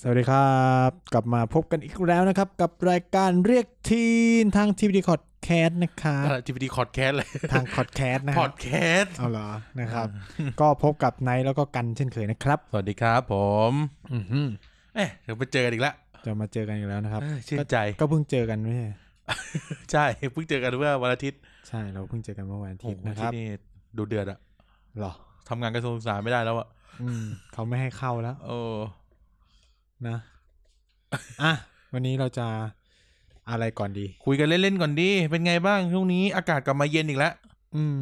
สวัสดีครับ กลับมาพบกันอีกแล้วนะครับ กับรายการเรียกทีนทางทีวีคอดแคสต์นะครับ อะไรทีวีดีคอดแคสเลย ทางคอดแคสต์นะ พ ค อ รับ ดแคส เอาเหรอนะครับ ก็พบกับไนท์แล้วก็กันเช่นเคยนะครับ สวัสดีครับผม อื้อหือ เอ๊ะเดี๋ยวไปเจอกันอีกแล้ว จะมาเจอกันอีกแล้วนะครับ เอ้ยชื่นใจ ก็เพิ่งเจอกันไม่ใช่ ใช่เพิ่งเจอกันเมื่อวันอาทิตย์ ใช่เราเพิ่งเจอกันเมื่อวันอา โอ้ ทิตย์โหวันะนค ที่ รับ นี่ดูเดือดอะ เหรอ ทำงานกระทรวงศึกษาไม่ได้แล้วอะ อืมเขาไม่ให้เข้าแล้ว โอ้ นะอ่ะวันนี้เราจะอะไรก่อนดี คุยกันเล่นๆก่อนดิเป็นไงบ้างช่วงนี้อากาศกลับมาเย็นอีกแล้ว อืม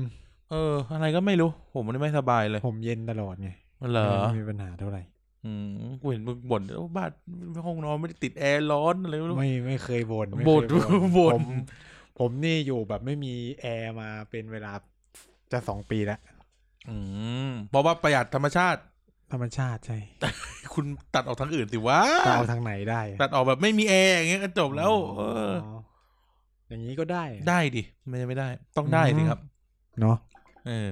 เออ อะไรก็ไม่รู้ผมมันไม่สบายเลย ผมเย็นตลอดไง เหรอ ไม่มีปัญหาเท่าไหร่ อืมกูเห็นมึงบ่นว่าบ้านห้องนอนไม่ได้ติดแอร์ร้อนอะไรไม่รู้ ไม่ไม่เคยบ่นไม่เคย บ่น บ่น ผมผมนี่อยู่แบบไม่มีแอร์มาเป็นเวลาจะสองปีแล้ว อืมเพราะว่าประหยัดธรรมชาติ ธรรมชาติ ใช่ คุณตัดออกทางอื่นสิวะ จะเอาทางไหนได้อะ ตัดออกแบบไม่มีแอร์อย่างเงี้ยก็จบแล้ว เออ ออย่างนี้ก็ได้อะ ได้ดิไม่ใช่ไม่ได้ ต้องได้สิ อืม ครับ เนาะ เออ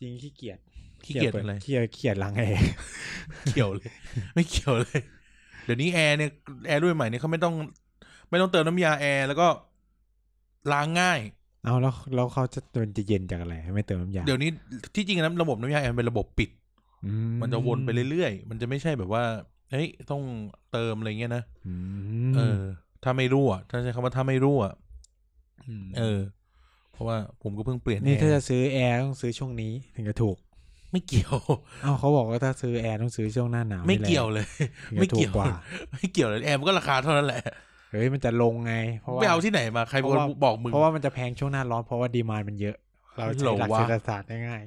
จริงขี้เกียจ ขี้เกียจ ปิด อะไร เกียจเกียจล้างแอร์ เกี่ยวเลย ไม่เกี่ยวเลย เดี๋ยวนี้แอร์เนี่ยแอร์รุ่นใหม่เนี่ยเขาไม่ต้อง ไม่ต้องเติมน้ำยาแอร์แล้วก็ล้างง่าย เอาแล้วแล้วเขาจะมันจะเย็นจากอะไรไม่เติมน้ำยา เดี๋ยวนี้ที่จริงนะระบบน้ำยาแอร์เป็นระบบปิด อื มันจะวนไปเรื่อยๆ มันจะไม่ใช่แบบว่าเฮ้ยต้องเติมอะไรเงี้ยนะ อืม เออ ถ้าไม่รั่วถ้าใช้คำว่าถ้าไม่รั่ว ม เออ เพราะว่าผมก็เพิ่งเปลี่ยน นี่ แอ ถ้า ร์ จะซื้อแอร์ต้องซื้อช่วงนี้ถึงจะถูก ไม่เกี่ยว เอ้าเขาบอกว่าถ้าซื้อแอร์ต้องซื้อช่วงหน้าหนาว ไม่ นี่แหละ เกี่ยวเลย ถึง ไม่ จะถูก เกี่ยว กว่า ไม่เกี่ยวเลยแอร์มันก็ราคาเท่านั้นแหละ เฮ้ยมันจะลงไง เพราะว่า ไปเอาที่ไหนมาใครเป็น เพ คน ราะว่า บอกมึง เพราะว่ามันจะแพงช่วงหน้าร้อนเพราะว่าดีมานมันเยอะ เราใช้หลัก เหรอวะ เศรษฐศาสตร์ได้ง่าย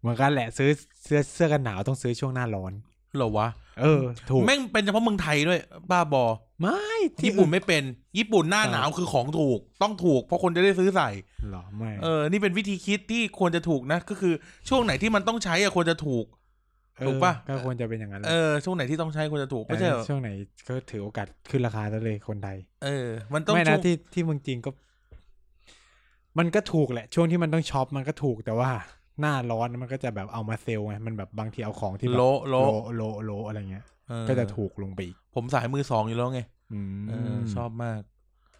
เหมือนกันแหละซื้อเสื้อเสื้อกันหนาวต้องซื้อช่วงหน้าร้อน เหรอวะ เออ ถูก แม่งเป็นเฉพาะเมืองไทยด้วย บ้าบอ ไม่ที่ ญี่ปุ่น อื่ ไม่เป็น ญี่ปุ่นหน้าหนาวคือของถูก ต้องถูก เพราะคนจะได้ซื้อใส่ นเหรอไม่ เออ นี่เป็นวิธีคิดที่ควรจะถูกนะ ก็คือช่วงไหนที่มันต้องใช้อะควรจะถูก เออ ถูกปะ ก็ควรจะเป็นอย่างนั้นแหละ เออ ช่วงไหนที่ต้องใช้ควรจะถูก แต่ ไม่ใช่เหรอ ช่วงไหนก็ถือโอกาสขึ้นราคาซะเลยคนไทย เออ มันต้อง ไม่ ช่ นะ วง ที่ที่เมืองจีนก็ มันก็ถูกแหละ ช่วงที่มันต้องช็อปมันก็ถูกแต่ว่า หน้าร้อนมันก็จะแบบเอามาเซลล์ไงมันแบบบางทีเอาของที่แบบ โลโล โลโลโลอะไรเงี้ย เออ ก็จะถูกลงไปอีก ผมสายมือสองอยู่แล้วไง อืม เออชอบมาก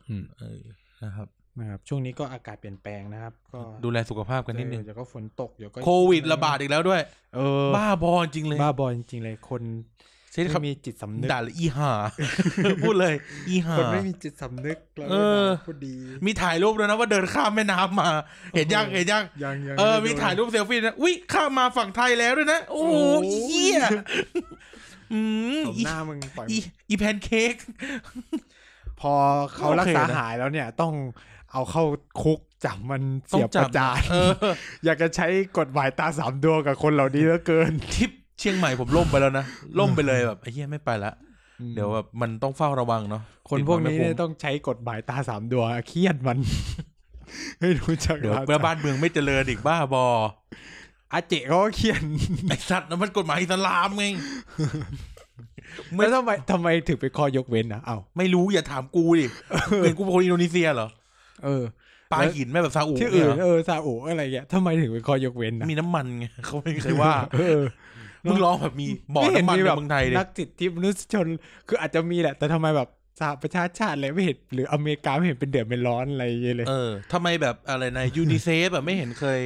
อืม เออนะครับ นะครับช่วงนี้ก็อากาศเปลี่ยนแปลงนะครับ ก็ ดูแลสุขภาพกันนิดนึง เดี๋ยวก็ฝนตกเดี๋ยวก็ โควิดระบาดอีกแล้วด้วย เออ บ้าบอจริงเลย บ้าบอจริงๆเลย คน ใช้ ไม่ คำ มีจิตสำนึก ด่าเลยอีห่า พูดเลย อีห่า คนไม่มีจิตสำนึกแล้ว เออ พูดดี มีถ่ายรูปด้วยนะว่าเดินข้ามแม่น้ำมา เห็นยัง โอ้โห เห็นยัง ยังยัง เออ ไโดน มีถ่ายรูปเซลฟี่นะอุ้ยข้ามมาฝั่งไทยแล้วด้วยนะ โอ้โหอีเหี้ยอืม สม อี หน้ามึงปล่อย อีอีแพนเค้ก พอเขารักษา โอเคนะ หายแล้วเนี่ย ต้องเอาเข้าคุกจับมันเสียบประจาน เออ อยากจะใช้กฎหมายตาสามดวงกับคนเหล่านี้เหลือเกิน ทิปเชียงใหม่ผมล่มไปแล้วนะ ล่มไปเลยแบบไอ้เหี้ยไม่ไปละ เดี๋ยวแบบมันต้องเฝ้าระวังเนาะ คน ติด พวก มั นี้ ไม่คุ้ม เนี่ยต้องใช้กฎหมายตาสามดวงเครียดมัน ให้รู้จัก เดี๋ยว รักษา เพื่อบ้านเมืองไม่เจริญอีกบ้าบอ อาเจเขาก็เขียน ไอสัตว์นั่นมันกฎหมายอิสลามไง ไม่ แล้วทำไมทำไมถึงไปนข้อยกเว้นนะเอ้า ไม่รู้อย่าถามกูดิเป็นกูเป็นคนอินโดนีเซียเหรอ เออ ปลาหินแม่แบบซาอุ ที่อื่น เนี่ยเหร เออซาอุอะไรเงี้ยทำไมถึงไปนข้อยกเว้น อ นะ มีน้ำมันไง เขาไม่เคยว่า เออ มึงลองแบบมีบ่อ ไม่เห็ น้ำมัน มี ใน แบบ เมืองไทยเลย นักสิทธิมนุษยชน คืออาจจะมีแหละ แต่ทำไมแบบสหประชาชาติเลยไม่เห็นหรืออเมริกาไม่เห็นเป็นเดือดเป็นร้อนอะไรเงี้ยเลย เออทำไมแบบอะไร ในยูนิเซฟแบบไม่เห็นเคย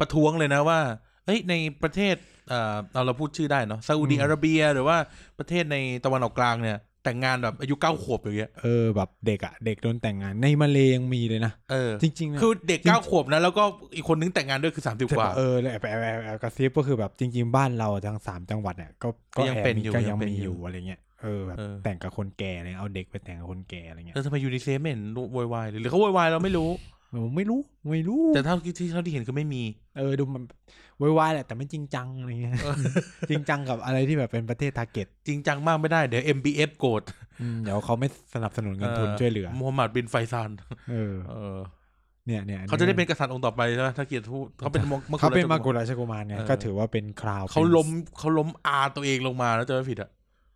ประท้วงเลยนะว่าเอ้ยในประเทศเอ่อเอาเราพูดชื่อได้เนาะซาอุดีอาระเบีย หรือว่าประเทศในตะวันออกกลางเนี่ย แต่งงานแบบอายุเก้าขวบอย่างเงี้ย เออแบบเด็กอะเด็กโดนแต่งงานในมาเลยังมีเลยนะ เออ จริงๆนะ คือเด็กเก้าขวบนะแล้วก็อีกคนนึงแต่งงานด้วยคือสามสิบ แต่ ก แบ ว่า บเออแอบแอบแอบแอบกระซิบก็คือแบบจริง ๆ บ้านเราทั้งสามจังหวัดเนี่ยก็ก็ ยัง แอบ เป็น มี อยู่ ก็ ยั ยัง ง เป็น มี อ อยู่ ยู่อะไรเงี้ยเออแบบ เออ แต่งกับคนแก่เลยเอาเด็กไปแต่งกับคนแก่อะไรเงี้ย แล้วทำไมยูนิเซฟไม่เห็นโวยวายเลยหรือเขาโวยวายเราไม่ รู้ ผมไม่รู้ ไม่รู้ แต่เท่าที่เท่าที่เห็นคือไม่มี เออ ดูมันวยวายแหละ แต่ไม่จริงจังอะไรเงี้ย เออ จริงจังกับอะไรที่แบบเป็นประเทศทาร์เก็ต จริงจังมากไม่ได้เดี๋ยว MBF โกรธ อืมเดี๋ยวเขาไม่สนับสนุนเงินทุนช่วยเหลือ มูฮัมหมัดบินไฟซาน เออ เออ เนี่ยเนี่ย เขาจะได้เป็นกษัตริย์องค์ต่อไปใช่ไหมถ้าเกียรติทูตเขาเป็นมง เขาเป็น ม มาง กุ กุฎ ฎราชกุมารเนี่ย เออ ก็ถือว่าเป็นคราว เขา ป็น ล้มเขาล้มอาตัวเองลงมาแล้วจะไม่ผิดอ่ะ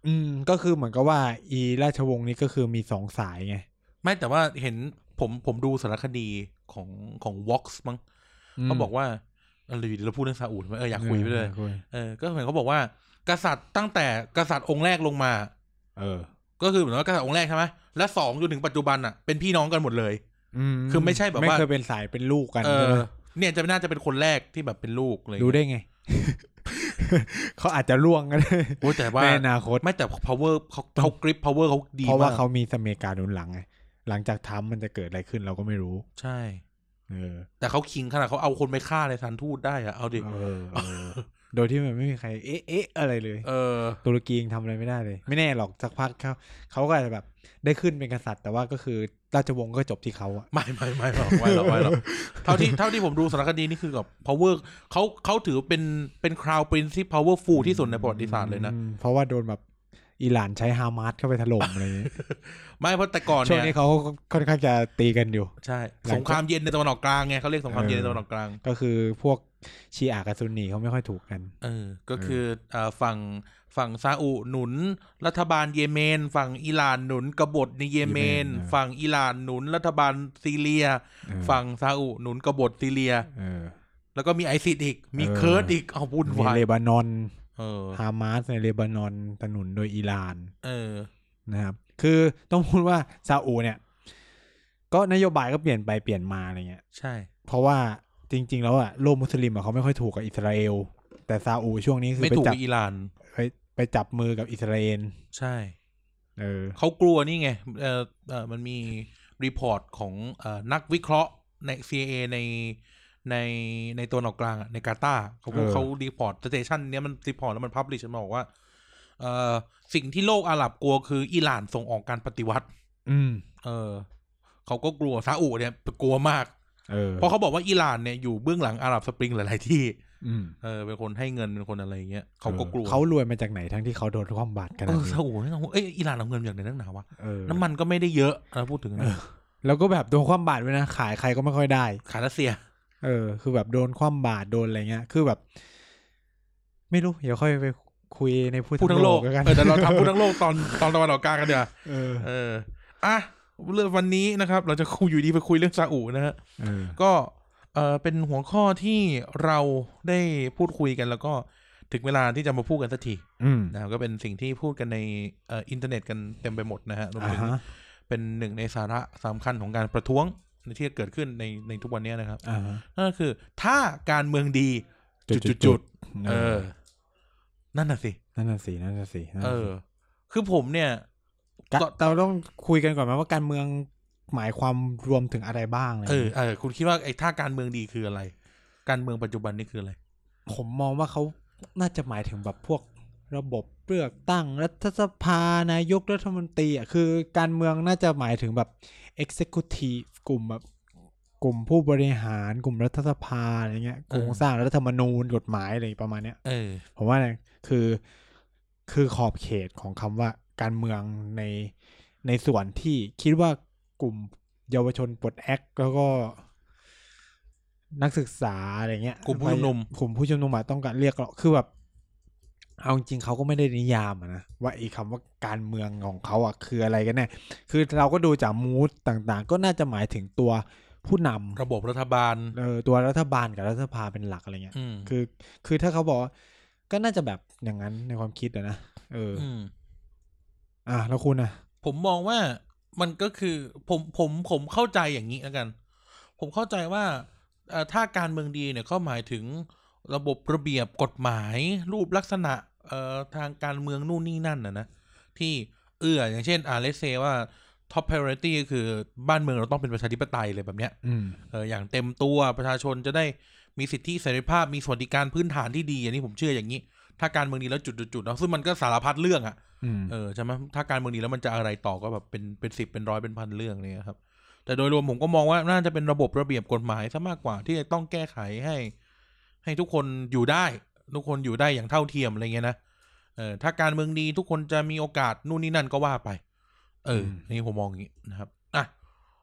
อืม ก็คือเหมือนกับว่า อีราชวงศ์นี้ก็คือมีสองสายไง ไม่แต่ว่าเห็นผมผมดูสารคดีของของวอล์มั้ง ม เขาบอกว่า เราอยู่ดีเราพูดเรื่องซาอุดไหมเอออยากคุยไปเลย ออคุ เออก็เหมือนเขาบอกว่ากษัตริย์ตั้งแต่กษัตริย์องค์แรกลงมา เออ ก็คือเหมือนว่ากษัตริย์องค์แรกใช่ไหมและสองจนถึงปัจจุบันอ่ะเป็นพี่น้องกันหมดเลย อืม คือไม่ใช่แบบว่า ไม่เคยเป็นสายเป็นลูกกัน เอ ใช่ไหมอเนี่ยจะน่าจะเป็นคนแรกที่แบบเป็นลูกเลย รู้ได้ ไง เขาอาจจะล่วงก็ได้ โอ้ยแต่ว่า ในอนาคต ไม่แต่ power เขาเขา grip power เขาดี เพราะว่าม าก เขามีสเมกาหนุนหลังไงหลังจากทำมันจะเกิดอะไรขึ้นเราก็ไม่รู้ ใช่ เออ แต่เขาคิงขนาดเขาเอาคนไปฆ่าในสถานทูตได้อะเอาดิ เออเออ โดยที่มันไม่มีใคร เอ๊ะเอ๊ะอะไรเลย เออ ตุรกียังทำอะไรไม่ได้เลย ไม่แน่หรอกสักพักเขาเขาก็อาจจะแบบได้ขึ้นเป็นกษัตริย์ แต่ว่าก็คือราชวงศ์ก็จบที่เขาอะ ไม่ไม่ไม่ไม่ไม่หรอกไม่ หรอกเท่าที่เท่าที่ผมดูสารคดีนี่คือกับ power เขาเขาถือเป็นเป็น crown prince ที่ powerful ที่สุดในประวัติศาสตร์เลยนะ อืมเพราะว่าโดนแบบอิหร่านใช้ฮามาสเข้าไปถล่มอะไรอย่างเงี้ย ไม่เพราะแต่ ก่อน ช่ว เนี่ งนี้ ย เขาก็ค่อนข้างจะตีกันอยู่ ใช่สงครามเย็นในตะวันออกกลางไงเขาเรียกสงครามเย็นในตะวันออกกลาง ก็คือพวกชีอากับซุนนีเขาไม่ค่อยถูกกัน เออ ก็คือเอ่อฝั่งฝั่งซาอุหนุน รัฐบาลเยเมน ฝั่งอิหร่านหนุนกบฏในเยเยเมเมนนอ่า ฝั่งอิหร่านหนุนรัฐบาลซีเรีย เออ ฝั่งซาอุหนุนกบฏซีเรีย เออ แล้วก็มีไอซิดอีก มี เออ เคิร์ดอีกเอาวุ่น มี วาย เลบานอน เออ ฮามาสในเลบานอนสนุนโดยอิหร่าน เออ นะครับ คือต้องพูดว่าซาอุเนี่ย ก็นโยบายก็เปลี่ยนไปเปลี่ยนมาอะไรเงี้ย ใช่ เพราะว่าจริง ๆ แล้วอะโลกมุสลิมอะเขาไม่ค่อยถูกกับอิสราเอล แต่ซาอุช่วงนี้คือ ไม่ ไป ถูก จับ กับอิหร่าน ไปไปจับมือกับอิสราเอล ใช่ เออ เขากลัวนี่ไง เออเออมันมีรีพอร์ตของเอ่อนักวิเคราะห์ใน CIA ในในในตัวหนออกกลางอะในกาตาร์เขาพูด เออ เขารีพอร์ตสเตชันเนี้ยมันรีพอร์ตแล้วมันพับลิชมาบอกว่าเออสิ่งที่โลกอาหรับกลัวคืออิหร่านส่งออกการปฏิวัติ อืม เออเขาก็กลัวซาอุเนี่ยกลัวมาก เออ เพราะเขาบอกว่าอิหร่านเนี่ยอยู่เบื้องหลังอาหรับสปริงหลาย ๆ ที่ อืม เออเป็นคนให้เงินเป็นคนอะไรอย่างเงี้ยเขาก็กลัว เขารวยมาจากไหนทั้งที่เขาโดนความบาดกัน เออซาอุเนี่ยเอ้ยอิหร่านเอาเงินมาจากไหนนักหนาวะ เออ น้ำมันก็ไม่ได้เยอะนะพูดถึงนะ แล้วก็แบบโดนความบาดด้วยนะขายใครก็ไม่ค่อยได้ ขารัสเซีย เออ คือแบบโดนความบาดโดนอะไรเงี้ย คือแบบ ไม่รู้ เดี๋ยวค่อยไปคุยในพูด พูดทั้งโลก แล้วกัน เออแต่เราทำพูดทั้งโลกตอนตอนตะวันออกกลางกันเดี๋ยวา เออ เอออ่ะเรื่องวันนี้นะครับ เราจะคุยอยู่ดีไปคุยเรื่องซาอุนะฮะ เออ ก็เออเป็นหัวข้อที่เราได้พูดคุยกันแล้วก็ถึงเวลาที่จะมาพูดกันสักที อืม นะครับก็เป็นสิ่งที่พูดกันในเอ่ออินเทอร์เน็ตกันเต็มไปหมดนะฮะรวม อ่า ถึง ฮะ เป็นหนึ่งในสาระสำคัญของการประท้วงในที่เกิดขึ้นในในทุกวันนี้นะครับ อ่าฮะ นั่นก็คือถ้าการเมืองดีจุดจุดจุ จุ ด ด ๆๆเออ นั่นน่ะสิ นั่นน่ะสินั่นน่ะสินั่น เอ น่ะ อ สิ คือผมเนี่ย กะ ก็ เราต้องคุยกันก่อนไหมว่าการเมืองหมายความรวมถึงอะไรบ้างอะไร เออ เงี้ย เออคุณคิดว่าไอ้ถ้าการเมืองดีคืออะไร การเมืองปัจจุบันนี่คืออะไร ผมมองว่าเขาน่าจะหมายถึงแบบพวกระบบเลือกตั้งรัฐสภานายกรัฐมนตรีอ่ะคือการเมืองน่าจะหมายถึงแบบ executive กลุ่มแบบกลุ่มผู้บริหารกลุ่มรัฐสภาอะไรเงี้ยโครงสร้างรัฐธรรมนูญกฎหมายอะไรประมาณเนี้ย เออ ผมว่านะคือคือขอบเขตของคำว่าการเมืองในในส่วนที่คิดว่ากลุ่มเยาวชนปลดแอกแล้วก็ นักศึกษาอะไรเงี้ย กลุ่มผู้ชุมนุม กลุ่มผู้ชุมนุมอะต้องการเรียกร้องคือแบบ เอาจริงๆเขาก็ไม่ได้นิยามอะนะว่าไอ้คำว่าการเมืองของเขาอ่ะคืออะไรกันแน่คือเราก็ดูจากมูดต่างๆ ก็น่าจะหมายถึงตัวผู้น ระบบรัฐบาล ำเออตัวรัฐบาลกับรัฐสภาเป็นหลักอะไรเงี้ย อืม คือคือถ้าเขาบอกว่าก็น่าจะแบบอย่างนั้นในความคิดอะนะเออ ม อ่ะแล้วคุณอะ ผมมองว่ามันก็คือผมผมผมเข้าใจอย่างนี้แล้วกัน ผมเข้าใจว่าเอ่อถ้าการเมืองดีเนี่ยก็หมายถึงระบบระเบียบกฎหมาย รูปลักษณะเอ่อทางการเมืองนู่นนี่นั่นนะนะที่เอื้ออย่างเช่นอาเลเซว่าท็อปพ r ร o r i t y ก็คือบ้านเมืองเราต้องเป็นประชาธิปไตยเลยแบบเนี้ย อืม เอออย่างเต็มตัวประชาชนจะได้มีสิทธิเสรีภาพมีสวัสดิการพื้นฐานที่ดีอันนี้ผมเชื่ออย่างนี้ ถ้าการเมืองดีแล้วจุดๆๆเนาะซึ่งมันก็สารพัดเรื่องอะ่ะ อืม เออใช่ไหมถ้าการเมืองดีแล้วมันจะอะไรต่อก็แบบเป็นเป็นสิบเป็นร้อยเป็นพันเรื่องเนี่ยครับ แต่โดยรวมผมก็มองว่าน่าจะเป็นระบบระเบียบกฎหมายซะมากกว่าที่จะต้องแก้ไขให้ ให้ทุกคนอยู่ได้ทุกคนอยู่ได้อย่างเท่าเทียมอะไรเงี้ยนะเออถ้าการเมืองดีทุกคนจะมีโอกาสนู่นนี่นั่นก็ว่าไป เออ ม อนี่ผมมองอย่างนี้นะครับอ่ะ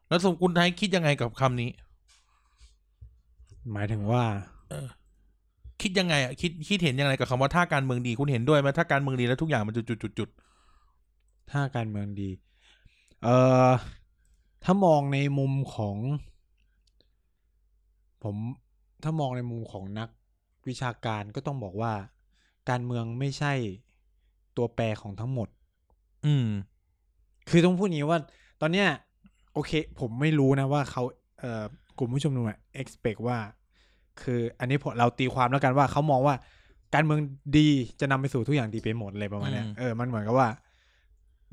แล้วสมคุณไทยคิดยังไงกับคำนี้ หมายถึงว่า คิดยังไงอ่ะคิดคิดเห็นยังไงกับคำว่าถ้าการเมืองดีคุณเห็นด้วยไหมถ้าการเมืองดีแล้วทุกอย่างมันจุดจุดจุดจุด ถ้าการเมืองดี เออถ้ามองในมุมของ ผม ถ้ามองในมุมของนักวิชาการก็ต้องบอกว่า การเมืองไม่ใช่ตัวแปรของทั้งหมด อืม คือต้องพูดอย่างนี้ว่า ตอนเนี้ยโอเค ผมไม่รู้นะว่าเขาเอ่อกลุ่มผู้ชุมนุมอะ expect ว่า คืออันนี้ผมเราตีความแล้วกันว่าเขามองว่า การเมืองดีจะนำไปสู่ทุกอย่างดีไปหมดเลยประมาณเนี้ย อืม เออมันเหมือนกับว่า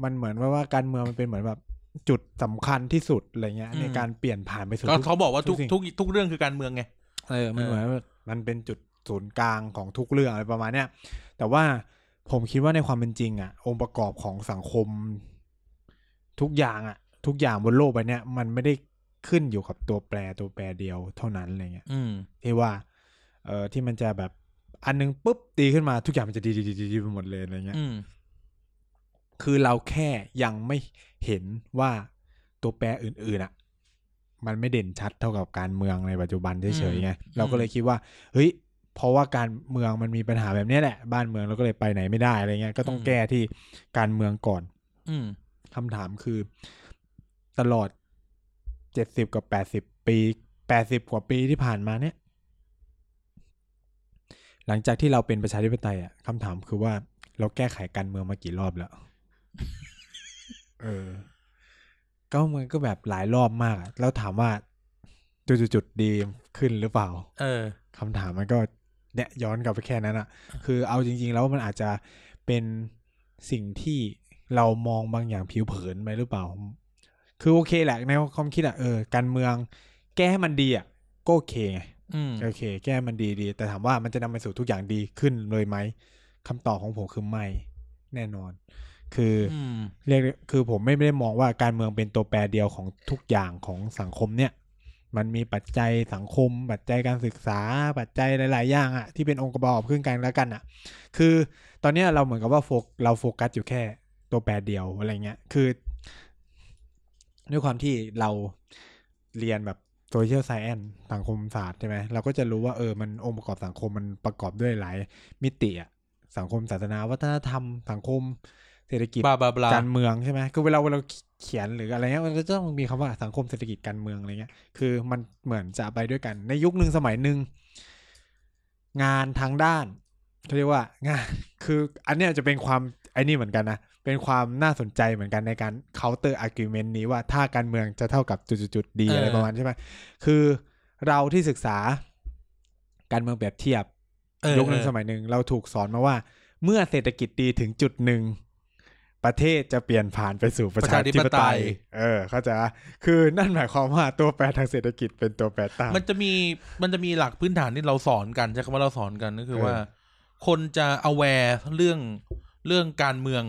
มันเหมือนว่าว่าการเมืองมันเป็นเหมือนแบบจุดสำคัญที่สุดอะไรเงี้ย ในการเปลี่ยนผ่านไปสู่ ก็ ทุก เขาบอกว่าทุก ทุกสิ่ง ทุกทุกเรื่องคือการเมืองไง เออ มัน เออ เหมือนว่ามันเป็นจุดศูนย์กลางของทุกเรื่องอะไรประมาณเนี้ย แต่ว่าผมคิดว่าในความเป็นจริงอะองค์ประกอบของสังคม ทุกอย่างอะทุกอย่างบนโลกใบเนี้ยมันไม่ได้ขึ้นอยู่กับตัวแปรตัวแปรเดียวเท่านั้นอะไรเงี้ย อืม ที่ว่า เออที่มันจะแบบอันนึงปุ๊บตีขึ้นมาทุกอย่างมันจะดีดีดีดีดีไปหมดเลยอะไรเงี้ย อืม คือเราแค่ยังไม่เห็นว่าตัวแปรอื่นๆอ่ะ มันไม่เด่นชัดเท่ากับการเมืองในปัจจุบันเฉยๆไงเราก็เลยคิดว่า เฮ้ย เพราะว่าการเมืองมันมีปัญหาแบบเนี้ยแหละ บ้านเมืองเราก็เลยไปไหนไม่ได้อะไรเงี้ยก็ต้อง อืม แก้ที่การเมืองก่อน อืม คำถามคือ ตลอดเจ็ดสิบกับแปดสิบปีแปดสิบกว่าปีที่ผ่านมาเนี่ย หลังจากที่เราเป็นประชาธิปไตยอ่ะคำถามคือว่าเราแก้ไขการเมืองมากี่รอบแล้ว เออ ก็มันก็แบบหลายรอบมากอะแล้วถามว่าจุดๆๆดีขึ้นหรือเปล่า เออ คำถามมันก็เนี่ยย้อนกลับไปแค่นั้นอะคือเอาจริง ๆ แล้วมันอาจจะเป็นสิ่งที่เรามองบางอย่างผิวเผินไปหรือเปล่า คือโอเคแหละในความคิดอะเออการเมือง แก้ให้มันดีอะก็โอเคไง อืม โอเค แก้มันดีดีแต่ถามว่ามันจะนำไปสู่ทุกอย่างดีขึ้นเลยไหมคำตอบของผมคือไม่แน่นอน คืออ อืม เรียกคือผมไม่ได้มองว่าการเมืองเป็นตัวแปรเดียวของทุกอย่างของสังคมเนี่ย มันมีปัจจัยสังคม ปัจจัยการศึกษา ปัจจัยหลาย ๆ อย่างอะที่เป็นองค์ประกอบขึ้นกันแล้วกันอะคือตอนเนี้ยเราเหมือนกับว่าโฟกเราโฟกัสอยู่แค่ตัวแปรเดียวอะไรเงี้ยคือ ด้วยความที่เราเรียนแบบโซเชียลไซแอนสังคมศาสตร์ใช่ไหมเราก็จะรู้ว่าเออมันองค์ประกอบสังคมมันประกอบด้วยหลายมิติอะสังคมศาสนาวัฒนธรรม สังคมเศรษฐกิจ บลาบลาบลา การเมืองใช่ไหมคือเวลาเวลาเราเขียนหรืออะไรเงี้ยมันก็จะต้องมีคำว่าสังคมเศรษฐกิจการเมืองอะไรเงี้ย คือมันเหมือนจะไปด้วยกัน ในยุคหนึ่งสมัยหนึ่งงานทางด้านเขาเรียกว่างาน คืออันเนี้ยจะเป็นความไอ้นี่เหมือนกันนะ เป็นความน่าสนใจเหมือนกันในการ counter argument นี้ว่าถ้าการเมืองจะเท่ากับจุดๆๆดี เอออ อะไรประมาณใช่ไหมคือเราที่ศึกษาการเมืองแบบเทียบ เออ ยุคหนึ่ง เออ สมัยหนึ่งเราถูกสอนมาว่า เมื่อเศรษฐกิจดีถึงจุดหนึ่ง ประเทศจะเปลี่ยนผ่านไปสู่ประชาธิปไตย เออ เข้าใจปะคือนั่นหมายความว่าตัวแปรทางเศรษฐกิจเป็นตัวแปรตั้ง มันจะมีมันจะมีหลักพื้นฐานที่เราสอนกันใช้คำว่าเราสอนกันก็คือ เออ ว่า คนจะ aware เรื่องเรื่องการเมือง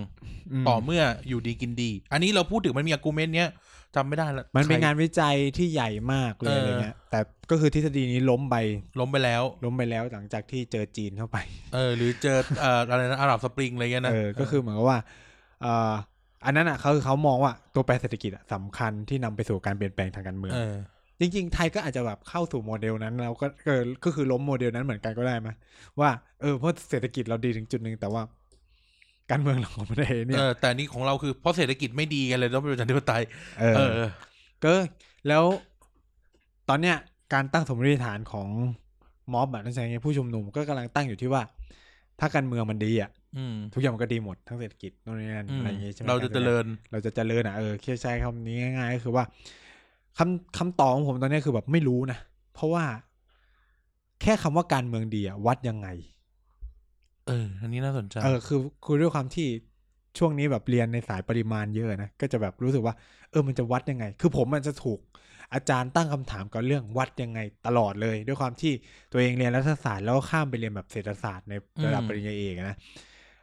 ม ต่อเมื่ออยู่ดีกินดี อันนี้เราพูดถึงมันมีอากูเมนต์เนี้ยจำไม่ได้ละ มันเป็ใครงนานวิจัยที่ใหญ่มากเลยอะไรเงี้ย แต่ก็คือทฤษฎีนี้ล้มไป ล้มไปแล้ว ล้มไปแล้วหลังจากที่เจอจีนเข้าไป เออ หรือเจอเอ่ออะไรนะอาหรับสปริงอะไรเงี้ยนะ เออ ก็คือเหมือนกับว่าเอ่ออันนั้นอ่ะเขาคือเขามองว่าตัวแปรเศรษฐกิจอะสำคัญที่นำไปสู่การเปลี่ยนแปลงทางการเมือง เออ จริงๆ ไทยก็อาจจะแบบเข้าสู่โมเดลนั้นแล้วก็ก็ก็คือล้มโมเดลนั้นเหมือนกันก็ได้ไหมว่าเออเพราะเศรษฐกิจเราดีถึงจุดหนึ่งแต่ว่า การเมืองเราไม่ได้เนี่ย เออ แต่นี่ของเราคือเพราะเศรษฐกิจไม่ดีกันเลยต้องเป็นประชาธิปไตย เอ เอ อ อ ก็แล้วตอนเนี้ยการตั้งสมมติฐานของม็อบอะนั่นใช่ไงผู้ชุมนุมก็กำลังตั้งอยู่ที่ว่า ถ้าการเมืองมันดีอ่ะ อืม ทุกอย่างมันก็ดีหมดทั้งเศรษฐกิจโน่นนี่นั่น อืม อะไรอย่างเงี้ยใช่ไหม เราจะเจริญ เราจะเจริญอ่ะเออแค่ใช้คำนี้ง่ายๆก็คือว่าคำคำตอบของผมตอนนี้คือแบบไม่รู้นะ เพราะว่า แค่คำว่าการเมืองดีอะวัดยังไง เออ อันนี้น่าสนใจ เออคือคือด้วยความที่ช่วงนี้แบบเรียนในสายปริมาณเยอะนะก็จะแบบรู้สึกว่า เออมันจะวัดยังไง คือผมมันจะถูกอาจารย์ตั้งคำถามกับเรื่องวัดยังไงตลอดเลย ด้วยความที่ตัวเองเรียนรัฐศาสตร์แล้วก็ข้ามไปเรียนแบบเศรษฐศาสตร์ในระดับ อืม ปริญญาเอกอะนะ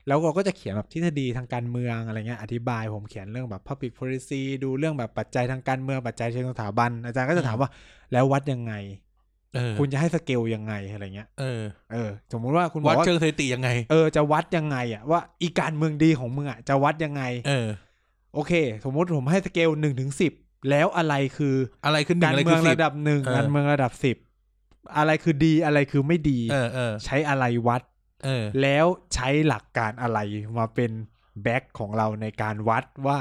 แล้วเราก็จะเขียนแบบทฤษฎีทางการเมืองอะไรเงี้ยอธิบายผมเขียนเรื่องแบบ public policy ดูเรื่องแบบปัจจัยทางการเมืองปัจจัยเชิงสถาบันอาจารย์ก็จะถามว่าแล้ววัดยังไง เออ คุณจะให้สเกลยังไงอะไรเงี้ย เออ เออสมมุติว่าคุณบอ วัด กว่า เชิงสถิติยังไง เออจะวัดยังไงอะว่าอีการเมืองดีของมึงอะจะวัดยังไง เออ โอเค สมมติผมให้สเกลหนึ่งถึงสิบแล้วอะไรคือ อะไรขึ้นหนึ่ กาง ร อะไร เมื ขึ้ อง นสิบ ระดับหนึ่ง เออ การเมืองระดับสิบอะไรคือดีอะไรคือไม่ดี เออ เออ ใช้อะไรวัด เออ แล้วใช้หลักการอะไรมาเป็นแบ็กของเราในการวัดว่า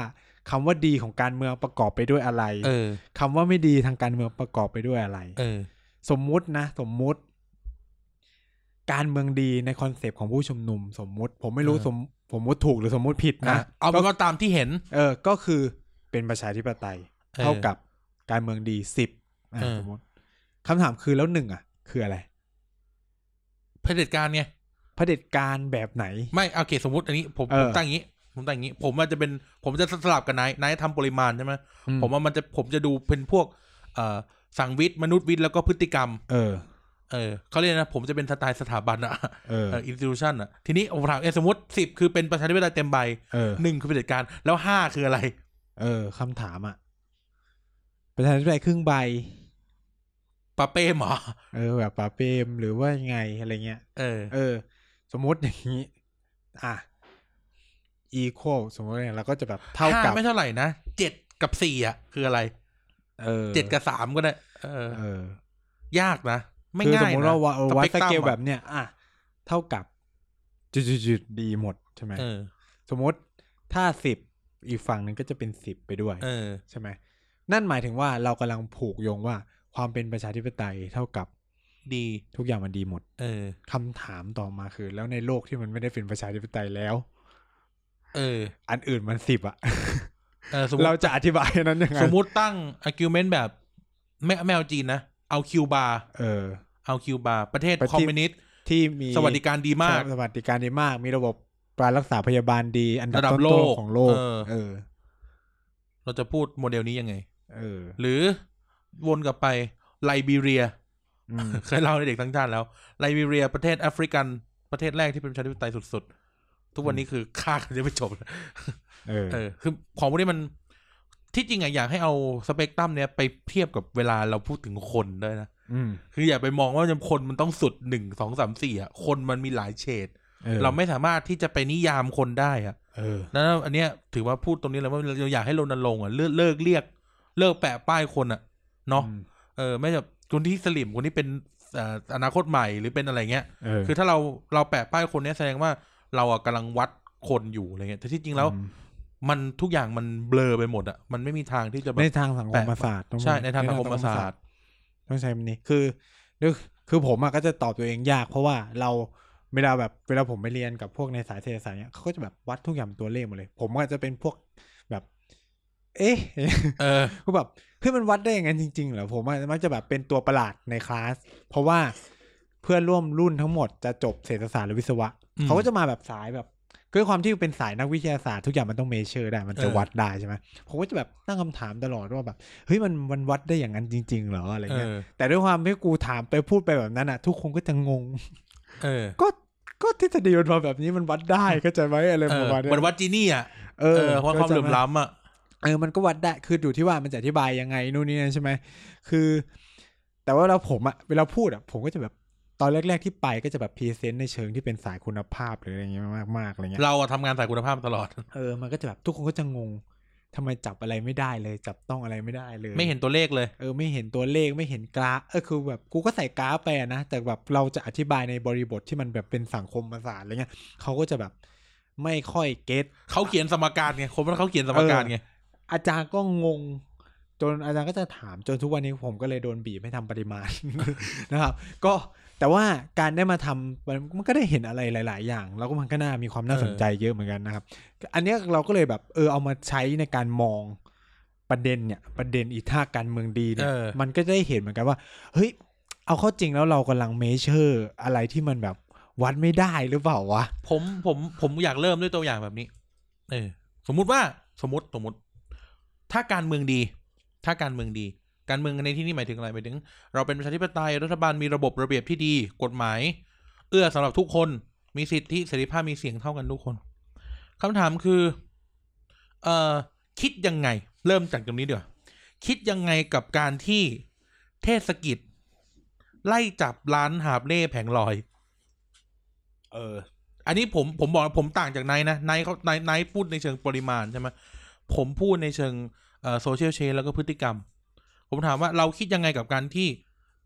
คำว่าดีของการเมืองประกอบไปด้วยอะไร เออ คำว่าไม่ดีทางการเมืองประกอบไปด้วยอะไร เออ สมมุตินะ สมมุติ การเมืองดีในคอนเซปต์ของผู้ชุมนุม สมมุติ ผมไม่รู้ เออ สมสมมุติถูกหรือสมมุติผิด อ่ะ นะ เอาเป็ ก็ นว่าตามที่เห็น เออ ก็คือเป็นประชาธิปไตย เออ เท่ากับการเมืองดีสิบอ่ะ เออ สมมติคำถามคือแล้วหนึ่งอ่ะ คืออะไร เผด็จการไง เผด็จการแบบไหน ไม่โอเคสมมติอันนี้ผม เอ ผ อ มตั้งอย่างนี้ ผมตั้งอย่างนี้ ผมอาจจะเป็นผมจะสลับกับนายนายทำปริมาณใช่ไหม อื ผมว่ามันจะผมจะดูเป็นพวก เอ่อสังวิทย์มนุษยวิทย์แล้วก็พฤติกรรม เออ เออเขาเรียกนะผมจะเป็นสไตล์สถาบันอะ เออ เอินสติทูชันอะทีนี้ผมถามเอยสมมติสิบคือเป็นประชาธิปไตยเต็มใบ เออ หนึ่งคือเผด็จการแล้วห้าคืออะไร เออคำถามอ่ะประชาธิปไตยครึ่งใบ ปาเป้หมอ เออแบบป่าเปรมหรือว่ายังไงอะไรเงี้ย เออ เออ สมมติอย่างนี้ อ่ะ equal สมมติเนี่ยเราก็จะแบบเท่ากับ ห้ไม่เท่าไหร่นะเจ็ดกับสี่อ่ะ คืออะไร เออ เจ็ดกับสามก็ได้ เออ เออย ากนะ ไม่ คือ ง่าสยมนะมติว่าวัดวัดสปเกล ต่ำอะ แบบเนี้ยอ่ะเท่ากับจุดๆๆดีหมดใช่ไหม เออ สมมติถ้าสิบอีกฝั่งหนึ่งก็จะเป็นสิบไปด้วย เออ ใช่ไหมนั่นหมายถึงว่าเรากำลังผูกโยงว่า ความเป็นประชาธิปไตยเท่ากับ ดี ทุกอย่างมันดีหมด เออ คำถามต่อมาคือ แล้วในโลกที่มันไม่ได้เป็นประชาธิปไตยแล้ว เออ อันอื่นมันสิบอะ เออสมม เรา ติ จะอธิบายอันนั้นยังไง สมมติตั้ง argument แบบไม่ไม่เอาจีนนะ เอาคิวบา เออ เอาคิวบาประเทศ ประเทศ คอมมิวนิสต์ ที่มี สวัสดิการดีมาก สวัสดิการดีมาก มีระบบการรักษาพยาบาลดี อันดับ ระดับ ต้น โลก ๆของโลก เออ เออ เราจะพูดโมเดลนี้ยังไง เออ หรือวนกลับไปไลบีเรีย อืม เคยเล่าในเด็กทั้งชาติแล้วไลบีเรียประเทศแอฟริกันประเทศแรกที่เป็นประชาธิปไตยสุดๆ ทุกวันนี้คือฆ่ากันยังไม่จบ เออ เออคือของพวกนี้มันที่จริงอะอยากให้เอาสเปกตรัมเนี้ยไปเทียบกับเวลาเราพูดถึงคนด้วยนะ อืม คืออย่าไปมองว่าคนมันต้องสุดหนึ่งสองสามสี่อะคนมันมีหลายเฉด เออ เราไม่สามารถที่จะไปนิยามคนได้อะ เออ แล้วอันเนี้ยถือว่าพูดตรงนี้เลยว่าเราอยากให้รณรงค์อะเลิกเลิกเรียก เลิกแปะป้ายคนอะเนาะ อืม เออไม่แบบคนที่สลิมคนที่เป็นเอ่ออนาคตใหม่หรือเป็นอะไรเงี้ย เออ คือถ้าเราเราแปะป้ายคนเนี้ยแสดงว่าเราอะกำลังวัดคนอยู่อะไรเงี้ยแต่ที่จริงแล้ว อืม มันทุกอย่างมันเบลอไปหมดอะมันไม่มีทางที่จะแบ ใน บ ทางสังคมศาสตร์ต้อง ใช่ในทางสังคมศาสตร์ ต้องใช้มันนี้ คือนึกคือผมอะก็จะตอบตัวเองยาก เพราะว่าเราเวลาแบบเวลาผมไปเรียนกับพวกในสายเศรษฐศาสตร์เนี่ยเขาก็จะแบบวัดทุกอย่างเป็นตัวเลขหมดเลย ผมก็จะเป็นพวกแบบ เอ๊ะ เออ ก็แบบเฮ้ยมันวัดได้อย่างนั้นจริงๆเหรอผมอะมักจะแบบเป็นตัวประหลาดในคลาส เพราะว่าเพื่อนร่วมรุ่นทั้งหมดจะจบเศรษฐศาสตร์หรือวิศวะ อืม เขาก็จะมาแบบสายแบบคือความที่เป็นสายนักวิทยาศาสตร์ทุกอย่างมันต้องเมเชอร์ได้ มันจะ เออ วัดได้ใช่ไหมผมก็จะแบบตั้งคำถามตลอดว่าแบบเฮ้ยมันมันวัดได้อย่างนั้นจริง ๆ เหรออะไร เอ เงี้ย อ แต่ด้วยความที่กูถามไปพูดไปแบบนั้นอ่ะ ทุกคนก็จะงง เออ ก็ก็ทฤษฎีมันมาแบบนี้มันวัดได้เข้าใจไหมอะไร เอ ป อ ระมาณ เห เนี้ มื ย อนวัดจีนี่อะ เอ เอ อ อความความเหลื่อมล้ำอะ เออมันก็วัดได้คืออยู่ที่ว่ามันจะอธิบายยังไงนู่นนี่นั่นใช่ไหมคือ แต่ว่าเราผมอะเวลาพูดอะผมก็จะแบบตอนแรก ๆ ที่ไปก็จะแบบพรีเซนต์ในเชิงที่เป็นสายคุณภาพหรืออะไรอย่างเงี้ยมากๆอะไรเงี้ย เราอะทำงานสายคุณภาพตลอด เออ มันก็จะแบบทุกคนก็จะงงทำไมจับอะไรไม่ได้เลย จับต้องอะไรไม่ได้เลย ไม่เห็นตัวเลขเลย เออ ไม่เห็นตัวเลขไม่เห็นกราฟเออคือแบบกูก็ใส่กราฟไปอะนะ แต่แบบเราจะอธิบายในบริบทที่มันแบบเป็นสังคมประสาสตร์อะไรเงี้ยเขาก็จะแบบไม่ค่อยเก็ต เขาเขียนสมการไงคนมันเขาเขียนสมการไง อาจารย์ก็งง จนอาจารย์ก็จะถามจนทุกวันนี้ผมก็เลยโดนบีบให้ทำปริมาณ นะครับ ก็แต่ว่าการได้มาทำมันมันก็ได้เห็นอะไรหลาย ๆ อย่าง แล้วก็มันก็น่ามีความน่าสนใจเยอะเหมือนกันนะครับ อันเนี้ยเราก็เลยแบบเออเอามาใช้ในการมองประเด็นเนี่ย ประเด็นอีท่าการเมืองดีเนี่ย มันก็ได้เห็นเหมือนกันว่า เฮ้ย เอาเข้าจริงแล้วเรากำลังเมเชอร์อะไรที่มันแบบวัดไม่ได้หรือเปล่าวะ ผมผมผมอยากเริ่มด้วยตัวอย่างแบบนี้ เออ สมมุติว่าสมมติสมมติ ถ้าการเมืองดี ถ้าการเมืองดี การเมืองในที่นี่หมายถึงอะไรหมายถึง เราเป็นประชาธิปไตยรัฐบาลมีระบบระเบียบที่ดี กฎหมาย เอื้อสำหรับทุกคนมีสิทธิเสรีภาพมีเสียงเท่ากันทุกคนคำถามคือ เอ่อคิดยังไง เริ่มจากตรงนี้เดี๋ยวาคิดยังไงกับการที่เทศกิจ ไล่จับร้านหาบเล่แผงลอย เออ อันนี้ผมผมบอกผมต่างจากไนท์นะไนท์เขาไนท์ไนท์พูดในเชิงปริมาณใช่ไหมผมพูดในเชิงโซเชียลเชนแล้วก็พฤติกรรม ผมถามว่าเราคิดยังไงกับการที่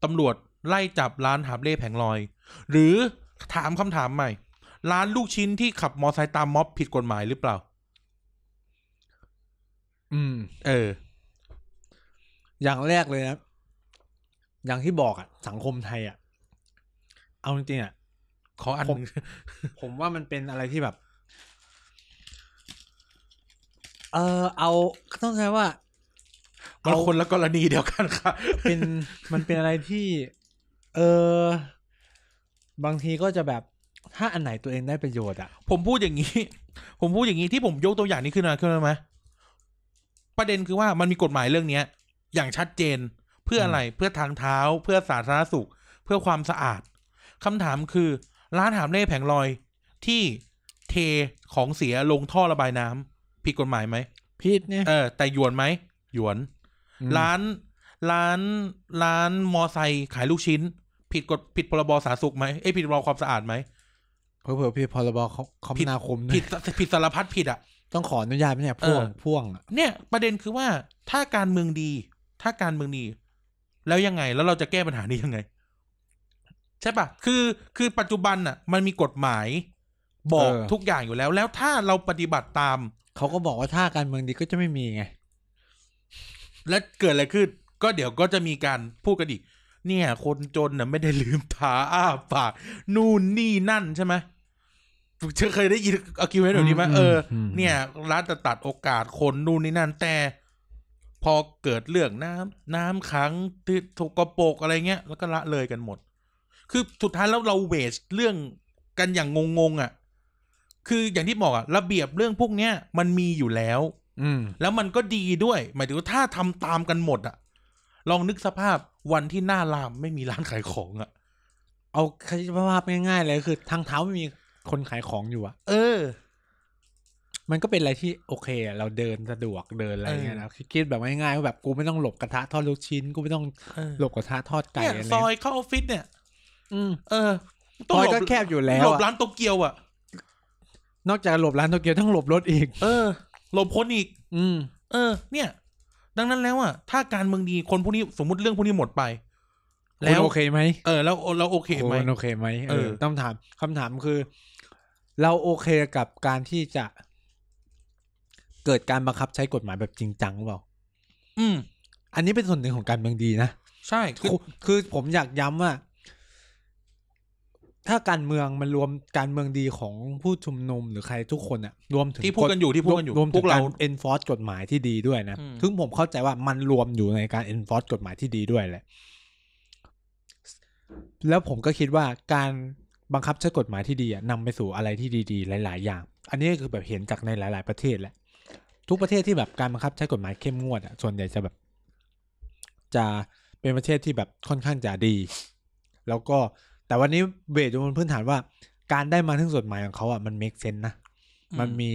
ตำรวจไล่จับร้านหาบเล่แผงลอย หรือถามคำถามใหม่ ร้านลูกชิ้นที่ขับมอไซค์ตามม็อบผิดกฎหมายหรือเปล่า อืม เออ อย่างแรกเลยนะ อย่างที่บอกอะสังคมไทยอะเอาจริงๆอะ ขออัน ผม หนึ่ง ผมว่ามันเป็นอะไรที่แบบ เออเอาต้องใช้ว่า มัน เอา คนละกรณีเดียวกันค่ะ เป็น มันเป็นอะไรที่ เออ บางทีก็จะแบบ ถ้าอันไหนตัวเองได้ประโยชน์อะ ผมพูดอย่างนี้ ผมพูดอย่างนี้ที่ผมยกตัวอย่างนี้ขึ้นมาขึ้นมาไหมประเด็นคือว่ามันมีกฎหมายเรื่องเนี้ย อย่างชัดเจนเพื่ออะไรเพื่อทางเท้า เพื่อสาธารณสุข เพื่อความสะอาดคำถามคือ ร้านหามเล่แผงลอยที่เทของเสียลงท่อระบายน้ำผิดกฎหมายไหม พีดเนี่ย เออ แต่หยวนไหมหยวน ร้านร้านร้านมอไซค์ขายลูกชิ้น ผิดกฎผิดพรบสาธารณสุขไหมเอ้ยผิดพรบความสะอาดไหม เผื่อๆพี่พรบคมนาคมด้วย ผิดผิดสารพัดผิดอ่ะ ต้องขออนุญาตไหมเนี่ยพ่วง เออ พ่วงอะ เนี่ยประเด็นคือว่าถ้าการเมืองดี ถ้าการเมืองดี แล้วยังไงแล้วเราจะแก้ปัญหานี้ยังไง ใช่ปะคือคือปัจจุบันน่ะ มันมีกฎหมาย บอก เออ ทุกอย่างอยู่แล้ว แล้วถ้าเราปฏิบัติตาม เขาก็บอกว่าถ้าการเมืองดีก็จะไม่มีไง และเกิดอะไรขึ้น ก็เดี๋ยวก็จะมีการพูดกันอีกเนี่ย คนจนน่ะไม่ได้ลืมตาอ้าปากนู่นนี่นั่นใช่ไหมเคยได้ยินอากิวเมนต์แบบนี้ไหม อืม เอออ ม เนี่ยรัฐจะตัดโอกาสคนนู่นนี่นั่น แต่ พอเกิดเรื่องน้ำน้ำขังที่ถูกกระโปรกอะไรเงี้ย แล้วก็ละเลยกันหมด คือสุดท้ายแล้วเราเวสเรื่องกันอย่างงงๆอ่ะ คืออย่างที่บอกอ่ะระเบียบเรื่องพวกเนี้ยมันมีอยู่แล้ว อืม แล้วมันก็ดีด้วย หมายถึงว่าถ้าทำตามกันหมดอะลองนึกสภาพวันที่หน้ารามไม่มีร้านขายของอะ เอาคิดภาพง่ายๆเลยคือทางเท้าไม่มีคนขายของอยู่อะ เออ มันก็เป็นอะไรที่โอเคอะเราเดินสะดวกเดินอะไรเงี้ยนะคิดคิดแบบง่ายๆว่าแบบกูไม่ต้องหลบกระทะทอดลูกชิ้น กูไม่ต้อง เออ หลบกระทะทอดไก่ เนี่ย อะไร ซอยเข้าออฟฟิศเนี่ย อืม เออ ซอย หล ก็แคบอยู่แล้ หล ว บ อะ ร้านโตเกียวอะ นอกจากหลบร้านโตเกียวต้องหลบรถอีก เออหลบคนอีก อืม เออ เนี่ย ดังนั้นแล้วอะถ้าการเมืองดีคนพวกนี้สมมติเรื่องพวกนี้หมดไป แล้ แล้วว โอเคไหม เออ แล้วเราโอเคไหม โอ้โอเคไหมเอ เอ อ อ ต้องถามคำถามคือ เราโอเคกับการที่จะ เกิดการบังคับใช้กฎหมายแบบจริงจังหรือเปล่า อืม อันนี้เป็นส่วนหนึ่งของการเมืองดีนะ ใช่คือ คือคือผมอยากย้ำว่า ถ้าการเมืองมันรวมการเมืองดีของผู้ชุมนุมหรือใครทุกคนอะรวมถึง ที่พูดกันอยู่ที่พูดกันอยู่ รวมรวม พ ถึ ว ง ก กา เรา ร enforce กฎหมายที่ดีด้วยนะ อืม ถึงผมเข้าใจว่ามันรวมอยู่ในการ enforce กฎหมายที่ดีด้วยแหละ แล้วผมก็คิดว่าการบังคับใช้กฎหมายที่ดีอะนำไปสู่อะไรที่ดีๆ หลาย ๆ อย่าง อันนี้คือแบบเห็นจากในหลาย ๆ ประเทศแหละ ทุกประเทศที่แบบการบังคับใช้กฎหมายเข้มงวดอะส่วนใหญ่จะแบบ จะเป็นประเทศที่แบบค่อนข้างจะดี แล้วก็แต่วันนี้เบสอยู่บนพื้นฐานว่า การได้มาถึงจดหมายของเขาอ่ะมัน make sense นะ อืม มันมี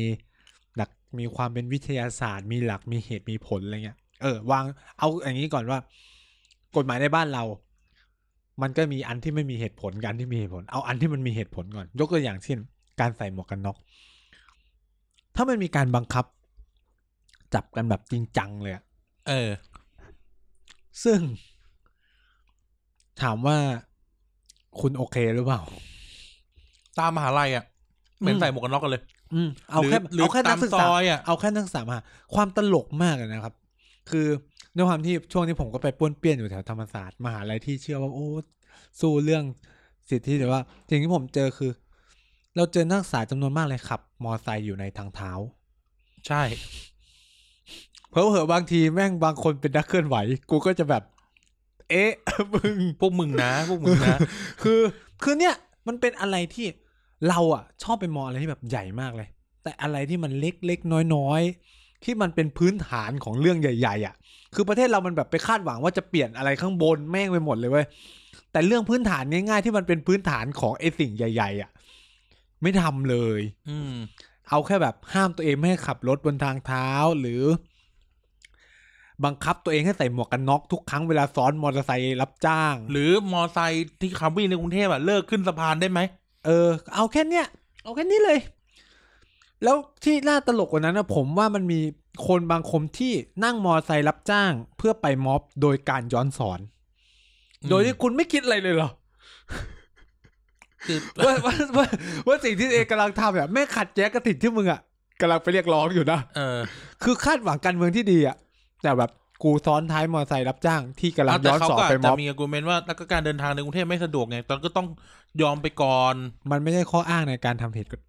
หลักมีความเป็นวิทยาศาสตร์ มีหลักมีเหตุมีผลอะไรเงี้ยเออวางเอาอย่างนี้ก่อนว่า กฎหมายในบ้านเรา มันก็มีอันที่ไม่มีเหตุผลกับอันที่มีเหตุผล เอาอันที่มันมีเหตุผลก่อน ยกตัวอย่างเช่น การใส่หมวกกันน็อกถ้ามันมีการบังคับ จับกันแบบจริงจังเลยอะ เออ ซึ่ง ถามว่าคุณโอเคหรือเปล่า ตามมหาลัยอะเหมือนใส่หมวกกันน็อกกันเลย อืมเอาแค่ หรือ เอาแค่ หรือ นักศึก ตาม ษา ซอยอะ เอาแค่นักศึกษามาความตลกมากเลยนะครับ คือด้วยความที่ช่วงนี้ผมก็ไปป้วนเปี้ยนอยู่แถวธรรมศาสตร์มหาลัยที่เชื่อว่าโอ้สู้เรื่องสิทธิแต่ว่าสิ่งที่ผมเจอคือ เราเจอนักศึกษาจำนวนมากเลยขับ มอไซค์อยู่ในทางเท้า ใช่ เพราะเหอะบางทีแม่งบางคนเป็นนักเคลื่อนไหว กูก็จะแบบ เอ๊ะ มึง พวกมึงนะ พวกมึงนะ คือคือเนี่ยมันเป็นอะไรที่เราอ่ะ ชอบไปมองอะไรที่แบบใหญ่มากเลย แต่อะไรที่มันเล็กเล็กน้อยน้อยๆ ที่มันเป็นพื้นฐานของเรื่องใหญ่ ๆ อ่ะ คือประเทศเรามันแบบไปคาดหวังว่าจะเปลี่ยนอะไรข้างบนแม่งไปหมดเลยเว้ยแต่เรื่องพื้นฐานง่ายๆที่มันเป็นพื้นฐานของไอ้สิ่งใหญ่ ๆ อ่ะ ไม่ทำเลย อืม เอาแค่แบบห้ามตัวเองไม่ให้ขับรถบนทางเท้าหรือ บังคับตัวเองให้ใส่หมวกกันน็อกทุกครั้งเวลาซ้อนมอเตอร์ไซค์รับจ้าง หรือมอไซค์ที่ขับวิ่งในกรุงเทพอะเลิกขึ้นสะพานได้ไหม เออ เอาแค่เนี้ย เอาแค่นี้เลย แล้วที่น่าตลกกว่านั้นนะผมว่ามันมีคนบางคนที่นั่งมอไซค์รับจ้าง เพื่อไปม็อบโดยการย้อนสอน โดยที่คุณไม่คิดอะไรเลยเหรอ คือ ว่าว่าว่าว่าสิ่งที่เองกำลังทำเนี่ยแม่งขัดแย้งกับสิ่งที่มึงอ่ะกำลังไปเรียกร้องอยู่นะ เออ คือคาดหวังการเมืองที่ดีอ่ะ แต่แบบ กูซ้อนท้ายมอเตอร์ไซค์รับจ้างที่กำลัง เอาแต่ ย้อน เขา สอบ ก็ ไป อาจ ม็ จะ อบ มีอากูเมนว่าแล้วก็การเดินทางในกรุงเทพไม่สะดวกไงตอนก็ต้องยอมไปก่อน มันไม่ใช่ข้ออ้างในการทำผิดกฎ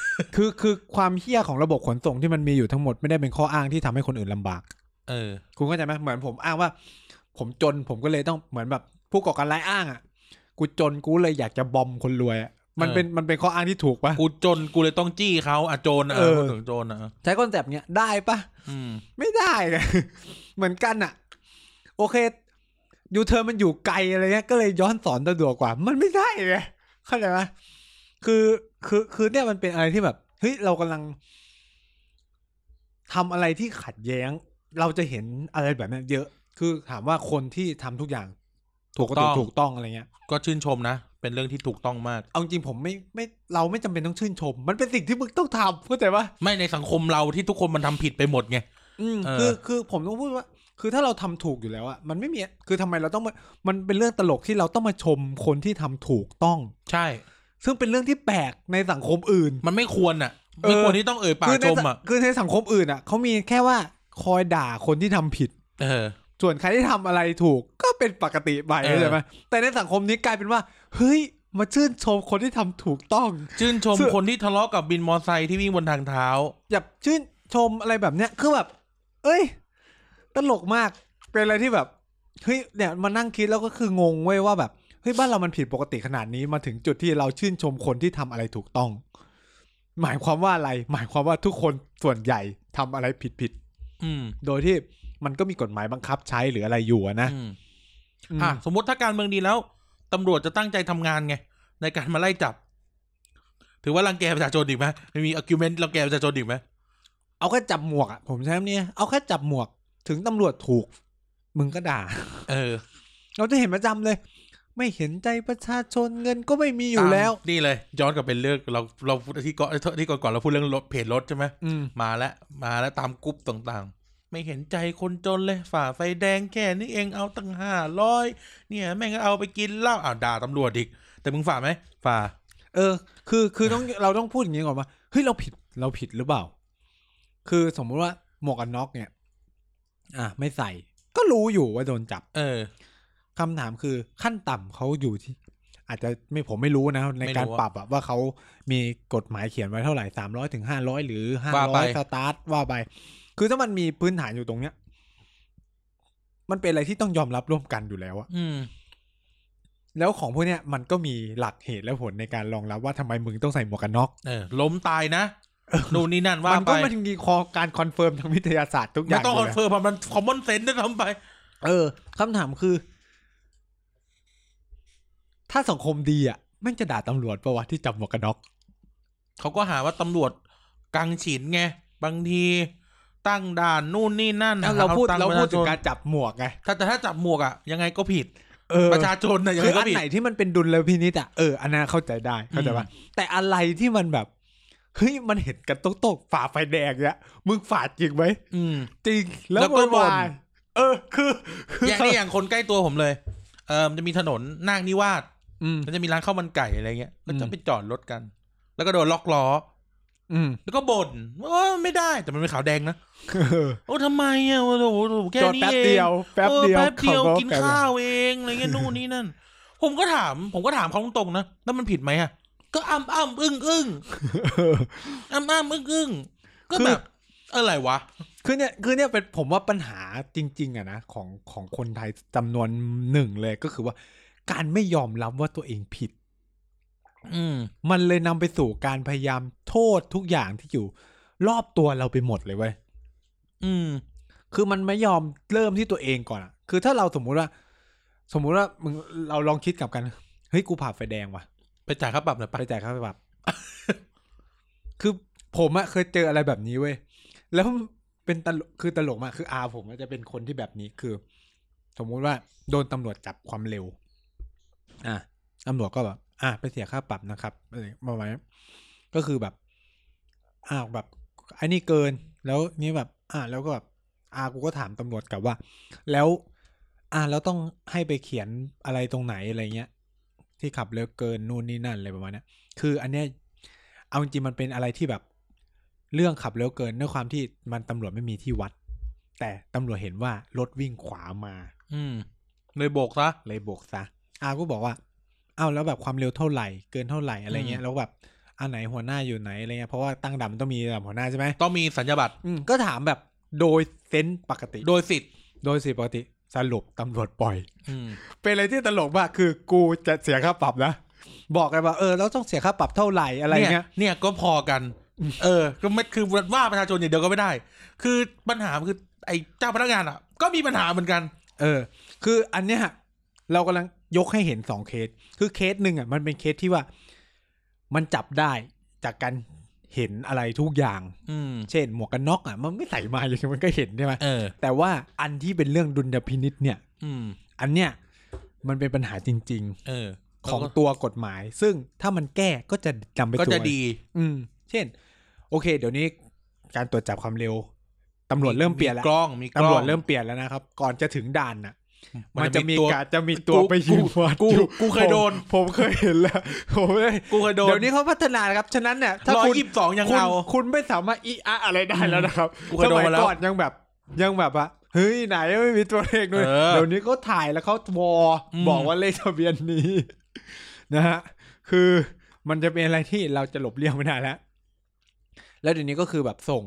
คือคือความเฮี้ยของระบบขนส่งที่มันมีอยู่ทั้งหมดไม่ได้เป็นข้ออ้างที่ทำให้คนอื่นลำบ าก เออ คุณเข้าใจไหมเหมือนผมอ้างว่า ผมจนผมก็เลยต้องเหมือนแบบ ผู้ก่อการร้ายอ้างอ่ะกูจนกูเลยอยากจะบอมคนรวยอะมัน เออ เป็นมันเป็นข้ออ้างที่ถูกปะ กูจนกูเลยต้องจี้เขาอ่ะโจรอ่ะ เออ พูดถึงโจรอ่ะ ใช้คอนเซปต์เนี้ยได้ปะ อืม ไม่ได้นะ เหมือนกันอ่ะ โอเคยูเธอมันอยู่ไกลอะไรเงี้ยก็เลยย้อนสอนสะดวกกว่า มันไม่ได้ไงเข้าใจไหมคือคือคือเนี่ยมันเป็นอะไรที่แบบเฮ้ยเรากำลังทำอะไรที่ขัดแย้ง เราจะเห็นอะไรแบบเนี้ยเยอะ คือถามว่าคนที่ทำทุกอย่าง ถูกต้อง ถูกต้องอะไรเงี้ย ก็ชื่นชมนะ เป็นเรื่องที่ถูกต้องมาก เอาจริงผมไม่ไม่เราไม่จำเป็นต้องชื่นชม มันเป็นสิ่งที่มึงต้องทำเข้าใจปะ ไม่ในสังคมเราที่ทุกคนมันทำผิดไปหมดไง อืม เออ คือคือผมต้องพูดว่า คือถ้าเราทำถูกอยู่แล้วอะมันไม่มีคือทำไมเราต้องมามันเป็นเรื่องตลกที่เราต้องมาชมคนที่ทำถูกต้อง ใช่ ซึ่งเป็นเรื่องที่แปลกในสังคมอื่น มันไม่ควรอ่ะ เออ ไม่ควรที่ต้องเอ่ยปาก คืใน ชม สัง อ่ะ คือในสังคมอื่นอะเขามีแค่ว่าคอยด่าคนที่ทำผิด เออ ส่วนใครที่ทำอะไรถูกก็เป็นปกติไป เออ เข้าใช่ไหมแต่ในสังคมนี้กลายเป็นว่า เฮ้ย มาชื่นชมคนที่ทำถูกต้อง ชื่นชม ซึ่ง คนที่ทะเลาะกับบินมอไซค์ที่วิ่งบนทางเท้า อย่าชื่นชมอะไรแบบเนี้ยคือแบบ เอ้ย ตลกมาก เป็นอะไรที่แบบ เฮ้ย เนี่ยมานั่งคิดแล้วก็คืองงเว้ยว่าแบบ เฮ้ย บ้านเรามันผิดปกติขนาดนี้มาถึงจุดที่เราชื่นชมคนที่ทำอะไรถูกต้อง หมายความว่าอะไร หมายความว่าทุกคนส่วนใหญ่ทำอะไรผิดผิด อืม ๆโดยที่มันก็มีกฎหมายบังคับใช้หรืออะไรอยู่อะนะ อืม ม อ่ะสมมติถ้าการเมืองดีแล้วตำรวจจะตั้งใจทำงานไง ในการมาไล่จับ ถือว่ารังแกประชาชนอีกไหมไม่มี argument รังแกประชาชนอีกไหม เอาแค่จับหมวกอะผมใช้คำนี้เอาแค่จับหมวกถึงตำรวจถูก มึงก็ด่า เออ เราจะเห็นประจำเลย ไม่เห็นใจประชาชนเงินก็ไม่มีอยู่แล้ว ตามนี่เลย ย้อนกลับไปเรื่องเราเราที่ก่อนที่ก่อนๆเราพูดเรื่องรถเพจรถใช่ไหม อืม มาแล้วมาแล้วตามกรุ๊ปต่างๆ ไม่เห็นใจคนจนเลยฝ่าไฟแดงแค่นี้เองเอาตั้งห้าร้อยเนี่ย แม่งก็เอาไปกินเหล้าอ้าวด่าตำรวจอีก แต่มึงฝ่าไหมฝ่า เออ คือ คือต้อง เราต้องพูดอย่างนี้ก่อนว่า เฮ้ย เราผิด เราผิดหรือเปล่า คือสมมุติว่าหมวกกันน็อกเนี่ย อ่ะ ไม่ใส่ ก็รู้อยู่ว่าโดนจับ เออ คำถามคือขั้นต่ำเขาอยู่ที่ อาจจะไม่ผมไม่รู้นะ ใน ไม่รู้ การ อะ ปรับอะว่าเขามีกฎหมายเขียนไว้เท่าไหร่สามร้อยถึงห้าร้อยหรือห้า ว่า ร้ ไป อยสตาร์ทว่าไป คือถ้ามันมีพื้นฐานอยู่ตรงเนี้ย มันเป็นอะไรที่ต้องยอมรับร่วมกันอยู่แล้วอะ อืม แล้วของพวกเนี้ยมันก็มีหลักเหตุและผลในการรองรับว่าทำไมมึงต้องใส่หมวกกันน็อก เออ ล้มตายนะนู่นนี่นั่นว่า มัน ไป ก็มันมีข้อการคอนเฟิร์มทางวิทยาศาสตร์ทุกอ ไม่ ย่าง ต้องคอน ยู่ะ เฟิร์มมันคอมมอนเซนต์ด้วยทำไป เออคำถามคือ ถ้าสังคมดีอ่ะแม่งจะด่าตำรวจปะวะที่จับหมวกกันน็อก เขาก็หาว่าตำรวจกังฉีนไง บางที ตั้งด่านนู่นนี่นั่น แล้วเราพูด อตังค์ เราพูด ปะชชน ถึงการจับหมวกไง ถ้าแต่ถ้าจับหมวกอ่ะยังไงก็ผิด เออ ประชาชนนะยัง คื ไง อ ก็ อัน ผิด ไหนที่มันเป็นดุลพินิจอ่ะเอออันนั้นเข้าใจได้เข้าใจปะแต่อะไรที่มันแบบเฮ้ยมันเห็นกันตกๆฝ่าไฟแดงเนี่ยมึงฝ่าจริงไหม อืม จริง แล้ว แล้วโวก็ยวา บ่ ย น เออ คือคื อย่างนี้อย่างคนใกล้ตัวผมเลย เออมันจะมีถนนนาคนิวาส อืม มันจะมีร้านข้าวมันไก่อะไรเงี้ย ก็ อื จะ ม ไปจอดรถกัน แล้วก็โดนล็อกล้อ อืม แล้วก็บ่นว่าไม่ได้ แต่มันเป็นขาวแดงนะ เออ โอ้ทำไมอ่ะ โอ้โหแค่ จอด นี้ แป๊บ เอ เดี ง ยว แป๊บ เออ เดียว แป๊บเดียว ขัรถ กิน แป๊บเดีย ข้าวเองอะไรเงี้ยนู่นนี่นั่น ผมก็ถาม ผมก็ถามเขาตรงๆนะ แล้วมันผิดไหมอ่ะ ก็อ้ำอ้ำอึ้ง อึ้ง เออ อ้ำอ้ำอึ้งอึ้งก็ คือ แบบอะไรวะ คือเนี่ยคือเนี่ยเป็นผมว่าปัญหาจริง ๆอะนะของของคนไทยจำนวนหนึ่งเลยก็คือว่า การไม่ยอมรับว่าตัวเองผิด อืม มันเลยนำไปสู่การพยายามโทษทุกอย่างที่อยู่ รอบตัวเราไปหมดเลยเว้ย อืม คือมันไม่ยอมเริ่มที่ตัวเองก่อนอะคือถ้าเราสมมุติว่า สมมุติว่ามึงเราลองคิดกลับกัน เฮ้ยกูผ่าไฟแดงว่ะ ไปจ่ายค่าปรับหน่อย ไป ปะ จ่ายค่าไฟแบบ คือผมอะเคยเจออะไรแบบนี้เว้ย แล้วเป็นตลกคือตลกมากคืออาผมอะจะเป็นคนที่แบบนี้คือ สมมุติว่าโดนตำรวจจับความเร็ว อ่ะตำรวจก็แบบ อ่ะไปเสียค่าปรับนะครับอะไรประมาณนี้ก็คือแบบอ้าวแบบไอ้นี่เกิน แล้วนี่แบบ อ่ะแล้วก็แบบอากูก็ถามตำรวจกลับว่า แล้ว อ่ะแล้วต้องให้ไปเขียนอะไรตรงไหนอะไรเงี้ย ที่ขับเร็วเกินนู่นนี่นั่นอะไรประมาณเนี้ย คืออันเนี้ยเอาจริงๆมันเป็นอะไรที่แบบ เรื่องขับเร็วเกินด้วยความที่มันตำรวจไม่มีที่วัด แต่ตำรวจเห็นว่ารถวิ่งขวามา อืมเลยโบกซะ เลยบวกซะอาก็บอกว่า เอาวแล้วแบบความเร็วเท่าไหร่ เกินเท่าไหร่อะไรเงี้ยอืม แล้วแบบอันไหนหัวหน้าอยู่ไหนอะไรเงี้ย เพราะว่าตั้งดำต้องมีลำดับหัวหน้าใช่ไหม ต้องมีสัญญาบัตร อืมก็ถามแบบโดยเซนส์ปกติ โดยสิทธิ์ โดยสิปกติสรุปตำรวจปล่อย อืม เป็นอะไรที่ตลกมากคือกูจะเสียค่าปรับนะ บอกกันว่าเออแล้วต้องเสียค่าปรับเท่าไหร่อะไรเงี้ย เนี่ยก็พอกัน เออ ก็ไม่คือว่าประชาชนอย่างเดียวก็ไม่ได้ คือปัญหาคือไอ้เจ้าพนักงานอ่ะ ก็มีปัญหาเหมือนกัน เออ คืออันเนี้ยเรากำลังยกให้เห็นสองเคส คือเคสหนึ่งอ่ะมันเป็นเคสที่ว่า มันจับได้จากการเห็นอะไรทุกอย่าง อืม เช่น หมวกกันน็อกอ่ะมันไม่ใส่มาอย่างเงี้ยมันก็เห็นใช่ไหม เออ แต่ว่าอันที่เป็นเรื่องดุลยพินิษเนี่ย อืม อันเนี้ยมันเป็นปัญหาจริง เออ ๆ ของตัวกฎหมาย ซึ่งถ้ามันแก้ก็จะจำไป ก็ ตัว จะดี อืม เช่น โอเค เดี๋ยวนี้การตรวจจับความเร็วตำรวจเริ่มเปลี่ยนแล้ว กล้องมีกล้อง ตำรวจเริ่มเปลี่ยนแล้วนะครับ ก่อนจะถึงด่านน่ะ มั มัน น จะ จะ มี มี ตัว การจะมีตัว กู ไปยืนวัด กู อยู่ กูเคยโดน ผมผมเคยเห็นแล้วผมเลย กูเคยโดน เดี๋ยวนี้เขาพัฒนานะครับ ฉะนั้นเนี่ยถ้า ร้อย คุณ ยี่สิบสองยัง คุณ เอา คุณไม่สามารถอีอะอะไรได้แล้วนะครับ กูเค ส ยโดน มัย มาแล้ว ก่อนยังแบบ ยังแบบว่าเฮ้ยไหนไม่มีตัวเลขด้วย เออ เดี๋ยวนี้ก็ถ่ายแล้วเขาวออ ม บอกว่าเลขทะเบียนนี้ นะฮะคือมันจะเป็นอะไรที่เราจะหลบเลี่ยงไม่ได้แล้ว แล้วเดี๋ยวนี้ก็คือแบบส่ง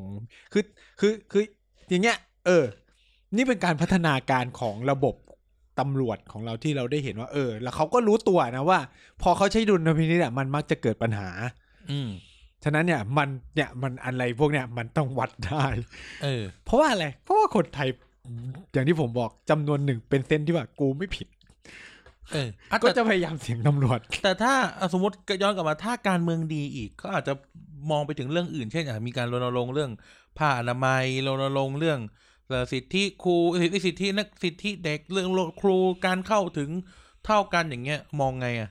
คือคือคืออย่างเงี้ย เออ นี่เป็นการพัฒนาการของระบบตำรวจของเราที่เราได้เห็นว่า เออ แล้วเขาก็รู้ตัวนะว่า พอเขาใช้ดุลพินิจอะมันมักจะเกิดปัญหา อืม ฉะนั้นเนี่ยมันเนี่ยมันอะไรพวกเนี่ยมันต้องวัดได้ เออ เพราะว่าอะไร เพราะว่าคนไทยอย่างที่ผมบอกจำนวนหนึ่งเป็นเส้นที่ว่ากูไม่ผิด เอออ่ะ ก็ แต่ จะพยายามเสียงตำรวจ แต่ถ้าอ่ะสมมติย้อนกลับมาถ้าการเมืองดีอีก ก็อาจจะมองไปถึงเรื่องอื่น เช่นอาจจะมีการรณรงค์เรื่องผ้าอนามัยรณรงค์เรื่องเอ่อสิทธิครูสิทธิสิทธินักสิทธิเด็กเรื่องครูการเข้าถึงเท่ากันอย่างเงี้ย มองไงอ่ะ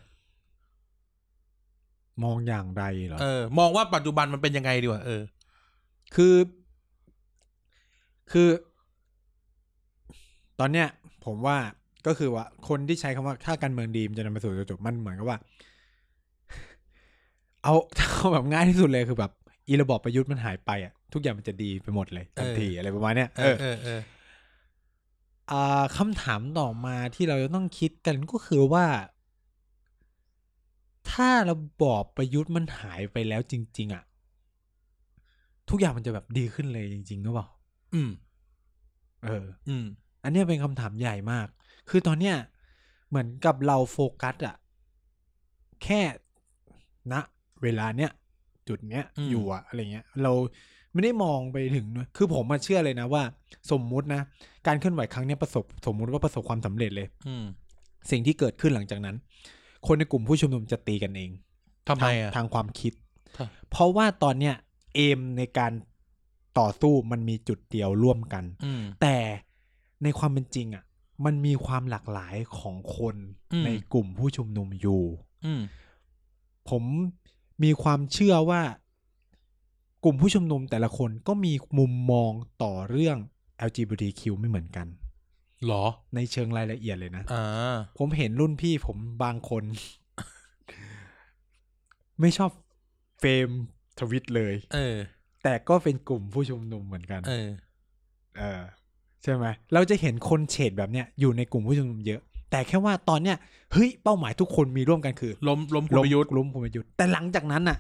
มองอย่างไรเหรอ เออ มองว่าปัจจุบันมันเป็นยังไงดีกว่าเออ คือ คือ ตอนเนี้ย ผมว่าก็คือว่า คนที่ใช้คำว่าถ้าการเมืองดีมันจะนำไปสู่จุดจบมันเหมือนกับว่า เอาเอาแบบง่ายที่สุดเลยคือแบบ อีระบอบประยุทธ์มันหายไปอ่ะทุกอย่างมันจะดีไปหมดเลยทันทีอะไรประมาณเนี้ย เอ เอ อ อ เออเออ อ่าคำถามต่อมาที่เราจะต้องคิดกันก็คือว่า ถ้าระบอบประยุทธ์มันหายไปแล้วจริง ๆอะทุกอย่างมันจะแบบดีขึ้นเลยจริงๆหรือเปล่า อืม เออ อืม อันเนี้ยเป็นคำถามใหญ่มาก คือตอนเนี้ยเหมือนกับเราโฟกัสอะแค่ณเวลาเนี้ยจุดเนี้ย อืม อยู่อะอะไรเงี้ย เราไม่ได้มองไปถึงด้วยคือผมมาเชื่อเลยนะว่า สมมุตินะ การเคลื่อนไหวครั้งเนี้ยประสบสมมุติว่าประสบความสำเร็จเลย อืม สิ่งที่เกิดขึ้นหลังจากนั้น คนในกลุ่มผู้ชุมนุมจะตีกันเอง ทำไมอ่ะ ทางทางความคิด ทำ เพราะว่าตอนเนี้ยเอมในการต่อสู้มันมีจุดเดียวร่วมกัน อืม แต่ในความเป็นจริงอ่ะ มันมีความหลากหลายของคน อืม ในกลุ่มผู้ชุมนุมอยู่ อืม ผมมีความเชื่อว่า กลุ่มผู้ชุมนุมแต่ละคนก็มีมุมมองต่อเรื่อง LGBTQ ไม่เหมือนกัน หรอ ในเชิงรายละเอียดเลยนะ อ่า ผมเห็นรุ่นพี่ผมบางคน ไม่ชอบเฟรมทวิตเลย เออ แต่ก็เป็นกลุ่มผู้ชุมนุมเหมือนกัน เออ เออใช่ไหมเราจะเห็นคนเฉดแบบเนี้ยอยู่ในกลุ่มผู้ชุมนุมเยอะ แต่แค่ว่าตอนเนี้ยเฮ้ยเป้าหมายทุกคนมีร่วมกันคือ ล้มล้มคุณประยุทธ์ ล้มคุณประยุทธ์แต่หลังจากนั้นน่ะ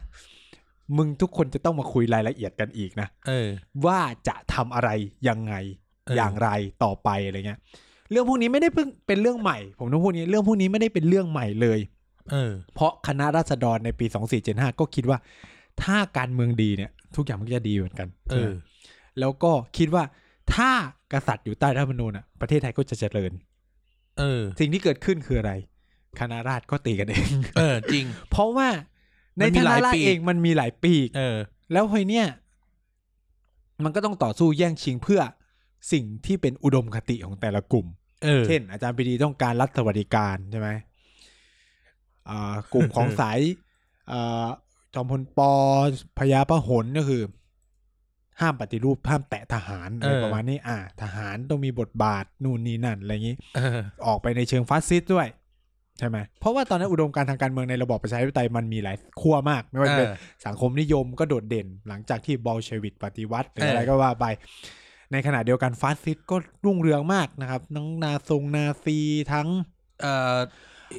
มึงทุกคนจะต้องมาคุยรายละเอียดกันอีกนะ เออ ว่าจะทำอะไรยังไง เอออ อย่างไรต่อไปอะไรเงี้ย เรื่องพวกนี้ไม่ได้เพิ่งเป็นเรื่องใหม่ ผมต้องพูดอย่างนี้เรื่องพวกนี้ไม่ได้เป็นเรื่องใหม่เลย เออ เพราะคณะราษฎรในปี 2475 ก็คิดว่า ถ้าการเมืองดีเนี่ย ทุกอย่างมันก็จะดีเหมือนกัน เออ แล้วก็คิดว่าถ้ากษัตริย์อยู่ใต้รัฐธรรมนูญอ่ะประเทศไทยก็จะเจริญ เออ สิ่งที่เกิดขึ้นคืออะไร คณะราษฎรก็ตีกันเอง เออ จริง เพราะว่าใน มันมี ค ห ณะ ลาย ราษ ปี ฎร ก เองมันมีหลายปีก เออ แล้วเฮ้ยเนี่ย มันก็ต้องต่อสู้แย่งชิงเพื่อสิ่งที่เป็นอุดมคติของแต่ละกลุ่ม เออ เช่น อาจารย์ปรีดีต้องการรัฐสวัสดิการใช่ไหมอ่ากลุ่มของ สายอาจอมพลปอพญาพหลก็คือ ห้ามปฏิรูปห้ามแตะทหาร เอ อะ อ ไรประมาณนี้ อ่า ทหารต้องมีบทบาทนู่นนี่นั่นอะไรอย่างนี้ เออ ออกไปในเชิงฟาสซิสต์ด้วย ใช่ไหมเพราะว่าตอนนั้นอุดมการณ์ทางการเมืองในระบอบประชาธิปไตยมันมีหลายขั้วมาก ไม่ว่าจะเป็น เออ สังคมนิยมก็โดดเด่น หลังจากที่บอลเชวิกปฏิวัติหรือ เอออ อะไรก็ว่าไป ในขณะเดียวกันฟาสซิสก็รุ่งเรืองมากนะครับทั้งนาซงนาซีทั้ง เอ่อ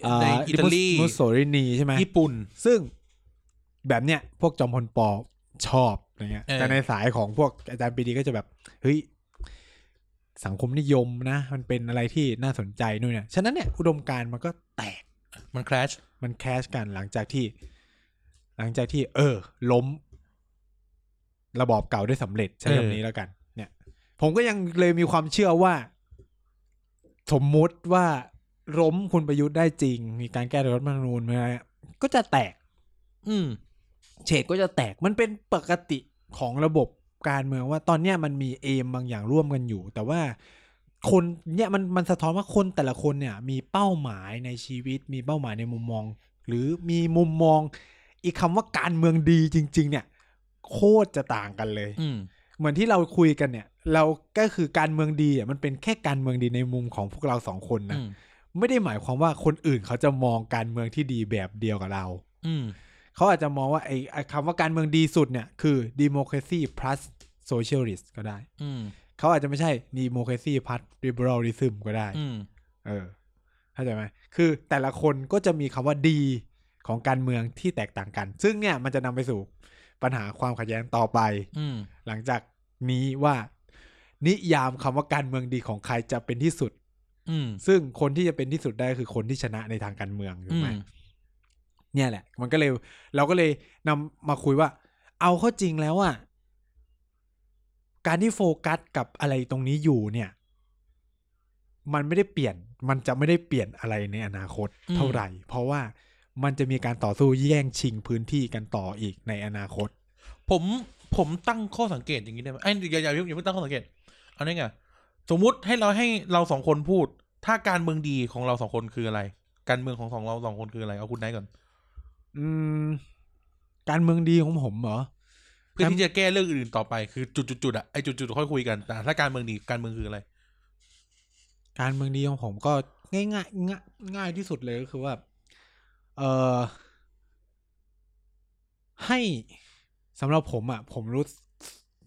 เอ่อ ในอิตาลี มุสโสรินีใช่ไหม ญี่ปุ่น ซึ่งแบบเนี้ยพวกจอมพลปอชอบอะไรเงี้ย เออ แต่ในสายของพวกอาจารย์ปรีดีก็จะแบบ เฮ้ย สังคมนิยมนะ มันเป็นอะไรที่น่าสนใจนู่นเนี่ยฉะนั้นเนี่ย อุดมการณ์มันก็แตก มัน crash มันแคชกันหลังจากที่ หลังจากที่ เออ ล้ม ระบอบเก่าได้สำเร็จใช้ เออ คำนี้แล้วกัน เนี่ย ผมก็ยังเลยมีความเชื่อว่า สมมุติว่าล้มคุณประยุทธ์ได้จริง มีการแก้รัฐธรรมนูญมาเนี่ยก็จะแตก อืม เฉดก็จะแตกมันเป็นปกติของระบบการเมืองว่าตอนเนี้ยมันมีเอมบางอย่างร่วมกันอยู่ แต่ว่าคนเนี่ยมันมันสะท้อนว่าคนแต่ละคนเนี่ย มีเป้าหมายในชีวิต มีเป้าหมายในมุมมอง หรือมีมุมมอง อีกคำว่าการเมืองดีจริง ๆ เนี่ย โคตรจะต่างกันเลย อืม เหมือนที่เราคุยกันเนี่ย เราก็คือการเมืองดีอ่ะมันเป็นแค่การเมืองดีในมุมของพวกเราสองคน อื นะ ม ไม่ได้หมายความว่าคนอื่นเขาจะมองการเมืองที่ดีแบบเดียวกับเรา อืม เขาอาจจะมองว่าไอ้ไอ้คำว่าการเมืองดีสุดเนี่ย คือ democracy plus socialist ก็ได้ อืม เขาอาจจะไม่ใช่ democracy plus liberalism ก็ได้ อืม เออเข้าใจไหมคือแต่ละคนก็จะมีคำว่าดีของการเมืองที่แตกต่างกัน ซึ่งเนี่ยมันจะนำไปสู่ปัญหาความขัดแย้งต่อไป อืม หลังจากนี้ว่า นิยามคำว่าการเมืองดีของใครจะเป็นที่สุด อืม ซึ่งคนที่จะเป็นที่สุดได้คือคนที่ชนะในทางการเมืองถูกไหม อืม เนี่ยแหละ มันก็เลยเราก็เลยนำมาคุยว่า เอาเข้าจริงแล้วอะการที่โฟกัสกับอะไรตรงนี้อยู่เนี่ย มันไม่ได้เปลี่ยน มันจะไม่ได้เปลี่ยนอะไรในอนาคต อืม เท่าไหร่ เพราะว่ามันจะมีการต่อสู้แย่งชิงพื้นที่กันต่ออีกในอนาคต ผมผมตั้งข้อสังเกตอย่างนี้ได้ไหมไอ้ยอย่าอย่าอย่าอย่าเพิ่งตั้งข้อสังเกตเอาเนี่ยไงสมมุติให้เราให้เราสองคนพูด ถ้าการเมืองดีของเราสองคนคืออะไร การเมืองของสองเราสองคนคืออะไรเอาคุณไนท์ก่อน อืม การเมืองดีของผมเหรอ เพื่อที่จะแก้เรื่องอื่นๆต่อไปคือจุดจุดจุดๆๆอะไอจุดจุดๆค่อยคุยกันแต่ถ้าการเมืองดีการเมืองคืออะไร การเมืองดีของผมก็ง่ายง่ายง่ายง่ายที่สุดเลยก็คือว่า เออให้สำหรับผมอ่ะ ผมรู้ส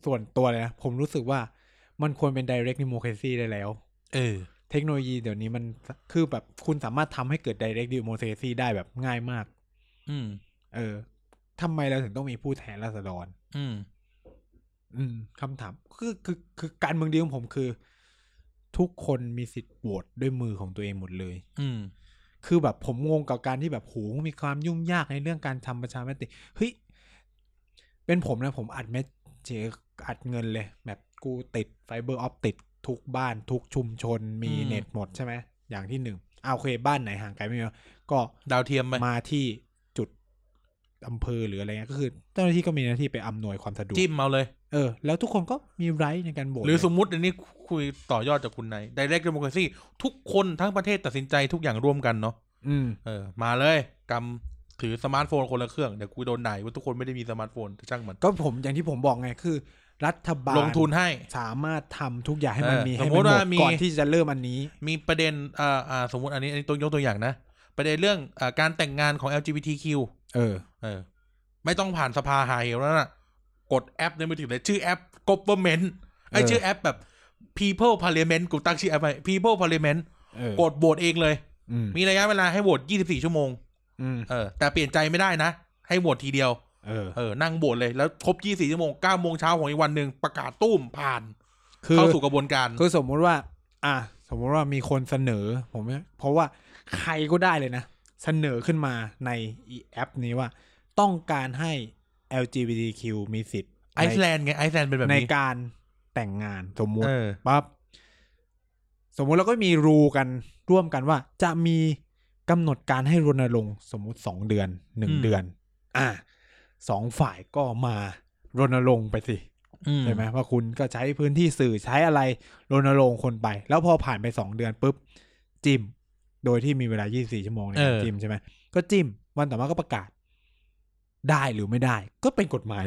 ส่วนตัวเลยนะ ผมรู้สึกว่ามันควรเป็น direct democracy ได้แล้ว เออ เทคโนโลยีเดี๋ยวนี้มันคือแบบคุณสามารถทำให้เกิด direct democracy ได้แบบง่ายมาก อืม เออทำไมเราถึงต้องมีผู้แทนราษฎร อืม อืมคำถามคือคือคือการเมืองดีของผมคือ ทุกคนมีสิทธิ์โหวตด้วยมือของตัวเองหมดเลย อืม คือแบบผมงงกับการที่แบบโหมีความยุ่งยากในเรื่องการทำประชามติเฮ้ยเป็นผมนะผมอัดเม็ดเจอัดเงินเลย แบบกูติดไฟเบอร์ออปติดทุกบ้านทุกชุมชนมี อืม เน็ตหมดใช่ไหมอย่างที่หนึ่งเอาโอเคบ้านไหนห่างไกลไม่เยอะก็ ดาวเทียมไหม มาที่จุดอำเภอหรืออะไรเงี้ยก็คือ เจ้าหน้าที่ก็มีหน้าที่ไปอำนวยความสะดวก จิ้มเอาเลย เออแล้วทุกคนก็มีไรในการโหวต หรือ เลย สมมุติอันนี้คุยต่อยอดจากคุณไนท์ direct democracy ทุกคนทั้งประเทศตัดสินใจทุกอย่างร่วมกันเนาะ อืม เออมาเลย กำถือสมาร์ทโฟนคนละเครื่อง เดี๋ยวกูโดนด่าอีกว่าทุกคนไม่ได้มีสมาร์ทโฟนช่างมัน ก็ผมอย่างที่ผมบอกไงคือ รัฐบาล ลงทุนให้ สามารถทำทุกอย่างให้มัน เออ มี ส ให้ ม มั มุ นหมดติว่ามี ก่อนที่จะเริ่มอันนี้ มีประเด็นอ่าอ่าสมมติอันนี้อันนี้ตัวยกตัวอย่างนะ ประเด็นเรื่องอาการแต่งงานของ LGBTQ เออ เออ ไม่ต้องผ่านสภาหาเหวแล้วนะกดแอปในมือถือเลยชื่อแอป government ไอ เออ ชื่อแอปแบบ people parliament กูตั้งชื่อแอปไป people parliament เออก ดโหวตเองเลย อืม มีระยะเวลาให้โหวต24 ชั่วโมง อืม เออ แต่เปลี่ยนใจไม่ได้นะ ให้โหวตทีเดียว เออ เออ นั่งโบสเลย แล้วครบ 24 ชั่วโมง 9 โมงเช้าของอีกวันหนึ่งประกาศตุ้มผ่าน คือ เข้าสู่กระบวนการ คือสมมุติว่า อ่ะสมมุติว่ามีคนเสนอ ผมเนี่ยเพราะว่าใครก็ได้เลยนะ เสนอขึ้นมาในอีแอปนี้ว่า ต้องการให้ LGBTQ มีสิทธิ์ ไอซ์แลนด์ไง ไอซ์แลนด์เป็นแบบ ใน นี้ การแต่งงานสมมุติ เออ ปั๊บสมมุติเราก็มีรูกันร่วมกันว่า จะมีกำหนดการให้รณรงค์สมมุติสองเดือนหนึ่ง อืม เดือน อ่ะสองฝ่ายก็มารณรงค์ไปสิ ใช่ไหมว่าคุณก็ใช้พื้นที่สื่อใช้อะไรรณรงค์คนไป แล้วพอผ่านไปสองเดือนปุ๊บ จิ้ม โดยที่มีเวลา 24 ชั่วโมงใน เอ การ อ จิ้มใช่ไหมก็จิ้ม วันต่อมาก็ประกาศ ได้หรือไม่ได้ ก็เป็นกฎหมาย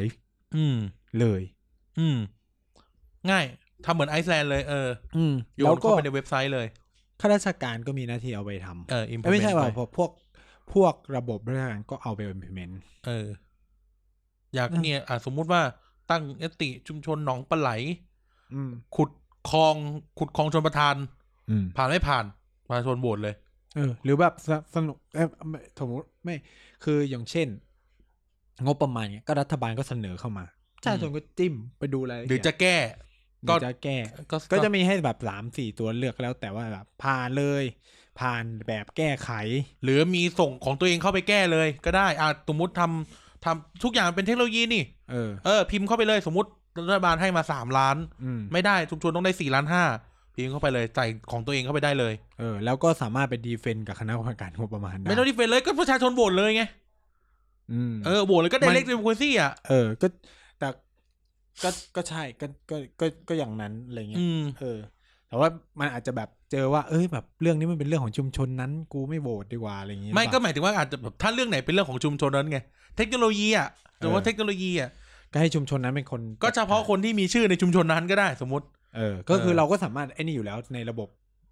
อืม เลย อืม ง่าย ทำเหมือนไอซ์แลนด์เลย เออ อืม โย แล้ว น ก็ เข้าไปในเว็บไซต์เลย ข้าราชการก็มีหน้าที่เอาไปทำ เออ implement เอ้ยไม่ใช่ว่า ป พวกพวกพวกระบบราชการก็เอาไป implement เออ อยาก อืม เนี่ย อ่ะสมมุติว่าตั้งยติชุมชนหนองปลาไหล อืม ขุดคลองขุดคลองชนประทาน อืม ผ่านไม่ผ่านประชาชนโหวตเลย เออ หรือแบบสสนุกเออไม่สมมติไม่ คืออย่างเช่น งบประมาณเนี่ยก็รัฐบาลก็เสนอเข้ามาประชาชนก็จิ้มไปดูอะไรายล ห เอียด รือจะแก้ ห ก็ รือจะแก้ ก็ ก็จะมีให้แบบสามสี่ตัวเลือกแล้ว แต่ว่าแบบผ่านเลย ผ่านแบบแก้ไข หรือมีส่งของตัวเองเข้าไปแก้เลยก็ได้อ่าสมมติทำทำทุกอย่างเป็นเทคโนโลยีนี่ เออ เออ พิมพ์เข้าไปเลยสมมติรัฐบาลให้มาสามล้าน อืม ไม่ได้ชุมชนต้องได้สี่ล้านห้าพิมพ์เข้าไปเลยใส่ของตัวเองเข้าไปได้เลย เออ แล้วก็สามารถไปดีเฟนต์กับคณะกรรมการงบประมาณได้ ไม่ต้องดิเฟนเลยก็ประชาชนโหวตเลยไง อืม เออโหวตเลยก็ได้ มัน เล็กเดโมครซี่อ่ะ เออ ก็แต่ก็ก็ใช่ก็ก็ก็ก็อย่างนั้นอะไรเงี้ย อืม เออ แต่ว่ามันอาจจะแบบเจอว่า เอ้ยแบบเรื่องนี้มันเป็นเรื่องของชุมชนนั้น กูไม่โหวตดีกว่าอะไรอย่างเงี้ย ไม่หก็รือเปล่า หมายถึงว่าอาจจะแบบถ้าเรื่องไหนเป็นเรื่องของชุมชนนั้นไง เทคโนโลยีอ่ะหรือว่า เออ เทคโนโลยีอ่ะ ก็ให้ชุมชนนั้นเป็นคน ก็เฉพาะคนที่มีชื่อในชุมชนนั้นก็ได้สมมติ เออ ก็คือ เออ เราก็สามารถไอ้นี่อยู่แล้วในระบบ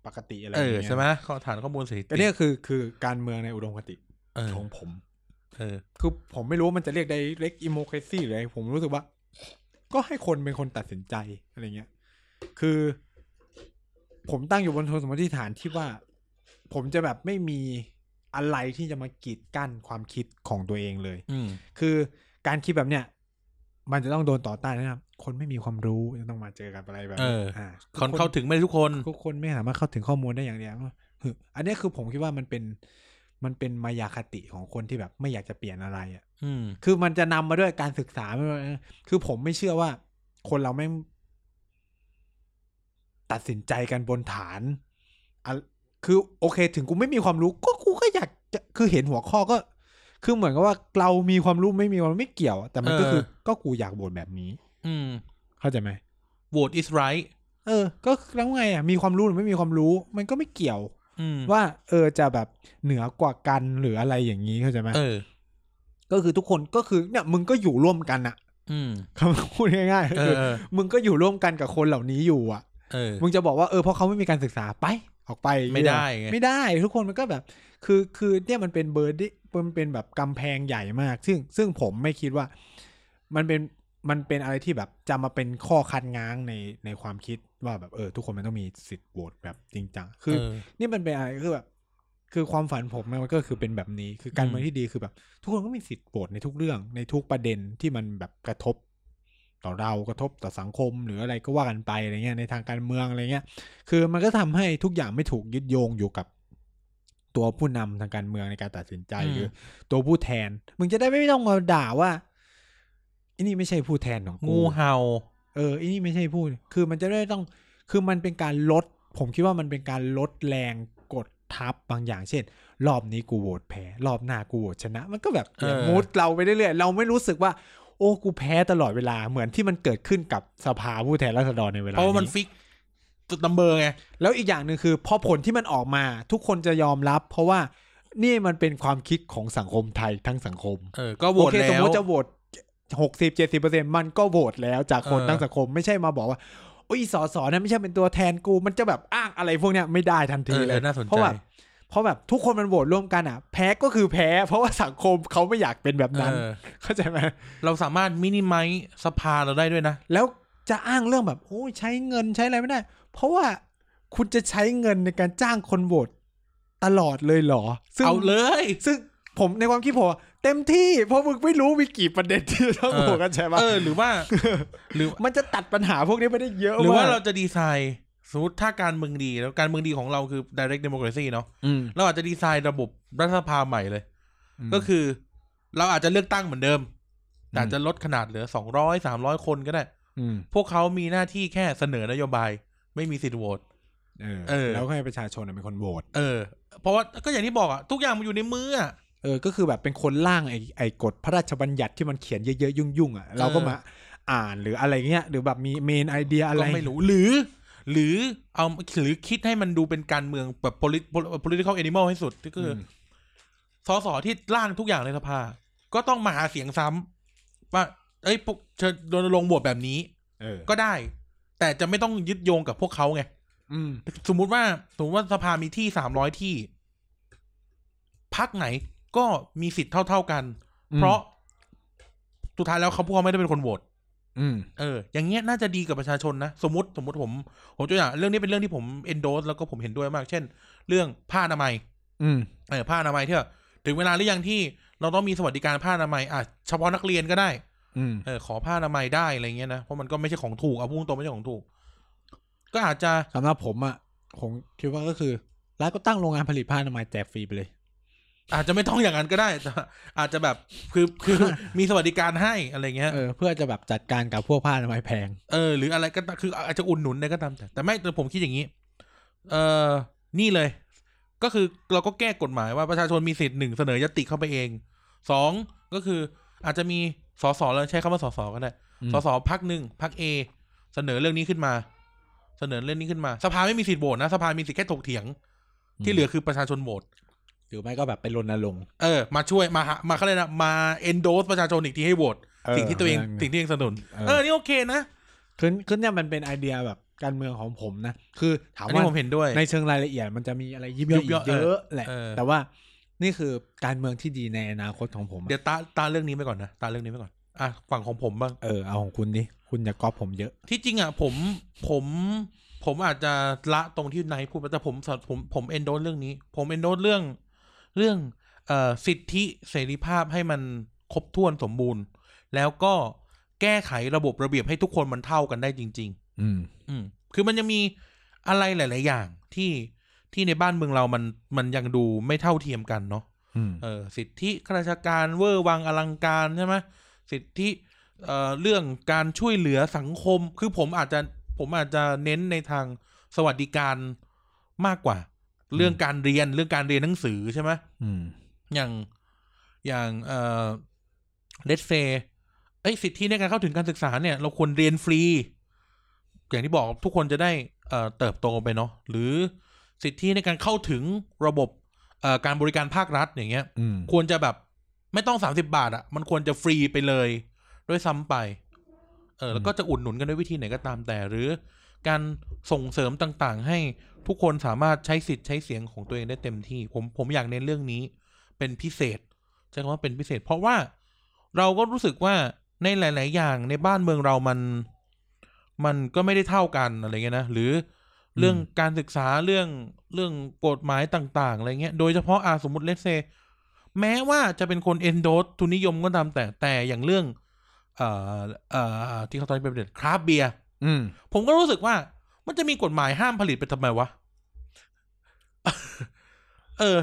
ปกติอะไรอ เอย่าง อ เงี้ย ใช่ไหมข้อฐานข้อมูลสถิ ก็ ติ เนี่ยคือคือการเมืองในอุดมคติ เออ ของผม เออ คือผมไม่รู้ว่ามันจะเรียกไดเรกอิโมครซีหรืออะไรผมรู้สึกว่า ก็ให้คนเป็นคนตัดสินใจอะไรเงี้ย คือ ผมตั้งอยู่บนสมมติฐานที่ว่า ผมจะแบบไม่มีอะไรที่จะมากีดกั้นความคิดของตัวเองเลย อืม คือการคิดแบบเนี้ยมันจะต้องโดนต่อต้านนะครับ คนไม่มีความรู้จะต้องมาเจอกับอะไรแบบนี้ เอออ่ า คนเข้าถึงไม่ได้ทุกคน ทุกคนไม่สามารถเข้าถึงข้อมูลได้อย่างเดียวฮึอันเนี้ยคือผมคิดว่ามันเป็นมันเป็นมายาคติของคนที่แบบไม่อยากจะเปลี่ยนอะไรอ่ะ อืม คือมันจะนำมาด้วยการศึกษาไม่ว่าคือผมไม่เชื่อว่า คนเราไม่งตัดสินใจกันบนฐานอะคือโอเค ถึงกูไม่มีความรู้ ก็กูก็อยากจะคือเห็นหัวข้อก็ คือเหมือนกับว่าเรามีความรู้ไม่มีความรู้ไม่เกี่ยวอะแต่มันก็คือ เออ ก็กูอยากโหวตแบบนี้ อืม เข้าใจไหม โหวต is right เออ ก็แล้วไงอ่ะมีความรู้หรือไม่มีความรู้ มันก็ไม่เกี่ยว อืม ว่า เออจะแบบเหนือกว่ากันหรืออะไรอย่างนี้เข้าใจไหม เออ ก็คือทุกคนก็คือเนี่ยมึงก็อยู่ร่วมกันอะ อืม คำพูดง่ายๆก็ เอ คือ อเออ มึงก็อยู่ร่วมกันกับคนเหล่านี้อยู่อ่ะ เออ มึงจะบอกว่าเออเพราะเขาไม่มีการศึกษาไป ออกไป ไม่ได้ไง ไม่ได้ ทุกคนมันก็แบบ คือคือเนี่ยมันเป็นเบอร์ดิมันเป็นแบบกำแพงใหญ่มาก ซึ่งซึ่งผมไม่คิดว่า มันเป็นมันเป็นอะไรที่แบบจะมาเป็นข้อคัดง้างในในความคิดว่าแบบเออ ทุกคนมันต้องมีสิทธิ์โหวตแบบจริงจังคือ เ นี่มันเป็นอะไรคือแบบ คือความฝันผมนะมันก็คือเป็นแบบนี้ คือการเมืองที่ดีคือแบบ ทุกคนก็มีสิทธิ์โหวตในทุกเรื่องในทุกประเด็นที่มันแบบกระทบ ต่อเรากระทบต่อสังคม หรืออะไรก็ว่ากันไปอะไรเงี้ยในทางการเมืองอะไรเงี้ย คือมันก็ทำให้ทุกอย่างไม่ถูกยึดโยงอยู่กับ ตัวผู้นำทางการเมืองในการตัดสินใจ อืม หรือตัวผู้แทน มึงจะได้ไม่ต้องมาด่าว่าอันนี้ไม่ใช่ผู้แทนของกู งูเห่า เอออันนี้ไม่ใช่พูด คือมันจะได้ต้อง คือมันเป็นการลด ผมคิดว่ามันเป็นการลดแรงกดทับบางอย่าง เช่น รอบนี้กูโหวตแพ้ รอบหน้ากูโหวตชนะ มันก็แบบเปลี่ยน เออ มูดเราไปเรื่อยๆ เราไม่รู้สึกว่า โอ้กูแพ้ตลอดเวลา เหมือนที่มันเกิดขึ้นกับสภาผู้แทนราษฎรในเวลา เพราะว่ามัน นี้ ฟิกจุดนัมเบอร์ไง แล้วอีกอย่างหนึ่งคือพอผลที่มันออกมา ทุกคนจะยอมรับ เพราะว่านี่มันเป็นความคิดของสังคมไทยทั้งสังคม เออ ก็โหว โอ ต เค แล้ว สมมติจะโหวตหกสิบเจ็ดสิบเปอร์เซ็นมันก็โหวตแล้วจากคน เออ ทั้งสังคมไม่ใช่มาบอกว่าโอ้ยสอสอนะไม่ใช่เป็นตัวแทนกู มันจะแบบอ้างอะไรพวกเนี้ยไม่ได้ทัน เอ ที อ เล เอย อน่าสน เพราะ ใจ แบบเพราะแบบทุกคนมันโหวตร่วมกันอ่ะ แพ้ก็คือแพ้ เพราะว่าสังคมเขาไม่อยากเป็นแบบนั้น เออ เข้าใจไหม เราสามารถมินิไมซ์สภาเราได้ด้วยนะ แล้วจะอ้างเรื่องแบบโอ้ยใช้เงินใช้อะไรไม่ได้ เพราะว่าคุณจะใช้เงินในการจ้างคนโหวตตลอดเลยเหรอซึ่ง เอาเลย ซึ่งผมในความคิดผมอะเต็มที่เพราะมึงไม่รู้มีกี่ประเด็นที่ต้องโหวตกันใช่ปะ เออ หรือว่า หรือ มันจะตัดปัญหาพวกนี้ไปได้เยอะ หรือว่า ว่ เราจะดีไซน์สมมติถ้าการเมืองดีแล้วการเมืองดีของเราคือ direct democracy เนาะ อืม เราอาจจะดีไซน์ระบบรัฐสภาใหม่เลย อืม ก็คือ เราอาจจะเลือกตั้งเหมือนเดิมแต่ อืม อาจจะลดขนาดเหลือสองร้อยสามร้อยคนก็ได้ อืม พวกเขามีหน้าที่แค่เสนอนโยบาย ไม่มีสิทธิ์โหวต เออ เออ แล้วก็ให้ประชาชนอะเป็นคนโหวต เออ เพราะว่าก็อย่างที่บอกอะทุกอย่างมันอยู่ในมืออะ เออก็คือแบบเป็นคนร่างไอ้ไอ้กฎพระราชบัญญัติที่มันเขียนเยอะๆยุ่งๆอ่ะเราก็มาอ่านหรืออะไรเงี้ยหรือแบบมีเมนไอเดียอะไร ก็ไม่รู้หรือ หรือเอาหรือคิดให้มันดูเป็นการเมืองแบบ polit- political animal ให้สุดก็คืออ ม สสที่ร่างทุกอย่างในสภา ก็ต้องมาหาเสียงซ้ำว่า เอ้ยพวกเชิญรณรงค์บวชแบบนี้ เออ ก็ได้ แต่จะไม่ต้องยึดโยงกับพวกเขาไง อืม สมมุติว่าสมมติว่าสภามีที่สามร้อยที่ พักไหนก็มีสิทธิ์เท่า ๆกัน เพราะสุดท้ายแล้วเขาพวกเขาไม่ได้เป็นคนโหวต อืม เอออย่างเงี้ยน่าจะดีกับประชาชนนะ สมมติสมมติผมผมตัวอย่างเรื่องนี้เป็นเรื่องที่ผม endorse แล้วก็ผมเห็นด้วยมาก เช่น เรื่องผ้าอนามัย อืม เออผ้าอนามัยที่แบบถึงเวลาหรือยังที่เราต้องมีสวัสดิการผ้าอนามัยอ่ะเฉพาะนักเรียนก็ได้ อืม เออขอผ้าอนามัยได้อะไรเงี้ยนะเพราะมันก็ไม่ใช่ของถูกเอาพุ่งตรงๆไม่ใช่ของถูก ก็อาจจะ สำหรับผมอะ่ะผมคิดว่าก็คือร้านก็ตั้งโรงงานผลิตผ้าอนามัยแจกฟรีไปเลย อาจจะไม่ต้องอย่างนั้นก็ได้แต่อาจจะแบบคือคือมีสวัสดิการให้อะไรเงี้ย เออ เพื่อจะแบบจัดการกับพวกผ้าอนามัยแพง เออหรืออะไรก็ตามคืออาจจะอุดหนุนได้ก็ตามแต่แต่ไม่แต่ผมคิดอย่างนี้ เออนี่เลย ก็คือเราก็แก้กฎหมายว่าประชาชนมีสิทธิ์หนึ่งเสนอยติเข้าไปเองสองก็คืออาจจะมีสสเราใช้คำว่าสสก็ได้ อืม สสพักหนึ่งพักเอเสนอเรื่องนี้ขึ้นมา เสนอเรื่องนี้ขึ้นมา สภาไม่มีสิทธิ์โหวตนะสภามีสิทธิ์แค่ถกเถียง อืม ที่เหลือคือประชาชนโหวต หรือไม่ก็แบบไปรณรงค์ เออมาช่วยมาหามาเขาเลยกนะมาเอนโดสประชาชนอีกทีให้โหวตสิ่งที่ตัวเอง รื่ สิ่งที่ตัวเองสนับสนุน เออ เออนี่โอเคนะ คือคือเนี่ยมันเป็นไอเดียแบบการเมืองของผมนะ คือถาม อันนี้ ว่า ผมเห็นด้วย ในเชิงรายละเอียดมันจะมีอะไรยิบย่อย ยิบย่อย อีกเยอะแหละ เออ แต่ว่านี่คือการเมืองที่ดีในอนาคตของผมอะ เดี๋ยวตาตาเรื่องนี้ไปก่อนนะตาเรื่องนี้ไปก่อนอ่ะฝั่งของผมบ้าง เออเอาของคุณดิคุณอย่าก๊อปผมเยอะ ที่จริงอ่ะผมผมผมอาจจะละตรงที่นายพูดไปแต่ผมสผมผมเอนโดเรื่องนี้ ผมเอนโดเรื่องเรื่องเอ่อสิทธิเสรีภาพให้มันครบถ้วนสมบูรณ์ แล้วก็แก้ไขระบบระเบียบให้ทุกคนมันเท่ากันได้จริง อืม ๆ อืมคือมันยังมีอะไรหลาย ๆ อย่างที่ที่ในบ้านเมืองเรามันมันยังดูไม่เท่าเทียมกันเนาะ อืม เออสิทธิข้าราชการเวอร์วังอลังการใช่ไหมสิทธิเอ่อเรื่องการช่วยเหลือสังคม คือผมอาจจะผมอาจจะเน้นในทางสวัสดิการมากกว่า เรื่องการเรียนเรื่องการเรียนหนังสือใช่ไหม อืม อย่างอย่างเอ่อเลสเซเอ้ยสิทธิในการเข้าถึงการศึกษาเนี่ย เราควรเรียนฟรี อย่างที่บอกทุกคนจะได้เอ่อเติบโตไปเนาะหรือสิทธิในการเข้าถึงระบบเอ่อการบริการภาครัฐอย่างเงี้ย อืม ควรจะแบบไม่ต้องสามสิบาทอะ่ะ มันควรจะฟรีไปเลยด้วยซ้ำไป เออ แล้วก็จะอุดหนุนกันด้วยวิธีไหนก็ตามแต่ หรือการส่งเสริมต่างๆ ให้ทุกคนสามารถใช้สิทธิ์ใช้เสียงของตัวเองได้เต็มที่ ผมผมอยากเน้นเรื่องนี้ เป็นพิเศษใช้คำว่าเป็นพิเศษ เพราะว่าเราก็รู้สึกว่าในหลาย ๆ อย่างในบ้านเมืองเรามัน มันก็ไม่ได้เท่ากันอะไรเงี้ยนะหรือเรื่องการศึกษาเรื่องเรื่องกฎหมายต่าง ๆอะไรเงี้ยโดยเฉพาะอาสมมติเลสเซ แม้ว่าจะเป็นคน endorse ทุนนิยมก็ตามแต่แต่อย่างเรื่อง เอ่อเอ่อที่เขาตอนนี้เป็นประเด็นคราฟเบียร์ อืม ผมก็รู้สึกว่า มันจะมีกฎหมายห้ามผลิตไปทำไมวะ เออ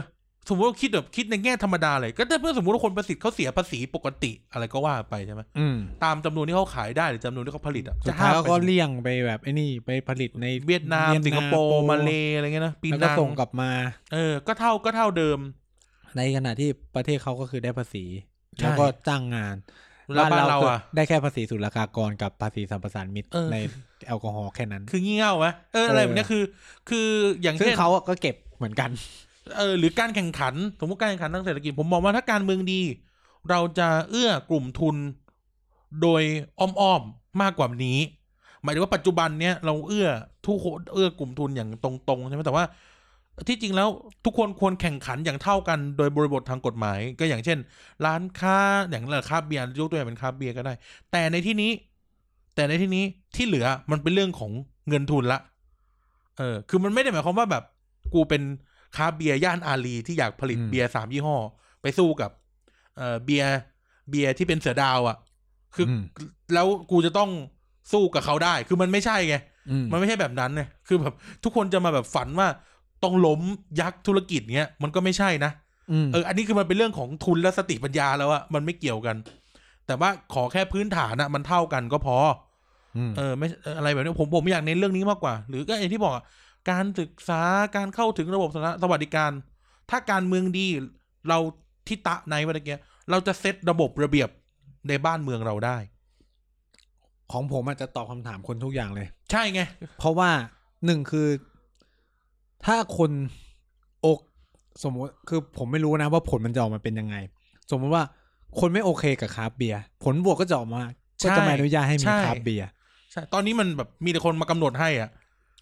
สมมติว่าคิดแบบคิดในแง่ธรรมดาเลย ก็ถ้าเพื่อสมมติว่าคนประสิทธิ์เขาเสียภาษีปกติ อะไรก็ว่าไปใช่ไหม อืม ตามจำนวนที่เขาขายได้หรือจำนวนที่เขาผลิตอะ สุดจะห้า ท้าย ม เขา ไป ก็เลี่ยงไปแบบไอ้นี่ไปผลิตใน เวียดนาม เวีย สิงคโปร์มาเลอะไรเงี้ยนะปี แล้วก็ นัง ส่งกลับมา เออ ก็เท่าก็เท่าเดิม ในขณะที่ประเทศเขาก็คือได้ภาษี ใช่ แล้วก็จ้างงาน แล้วบ้านเรา คือ อะ ได้แค่ภาษีศุลกากรกับภาษีสัมปทานมิตร เออ ในแอลกอฮอล์แค่นั้น คืองี่เง่าวะเอออะไรแบบเนี้ยคือ คืออย่าง ซึ่ง เช่น เขาอะก็เก็บเหมือนกัน เออหรือการแข่งขัน สมมติการแข่งขันทางเศรษฐกิจผมมองว่าถ้าการเมืองดี เราจะเอื้อกลุ่มทุน โดยอ้อมๆมากกว่านี้ หมายถึงว่าปัจจุบันเนี้ยเราเอื้อทุกคนเอื้อกลุ่มทุนอย่างตรงๆใช่ไหมแต่ว่า ที่จริงแล้วทุกคนควรแข่งขันอย่างเท่ากันโดยบริบททางกฎหมาย ก็อย่างเช่น ร้านค้าอย่างร้านค้าเบียร์ยกตัวอย่างเป็นค้าเบียร์ก็ได้ แต่ในที่นี้ แต่ในที่นี้ที่เหลือมันเป็นเรื่องของเงินทุนละ เออ คือมันไม่ได้หมายความว่าแบบ กูเป็นค้าเบียร์ย่านอารีที่อยากผลิต อืม เบียร์สามยี่ห้อ ไปสู้กับ เอ่อเบียร์เบียร์ที่เป็นเสือดาวอะ่ะ คืออ ม แล้วกูจะต้องสู้กับเขาได้ คือมันไม่ใช่ไง อืม มันไม่ใช่แบบนั้นไงคือแบบทุกคนจะมาแบบฝันว่าต้องล้มยักษ์ธุรกิจเนี้ยมันก็ไม่ใช่นะ อืม เออ อันนี้คือมันเป็นเรื่องของทุนและสติปัญญาแล้วอะมันไม่เกี่ยวกัน แต่ว่าขอแค่พื้นฐานอะมันเท่ากันก็พอ ม เออไม่เอออะไรแบบนี้ผมผมอยากเน้นเรื่องนี้มากกว่า หรือก็อย่างที่บอกอะการศึกษาการเข้าถึงระบบสาธารณสวัสดิการ ถ้าการเมืองดีเราที่ตะในวันเกียเราจะเซตระบบระเบียบในบ้านเมืองเราได้ ของผมอาจจะตอบคำถามคนทุกอย่างเลย ใช่ไง เพราะว่าหนึ่งคือ ถ้าคนอกสมมติคือผมไม่รู้นะว่าผลมันจะออกมาเป็นยังไง สมมติว่าคนไม่โอเคกับคราฟต์เบียร์ผลบวกก็จะออกมาก็จะไม่อนุญาตให้มี ใช่ คราฟต์เบียร์ ใช่ ตอนนี้มันแบบมีแต่คนมากำหนดให้อ่ะ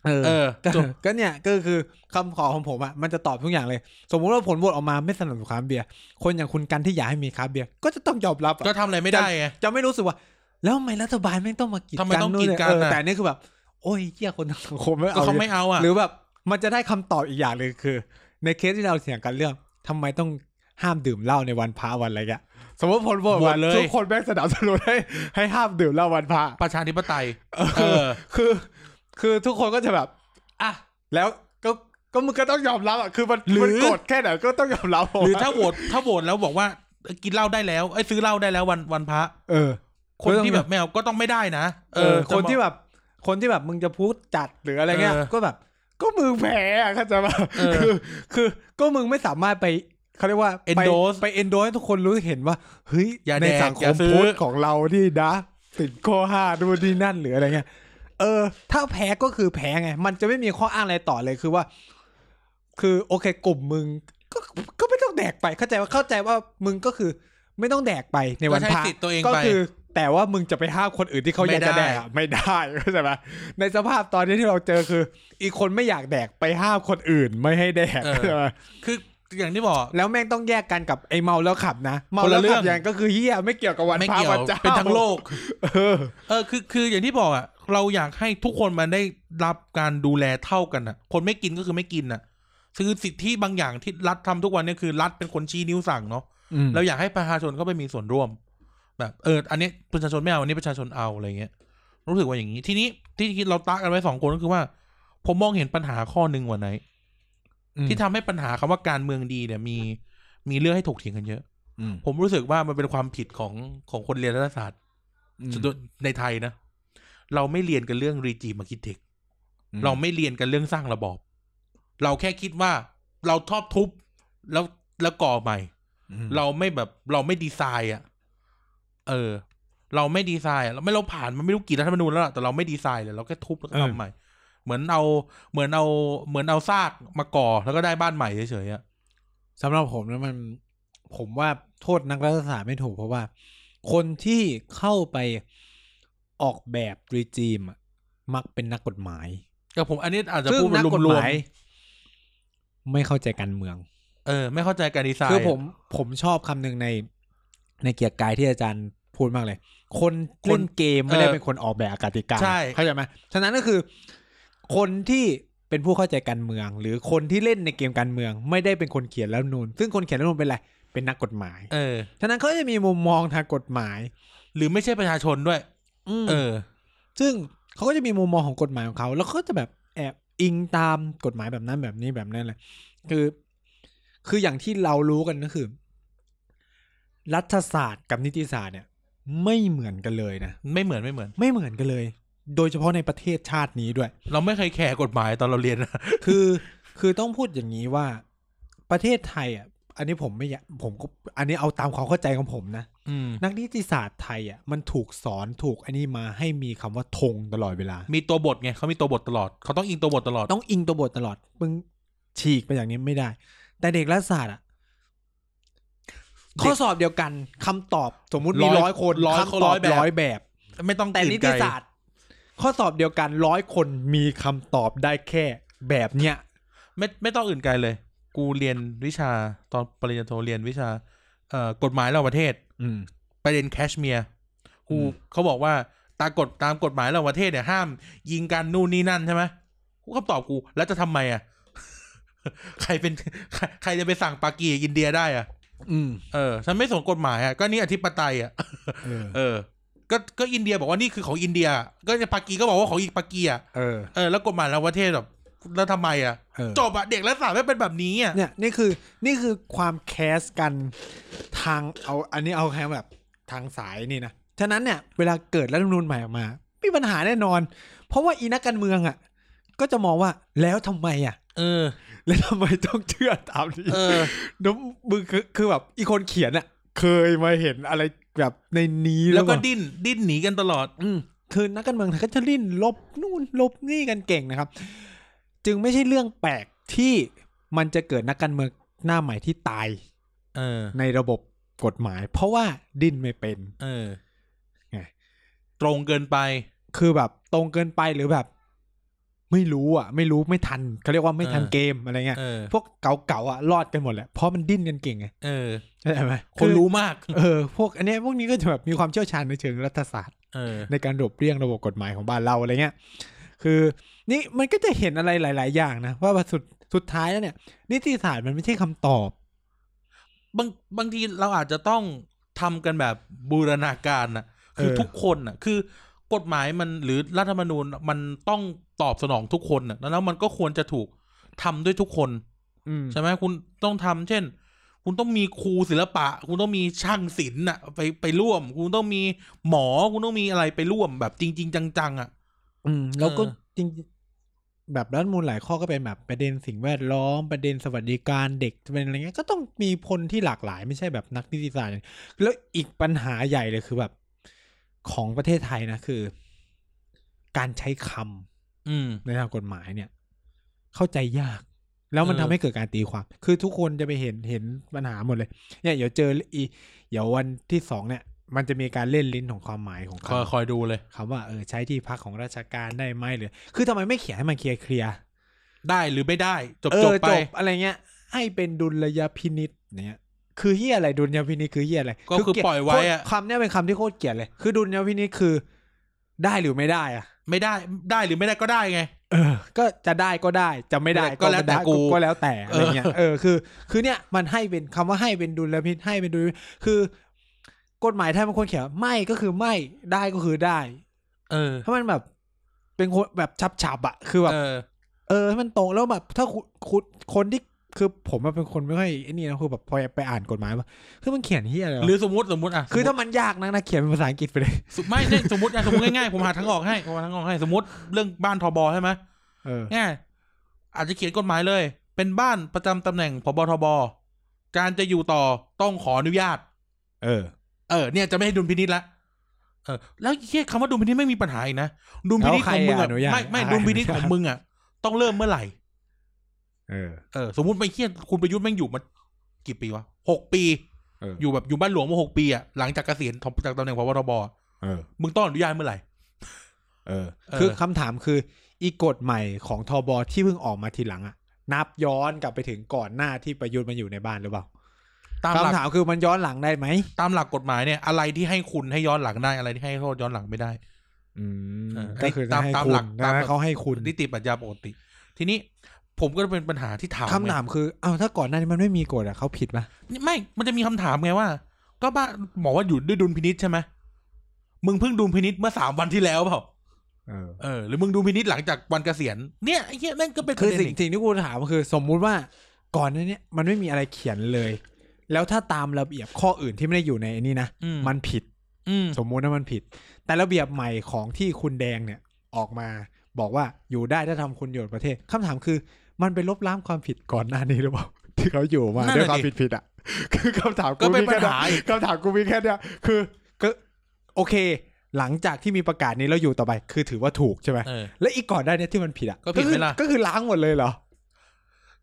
เออ เออ ก็ จบ ก็เนี่ยก็คือคำขอของผมอะมันจะตอบทุกอย่างเลย สมมุติว่าผลโหวตออกมาไม่สนับสนุนคราฟต์เบียร์คนอย่างคุณกันที่อยากให้มีคราฟต์เบียร์ก็จะต้องยอมรับอะ ก็ทำอะไรไม่ได้ไง จะไม่รู้สึกว่า แล้วทำไมรัฐบาลแม่งต้องมากีด ทำไม กัน ต้อง นู่น กีด เลย กัน เออ น่ะ แต่อันนี่คือแบบ โอ้ยเหี้ยคนทั้งสังคมไม่ ก็ เอา เขา เลย ไม่เอาอ่ะ หรือแบบมันจะได้คำตอบอีกอย่างเลยคือ ในเคสที่เราเถียงกันเรื่องทำไมต้องห้ามดื่มเหล้าในวันพระวันอะไรเงี้ยสมมติคนบอก บว ว่า ชเลย ทุกคนแม่งสนับสนุนให้ให้ห้ามดื่มเหล้าวันพระ ประชาธิปไตย เออ คือ คือทุกคนก็จะแบบอ่ะแล้วก็ก็มึงก็ต้องยอมรับอ่ะคือมัน หรือ มันโกรธแค่ไหนก็ต้องยอมรับะ หรือถ้าโหวตถ้าโหวตแล้วบอกว่าเอ้ยกินเหล้าได้แล้วไอ้ยซื้อเหล้าได้แล้ววันวันพระ เออ คน ก็ต้อง ที่แบบไม่เอาก็ต้องไม่ได้นะ เออ จะ คนที่ บอก แบบ คนที่แบบมึงจะพูดจัดหรืออะไรเงี้ย เออ ก็แบบ ก็มึงแพ้อะเข้าใจป่ะ เออ คือ คือก็มึงไม่สามารถไปเขาเรียกว่าไป Endorse ไปเอนโดสให้ทุกคนรู้เห็นว่าเฮ้ย อย่า ใน แดก สังค อย่ามซื้อ พุทธของเราที่นะติดข้อห้าดูนนี่นั่นหรืออะไรเงี้ยเออ ถ้าแพ้ก็คือแพ้ไง มันจะไม่มีข้ออ้างอะไรต่อเลยคือว่า คือโอเคกลุ่มมึง ก็ก็ไม่ต้องแดกไปเข้าใจว่าเข้าใจว่ามึงก็คือ ไม่ต้องแดกไปในวัน ก็ใช้ พระ สิทธิ์ตัวเอง ก็ ไป คือ แต่ว่ามึงจะไปห้ามคนอื่นที่เขาอยากจะแดไม่ได้ กอะไม่ได้เข้าใจไหมในสภาพตอนนี้ที่เราเจอคือ อีกคนไม่อยากแดกไปห้ามคนอื่นไม่ให้แดกเข้าใจปะ คืออย่างที่บอก แล้วแม่งต้องแยกกันกับไอ้เมาแล้วขับนะเมา คน แล้ ละ ว เรื่ ขั อบ ง อย่างก็คือเฮียไม่เกี่ยวกับวัน ไม่ พระ เกี่ยว วันจ้า เป็นทั้งโลก เออ เออคือคืออย่างที่บอกอ่ะเราอยากให้ทุกคนมันได้รับการดูแลเท่ากันอ่ะ คนไม่กินก็คือไม่กินอ่ะคือสิทธิบางอย่างที่รัฐทำทุกวันเนี่ยคือรัฐเป็นคนชี้นิ้วสั่งเนาะเราอยากให้ประชาชนเข้าไปมีส่วนร่วม แบบเอออันนี้ประชาชนไม่เอาอันนี้ประชาชนเอาอะไรเงี้ยรู้สึกว่าอย่างนี้ทีนี้ที่คิดเราตักกันไว้สองคนก็คือว่า ผมมองเห็นปัญหาข้อหนึ่งวันไหน ที่ทำให้ปัญหาคำว่าการเมืองดีเนี่ยมีมีเรื่องให้ถกเถียงกันเยอะ ผมรู้สึกว่ามันเป็นความผิดของของคนเรียนรัฐศาสตร์ ในไทยนะ เราไม่เรียนกันเรื่องรีจิมาคิดเทคเราไม่เรียนกันเรื่องสร้างระบอบ เราแค่คิดว่าเราชอบทุบแล้วแล้วก่อใหม่ เราไม่แบบเราไม่ดีไซน์อ่ะ เออ เราไม่ดีไซน์อะเราไม่เราผ่านมันไม่รู้กี่รัฐธรรมนูญแล้วล่ะแต่เราไม่ดีไซน์เลยเราแค่ทุบแล้วก็ เออ ทำใหม่ เหมือนเอาเหมือนเอาเหมือนเอาซากมาก่อแล้วก็ได้บ้านใหม่เฉยๆอ่ะ สำหรับผมนะมันผมว่าโทษนักรัฐศาสตร์ไม่ถูกเพราะว่า คนที่เข้าไปออกแบบรีจีมอะมักเป็นนักกฎหมาย แต่ผมอันนี้อาจจะ ซึ่ง พูดเป็ นั น กกฎ ร ห วม มายไม่เข้าใจการเมือง ๆเออ ไม่เข้าใจการดีไซน์ คือผมผมชอบคำหนึ่งในในเกียร์กายที่อาจารย์พูดมากเลย คน คน เล่นเกมไม่ได้ เออ เป็นคนออกแบบกติกา ใช่ เข้าใจไหมฉะนั้นก็คือ คนที่เป็นผู้เข้าใจการเมือง หรือคนที่เล่นในเกมการเมือง ไม่ได้เป็นคนเขียนรัฐธรรมนูนซึ่งคนเขียนรัฐธรรมนูนเป็นอะไรเป็นนักกฎหมาย เออ ฉะนั้นเขาจะมีมุมมองทางกฎหมาย หรือไม่ใช่ประชาชนด้วย ม เออ ซึ่งเขาก็จะมีมุมมองของกฎหมายของเขา แล้วเขาก็จะแบบแอบอิงตามกฎหมายแบบนั้นแบบนี้แบบนั้นเลยคือ คืออย่างที่เรารู้กันก็คือ รัฐศาสตร์กับนิติศาสตร์เนี่ย ไม่เหมือนกันเลยนะ ไม่เหมือนไม่เหมือน ไม่เหมือนกันเลย โดยเฉพาะในประเทศชาตินี้ด้วย เราไม่เคยแคร์กฎหมายตอนเราเรียนนะ คือคือต้องพูดอย่างนี้ว่าประเทศไทยอ่ะ อันนี้ผมไม่อยากผมก็อันนี้เอาตามความเข้าใจของผมนะ อืม นักนิติศาสตร์ไทยอ่ะมันถูกสอนถูกอันนี้มาให้มีคำว่าธงตลอดเวลา มีตัวบทไงเขามีตัวบทตลอด เขาต้องอิงตัวบทตลอด ต้องอิงตัวบทตลอดมึงฉีกไปอย่างนี้ไม่ได้ แต่เด็กรัฐศาสตร์อ่ะข้อสอบเดียวกันคำตอบสมมุติมี ร้ ร้อ อย ย คน ร้อย คำตอบ ร้อยแบบ ร้อยแบบ ไม่ต้อง แต่ ตื่ นิ ไกล ติศาสตร์ ข้อสอบเดียวกันร้อยคนมีคำตอบได้แค่แบบเนี้ย ไม่ไม่ต้องอื่นไกลเลย กูเรียนวิชาตอนปริญญาโทเรียนวิชาเอ่อกฎหมายระหว่างประเทศ อืม ไปเรียนแคชเมียร์กู อืม เขาบอกว่าตามกฎตามกฎหมายระหว่างประเทศเนี่ยห้าม ยิงกันนู่นนี่นั่นใช่ไหมกูคำตอบกูแล้วจะทำไมอ่ะ ใครเป็นใครใครจะไปสั่งปากีอินเดียได้อ่ะ อืม เออฉันไม่สนกฎหมายอ่ะก็นี่อธิปไตยอ่ะ เออ เออ ก็ ก็อินเดียบอกว่านี่คือของอินเดีย ก็ปากีก็บอกว่าของอีกปากีอ่ะ เออ เออ แล้วกฎหมายแล้วประเทศแบบ แล้วทำไมอ่ะ เออ จบอ่ะ เด็กรัฐศาสตร์ไม่เป็นแบบนี้อ่ะ เนี่ยนี่คือนี่คือความแคสกันทางเอาอันนี้เอาแค่แบบทางสายนี่นะ ฉะนั้นเนี่ยเวลาเกิดรัฐธรรมนูญใหม่ออกมามีปัญหาแน่นอน เพราะว่าอีนักการเมืองอ่ะ ก็จะมองว่าแล้วทำไมอ่ะ เออ แล้วทำไมต้องเชื่อตามนี้ เอ อ น้ำมือคือคือแบบอีคนเขียนอ่ะ เคยมาเห็นอะไรแบบในนี้ แล้วก็ บบ ดิ้น ดิ้นหนีกันตลอด อืมคือนักการเมืองไทยก็จะลิ่นลบนู่นลบนี่กันเก่งนะครับ จึงไม่ใช่เรื่องแปลกที่มันจะเกิดนักการเมืองหน้าใหม่ที่ตาย เออ ในระบบกฎหมาย เพราะว่าดิ้นไม่เป็น เออ ไง ตรงเกินไป คือแบบตรงเกินไปหรือแบบ ไม่รู้อ่ะ ไม่รู้ไม่ทันเขาเรียกว่าไม่ทัน เออ เกมอะไรเงี้ย เออ พวกเก่าๆอ่ะรอดกันหมดแหละเพราะมันดิ้นกันเก่งไง เออ เข้าใจไหม คน อ รู้มาก เออพวกอันเนี้ยพวกนี้ก็จะแบบมีความเชี่ยวชาญในเชิงรัฐศาสตร์ เออ ในการหลบเลี่ยงระบบกฎหมายของบ้านเราอะไรเงี้ย คือนี่มันก็จะเห็นอะไรหลาย ๆ อย่างนะ ว่าสุดสุดท้ายแล้วเนี่ย นิติศาสตร์มันไม่ใช่คำตอบบ างบางทีเราอาจจะต้องทำกันแบบบูรณาการนะคือทุกคนนะคือกฎหมายมันหรือรัฐธรรมนูญมันต้องตอบสนองทุกคนนะแล้วมันก็ควรจะถูกทำด้วยทุกคน อืม ใช่ไหมคุณต้องทำเช่น คุณต้องมีครูศิลปะ คุณต้องมีช่างศิลป์น่ะ ไปไปร่วม คุณต้องมีหมอคุณต้องมีอะไรไปร่วมแบบจริง ๆ จังๆอ่ะ อืมแล้วก็ เออ จริงๆแบบรัฐธรรมนูลหลายข้อก็เป็นแบบประเด็นสิ่งแวดล้อมประเด็นสวัสดิการเด็กเป็นอะไรเงี้ยก็ต้องมีพลที่หลากหลายไม่ใช่แบบนักนิติศาสตร์อย่างแล้วอีกปัญหาใหญ่เลยคือแบบของประเทศไทยนะคือ การใช้คำ อืม ในทางกฎหมายเนี่ย เข้าใจยาก แล้วมัน เออ ทำให้เกิดการตีความ คือทุกคนจะไปเห็นเห็นปัญหาหมดเลย เนี่ยเดี๋ยวเจออีเดี๋ยววันที่สองเนี่ย มันจะมีการเล่นลิ้นของความหมายของ คอย คำ คอยดูเลย คำว่าเออใช้ที่พักของราชการได้ไหมหรือ คือทำไมไม่เขียนให้มันเคลียร์เคลียร์ ได้หรือไม่ได้ จบ เอ จบ อ ไป จบอะไรเงี้ย ให้เป็นดุลยพินิษเนี่ย คือเฮียอะไรดุลยพินิษคือเฮียอะไร ก็คือ เลีด ปล่อยไว้อะ โคตรคำเนี้ยเป็นคำที่โคตรเกลียดเลย คือดุลยพินิษคือ ได้หรือไม่ได้อะ ไม่ได้ได้หรือไม่ได้ก็ได้ไง เออ ก็จะได้ก็ได้จะไม่ได้ ก็แล้วแต่ ไม่ได้ กู ก็แล้วแต่อะไรเงี้ย เออ เออคือ คือเนี่ยมันให้เป็นคำว่าให้เป็นดุลยพินิษให้เป็นดุลยพินิษคือ กฎหมายไทยมันควรเขียนว่าไม่ก็คือไม่ได้ก็คือได้ เออ ถ้ามันแบบเป็นคนแบบฉับๆอ่ะคือแบบ เออ เออให้มันตรงแล้วแบบถ้าคุณคุณคนที่คือผมอะเป็นคนไม่ค่อยไอ้นี่นะคือแบบพอไปอ่านกฎหมายว่าคือมันเขียนเฮียอะไรวะ หรือสมมติสมมติอ่ะ คือถ้ามันยากนักนะเขียนเป็นภาษาอังกฤษไปเลย สมมุติไม่ใช่สมมติอ่ะสมมติง่ายๆ ผมหาทางออกให้ผมหาทางออกให้สมมติเรื่องบ้านทบใช่ไหม เออ ง่ายอาจจะเขียนกฎหมายเลย เป็นบ้านประจำตำแหน่งพบทบการจะอยู่ต่อต้องขออนุญาต เออ เออเนี่ยจะไม่ให้ดุลพินิจละเออแล้วแค่คำว่าดุลพินิจไม่มีปัญหาอีกนะดุลพินิจ แล้วใครของมึง อนุญาต อะไม่ไม่ ใครอนุญาต ดุลพินิจของมึงอ่ะต้องเริ่มเมื่อไหร่ เออ เออสมมติไปเคียคุณประยุทธ์แม่งอยู่มากี่ปีวะหกปี เออ อยู่แบบอยู่บ้านหลวงมาหกปีอ่ะหลังจากเกษียณจากตำแหน่งพบทบอะ เออ มึงต้องอนุญาตเมื่อไหร่ เออ เออ คือคำถามคืออีกฎใหม่ของทบที่เพิ่งออกมาทีหลังอะนับย้อนกลับไปถึงก่อนหน้าที่ประยุทธ์มาอยู่ในบ้านหรือเปล่า ตามหลัก คำถามคือมันย้อนหลังได้ไหม ตามหลักกฎหมายเนี่ยอะไรที่ให้คุณให้ย้อนหลังได้อะไรที่ให้โทษย้อนหลังไม่ได้ อืม เออ ก็คือ ตาม ให้ ตาม คุ หลั ณ ก นะ ตามหลัก เขาให้คุณ นิติปรัชญาปกติ ทีนี้ผมก็เป็นปัญหาที่ถาม คำถามคือเอ้าถ้าก่อนหน้านี้มันไม่มีกฎอะเขาผิดปะ ไงไม่มันจะมีคำถามไงว่า ก็บ้าหมอว่าอยู่ด้วยดุลพินิษใช่ไหมมึงเพิ่งดุลพินิษเมื่อสามวันที่แล้วเปล่า เออ เออหรือมึงดุลพินิษหลังจากวันเกษียณเนี่ยไอ้เหี้ยแม่งก็เป็นป คือระเด็น สิ่ง อีก สิ่งที่กูถามก็คือ สมมุติว่าก่อนหนั้านเนี่ยมันไม่มีอะไรเขียนเลย แล้วถ้าตามระเบียบข้ออื่นที่ไม่ได้อยู่ในนี่นะ อื มันผิด อืม สมมุติว่ามันผิด แต่ระเบียบใหม่ของที่คุณแดงเนี่ยออกมาบอกว่าอยู่ได้ถ้าทำคุณประโยชน์ประเทศคำถามคือ มันไปลบล้างความผิดก่อนหน้านี้หรือเปล่า ที่เขาอยู่มาด้วยความผิดผิดๆอ่ะ คือคำถาม ก็ กู เป็น มี ปั แค่ ญ นี้ หาอีก คำถามกูมีแค่เนี้ยคือก็โอเค หลังจากที่มีประกาศนี้แล้วอยู่ต่อไป คือถือว่าถูกใช่ไหม เออ และอีกก่อนได้าเนี่ยที่มันผิดอ่ะ ก็ผิดไหมล่ะ ก็คือก็คือล้างหมดเลยเหรอ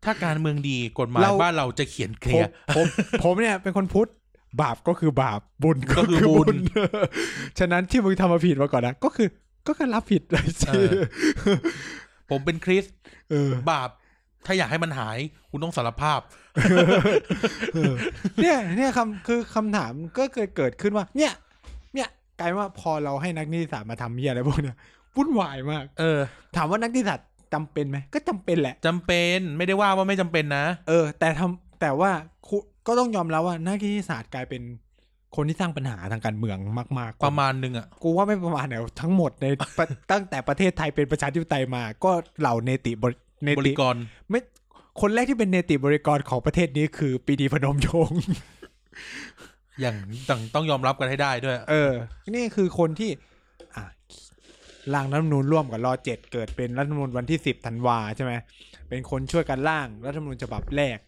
ถ้าการเมืองดีกฎหมาย เรา บ้านเราจะเขียนเคลี ผม ยร์ ผมผมเนี่ยเป็นคนพุทธบาปก็คือบาปบุญก็ ก็ คือ คือบุ บุ ญ ญ ฉะนั้นที่มึงทำมาผิดมาก่อนนะก็คือก็การรับผิด เลยสิ เออ ผมเป็นคริสต์ เออบ าป ถ้าอยากให้มันหาย คุณต้องสารภาพ เออเนี่ยเนี่ยคำคือคำถามก็เกิดเกิดขึ้นว่า เนี่ย เนี่ยกลายว่าพอเราให้นักนิติศาสตร์มาทำเหี้ยอะไรพวกเนี้ยวุ่นวายมาก เออ ถามว่านักนิติศาสตร์จำเป็นไหมก็จำเป็นแหละ จำเป็นไม่ได้ว่าว่าไม่จำเป็นนะ เออ แต่ทำแต่ว่าคุก็ต้องยอมรับว่านักนิติศาสตร์กลายเป็นคนที่สร้างปัญหาทางการเมืองมากๆ ประมาณหนึงอ่ะ กูว่าไม่ประมาณเนี่ยทั้งหมดใน ประตั้งแต่ประเทศไทยเป็นประชาธิปไตยมา ก็เหล่าเนติบริเน บ ติ ริกร ไม่คนแรกที่เป็นเนติบริกรของประเทศนี้คือปรีดีพนมยงค์ อย่างต้องต้องยอมรับกันให้ได้ด้วย เออ นี่คือคนที่ อ่ะร่างรัฐธรรมนูญร่วมกับรอเจ็ดเกิดเป็นรัฐธรรมนูญวันที่สิบธันวาใช่ไหมเป็นคนช่วยกันร่างรัฐธรรมนูญฉบับแรก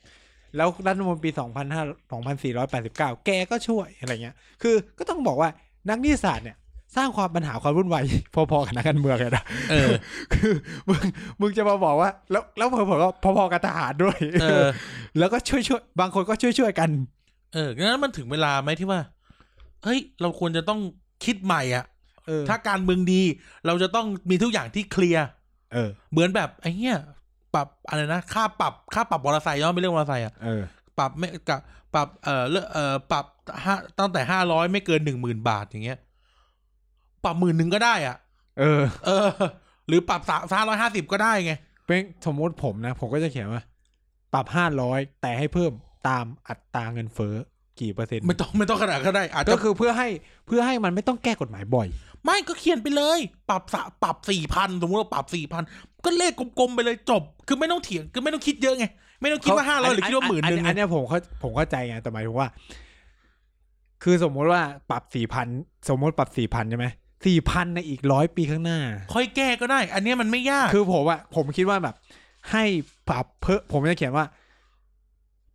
แล้วรัฐธรรมนูญปีสองพันห้าสองพันสี่ร้อยแปดสิบเก้าแกก็ช่วยอะไรเงี้ย คือก็ต้องบอกว่านักนิติศาสตร์เนี่ย สร้างความปัญหาความวุ่นวายพอๆกับนักการเมืองเลยนะ เออ คือ มึงมึงจะมาบอกว่า แล้วแล้วเผลอๆก็พอๆกับทหารด้วย เออ แล้วก็ช่วยช่วยบางคนก็ช่วยช่วยกัน เอองั้นมันถึงเวลาไหมที่ว่า เฮ้ย เราควรจะต้องคิดใหม่อ่ะ เออ ถ้าการเมืองดี เราจะต้องมีทุกอย่างที่เคลียร์ เออ เหมือนแบบไอ้เหี้ยปรับอะไรนะค่าปรับค่าปรับมอเตอร์ไซค์ย้อนไปเรื่องมอเตอร์ไซค์อะ เออ ปรับไม่กับปรับเออเลอกเออปรับห้าตั้งแต่ห้าร้อยไม่เกินหนึ่งหมื่นบาทอย่างเงี้ย ปรับหมื่นหนึ่งก็ได้อ่ะ เออ เออ หรือปรับสามสามร้อยห้าสิบก็ได้ไง เป็นสมมติผมนะ ผมก็จะเขียนว่า ปรับห้าร้อยแต่ให้เพิ่มตามอัตราเงินเฟ้อกี่เปอร์เซ็นต์ ไม่ต้องไม่ต้องขนาดก็ได้อาจจะ ก็คือเพื่อให้เพื่อให้มันไม่ต้องแก้กฎหมายบ่อย ไม่ก็เขียนไปเลย ปรับสะปรับสี่พันสมมติเราปรับสี่พันก็เลขกลมๆไปเลยจบ คือไม่ต้องเถียงคือไม่ต้องคิดเยอะไง ไม่ต้องคิดว่าห้าร้อยหรือคิดว่าหมื่นหนึ่ง อันเนี้ยผมเข้าผมเข้าใจไงแต่หมายถึงว่า คือสมมติว่าปรับสี่พันสมมติปรับสี่พันใช่ไหมสี่พันในอีกร้อยปีข้างหน้า ค่อยแก้ก็ได้ อันเนี้ยมันไม่ยาก คือผมอะผมคิดว่าแบบ ให้ปรับเพิ่มผมจะเขียนว่า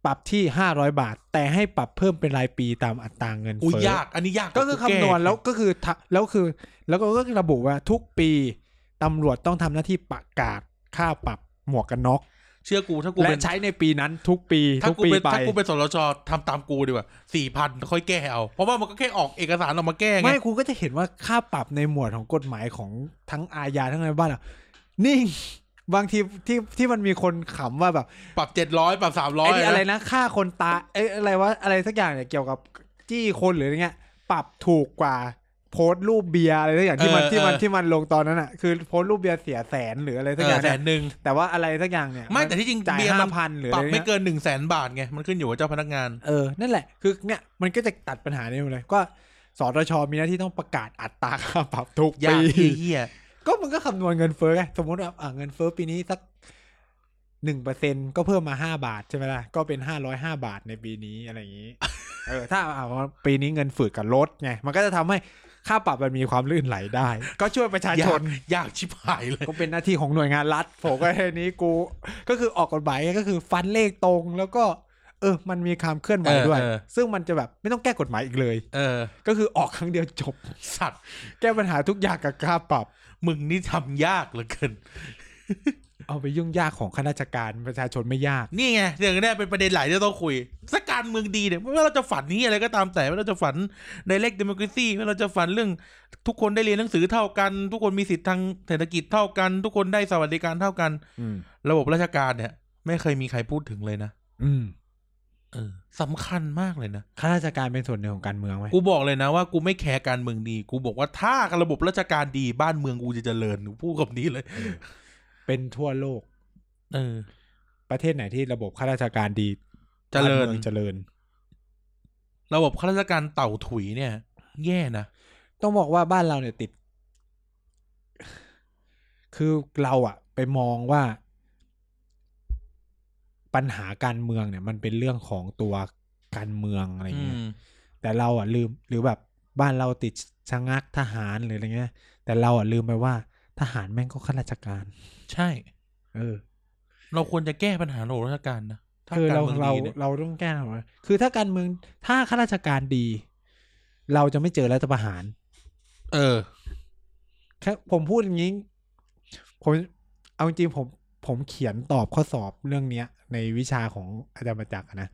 ปรับที่ห้าร้อยบาท แต่ให้ปรับเพิ่มเป็นรายปีตามอัตราเงิน อุ้ย เฟ้ ยาก อันนี้ยาก ก็คือคำนวณแล้วก็คือทะแล้วคือ แล้วก็ระบุว่าทุกปีตำรวจต้องทำหน้าที่ประกาศค่าปรับหมวกกันน็อก เชื่อกูถ้ากู และ เป็น ใช้ในปีนั้นทุกปี ถ้า ทุก กู ปี เป็น ไป ถ้ากูเป็นสรชทำตามกูดีกว่าสี่พันค่อยแก้เอา เพราะว่ามันก็แค่ออกเอกสารออกมาแก้ไง ไม่คุณก็จะเห็นว่าค่าปรับในหมวดของกฎหมายของทั้งอาญาทั้งอะไรบ้านอ่ะนิ่ง บางทีที่ที่มันมีคนขำว่าแบบ ปรับเจ็ดร้อยปรับสามร้อ ไอ้ ย นี่อะไรนะฆ่าคนตายเอ้ยอะไรวะอะไรสักอย่างเนี่ยเกี่ยวกับจี้คนหรืออะไรเงี้ย ปรับถูกกว่าโพสต์รูปเบียร์อะไรสักอย่างที่มันที่มันที่มันลงตอนนั้นอ่ะคือโพสต์รูปเบียร์เสียแสนหรืออะไรสักอย่าง แส เย นหนึ่ง แต่ว่าอะไรสักอย่างเนี่ย ไม่แต่ที่จริง จ่าย เบียร์มั ห้าน พันหรือ ป อะ รับ ไร ไม่ เงี้ย เกินหนึ่งแสนบาทไงมันขึ้นอยู่กับเจ้าพนักงาน เออนั่นแหละคือเนี่ยมันก็จะตัดปัญหานี้หมดเลยก็สตชมีหน้าที่ต้องประกาศอัตราค่าปรับทุก ยาก ปี เฮีย ก็มันก็คำนวณเงินเฟ้อไงสมมติว่าอ่ะเงินเฟ้อปีนี้สักหนึ่งเปอร์เซ็นก็เพิ่มมาห้าบาทใช่ไหมล่ะ ก็เป็นห้าร้อยห้าบาทในปีนี้อะไรอย่างนี้ เออ ถ้าอ่ะปีนี้เงินฝืดกับลดไง มันก็จะทำให้ค่าปรับมันมีความลื่นไหลได้ ก็ช่วยประชาช ย าก น ยากชิบหายเลย ก็เป็นหน้าที่ของหน่วยงานรัฐ ผมก็แค่นี้กู ก็คือออกกฎหมายไงก็คือฟันเลขตรงแล้วก็ เออ มันมีความเคลื่อนไหว เออ ด้วย เออ ซึ่งมันจะแบบไม่ต้องแก้กฎหมายอีกเลย เออ ก็คือออกครั้งเดียวจบ สัตว์ แก้ปัญหาทุกอย่างกับค่าปรับ มึงนี่ทำยากเหลือเกิน เอาไปยุ่งยากของข้าราชการประชาชนไม่ยาก นี่ไงเรื่องนี้เป็นประเด็นหลายที่ต้องคุยสกการเมืองดีเนี่ยไม่ว่าเราจะฝันนี้อะไรก็ตามแต่ไม่ว่าเราจะฝัน direct democracy ไม่ว่าเราจะฝันเรื่องทุกคนได้เรียนหนังสือเท่ากัน ทุกคนมีสิทธิทางเศรษฐกิจเท่ากัน ทุกคนได้สวัสดิการเท่ากัน อืม ระบบราชการเนี่ย ไม่เคยมีใครพูดถึงเลยนะ อืม เออสำคัญมากเลยนะ ข้าราชการเป็นส่วนหนึ่งของการเมืองไหม กูบอกเลยนะว่ากูไม่แคร์การเมืองดี กูบอกว่าถ้าระบบราชการดีบ้านเมืองกูจะเจริญกูพูดกับนี้เลย เป็นทั่วโลก เออ ประเทศไหนที่ระบบข้าราชการดี เจริญ บ้านมืองเจริญ ระบบข้าราชการเต่าถุยเนี่ย แย่นะ ต้องบอกว่าบ้านเราเนี่ยติด คือเราอะไปมองว่า ปัญหาการเมืองเนี่ย มันเป็นเรื่องของตัวการเมืองอะไร อื เงี้ย ม แต่เราอ่ะลืมหรือแบบบ้านเราติดชะงักทหารหรืออะไรเงี้ย แต่เราอ่ะลืมไปว่า ทหารแม่งก็ข้าราชการ ใช่ เออ เราควรจะแก้ปัญหาระบบราชการนะถ้ คือเรา กมื เรา ดีนี่ย เราต้องแก้ทำไมคือถ้าการเมืองถ้าข้าราชการดี เราจะไม่เจอรัฐประหาร เออ แค่ผมพูดอย่างนี้ ผมเอาจริงๆผมผมเขียนตอบข้อสอบเรื่องเนี้ย ในวิชาของอาจารย์ประจักษ์อะนะ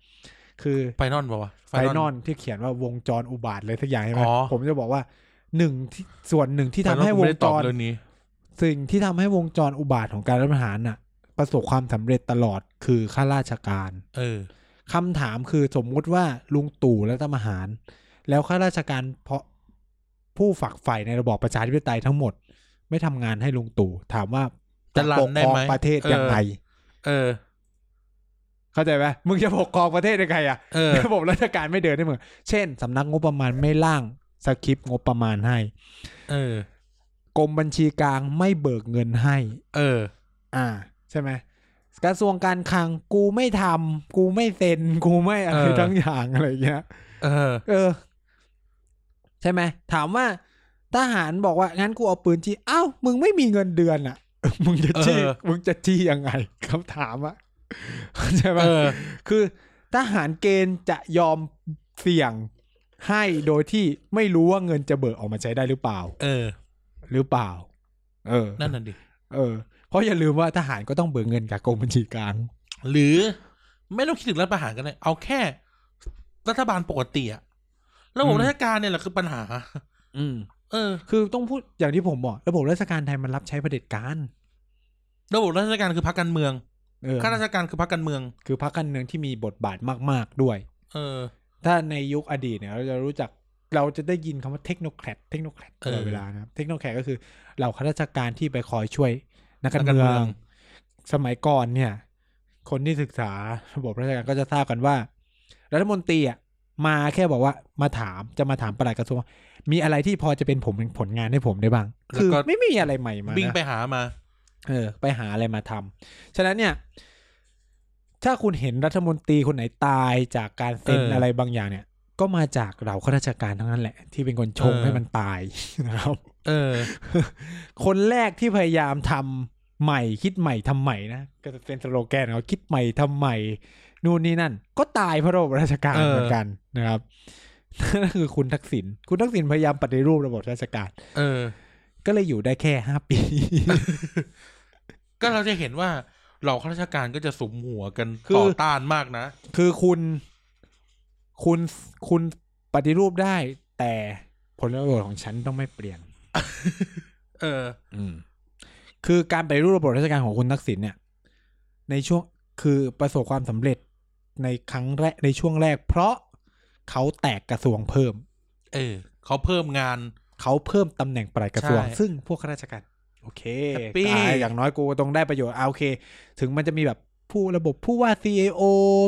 คือ ไฟนอลป่าวะ ไฟนอลที่เขียนว่าวงจรอุบาทเลยสักอย่างใช่ไหม อ๋อ ผมจะบอกว่าหนึ่งที่ส่วนหนึ่งที่ ไฟ ทำ นอล ให้วกูไม่ ง ได้ต จ อบ ร เรื่องนี้ สิ่งที่ทำให้วงจรอุบาทของการรัฐประหารน่ะ ประสบความสำเร็จตลอดคือข้าราชการ เออ คำถามคือสมมุติว่าลุงตู่รัฐประหาร แล้วข้าราชการเพราะผู้ฝักใฝ่ในระบอบประชาธิปไตยทั้งหมด ไม่ทำงานให้ลุงตู่ถามว่า จะรัน ปก ได้ ครอง ไหม ประเทศยังไง เออ เออ เข้าใจไหมมึงจะปกครองประเทศยังไงอะ เออ ระบบราชการไม่เดินให้มึงเช่นสำนักงบประมาณไม่ร่างสคริปต์งบประมาณให้ เออ กรมบัญชีกลางไม่เบิกเงินให้ เออ อ่าใช่ไหมกระทรวงการคลังกูไม่ทำกูไม่เซ็น กูไม่อะไร เออ ทั้งอย่างอะไรอย่างเงี้ย เออ เออ ใช่ไหมถามว่าทหารบอกว่างั้นกูเอาปืนจี้เอ้า มึงไม่มีเงินเดือนอ่ะ มึงจะจี้ เออ มึงจะจี้ยังไงคำถามอะเข้าใจปะ เออ คือทหารเกณฑ์จะยอมเสี่ยงให้โดยที่ไม่รู้ว่าเงินจะเบิกออกมาใช้ได้หรือเปล่า เออ หรือเปล่า เออ นั่นน่ะดิ เออ เพราะอย่าลืมว่าทหารก็ต้องเบิกเงินกับกรมบัญชีกลาง หรือไม่ต้องคิดถึงรัฐประหารกันเลยเอาแค่ รัฐบาลปกติอะระบบ อืม ราชการเนี่ยแหละคือปัญหา อืม เออ คือต้องพูดอย่างที่ผมบอก ระบบราชการไทยมันรับใช้เผด็จการ ระบบราชการคือพรรคการเมือง เออ ข้าราชการคือพรรคการเมือง คือพรรคการเมืองที่มีบทบาทมาก ๆ ด้วย เออ ถ้าในยุคอดีตเนี่ยเราจะรู้จักเราจะได้ยินคำว่าเทคโนแครดเทคโนแครดต เออ ลอดเวลานะครับเทคโนแครดก็คือเหล่าข้าราชการที่ไปคอยช่วยนักการ นักการ เมื เมื อ อง ง สมัยก่อนเนี่ย คนที่ศึกษาระบบราชการก็จะทราบกันว่า รัฐมนตรีอ่ะมาแค่บอกว่ามาถามจะมาถามปลัดกระทรวงว่ามีอะไรที่พอจะเป็นผมเป็นผลงานให้ผมได้บ้าง คือ แล้วก็ ไม่มีอะไรใหม่มา วิ่ง นะ ไปหามา เออไปหาอะไรมาทำ ฉะนั้นเนี่ย ถ้าคุณเห็นรัฐมนตรีคนไหนตายจากการเซ็น เอออ อะไรบางอย่างเนี่ย ก็มาจากเราข้าราชการทั้งนั้นแหละ ที่เป็นคนชง เออ ให้มันตาย นะครับ เออ คนแรกที่พยายามทำใหม่คิดใหม่ทำใหม่นะก็จะเป็นสโลแกนเขาคิดใหม่ทำใหม่นู่นนี่นั่น ก็ตายเพราะระบบราชการ เออ เหมือนกันนะครับ นั่นคือคุณทักษิณคุณทักษิณพยายามปฏิรูประบบราชการ เออ ก็เลยอยู่ได้แค่ห้าปี ก็เราจะเห็นว่าเหล่าข้าราชการก็จะสมหัวกัน คือ ต่อต้านมากนะ คือคุณคุณคุณปฏิรูปได้ แต่ผลประโยชน์ของฉันต้องไม่เปลี่ยน เออ คือการปฏิรูประบบราชการของคุณทักษิณเนี่ย ในช่วงคือประสบความสำเร็จในครั้งแรกในช่วงแรก เพราะเขาแตกกระทรวงเพิ่ม เออ เขาเพิ่มงาน เขาเพิ่มตำแหน่งปลัดกระทรวง ใช่ ซึ่งพวกข้าราชการโอเค แฮปปี้ ตายอย่างน้อยกูก็ต้องได้ประโยชน์เอาโอเค ถึงมันจะมีแบบผู้ระบบผู้ว่า CAO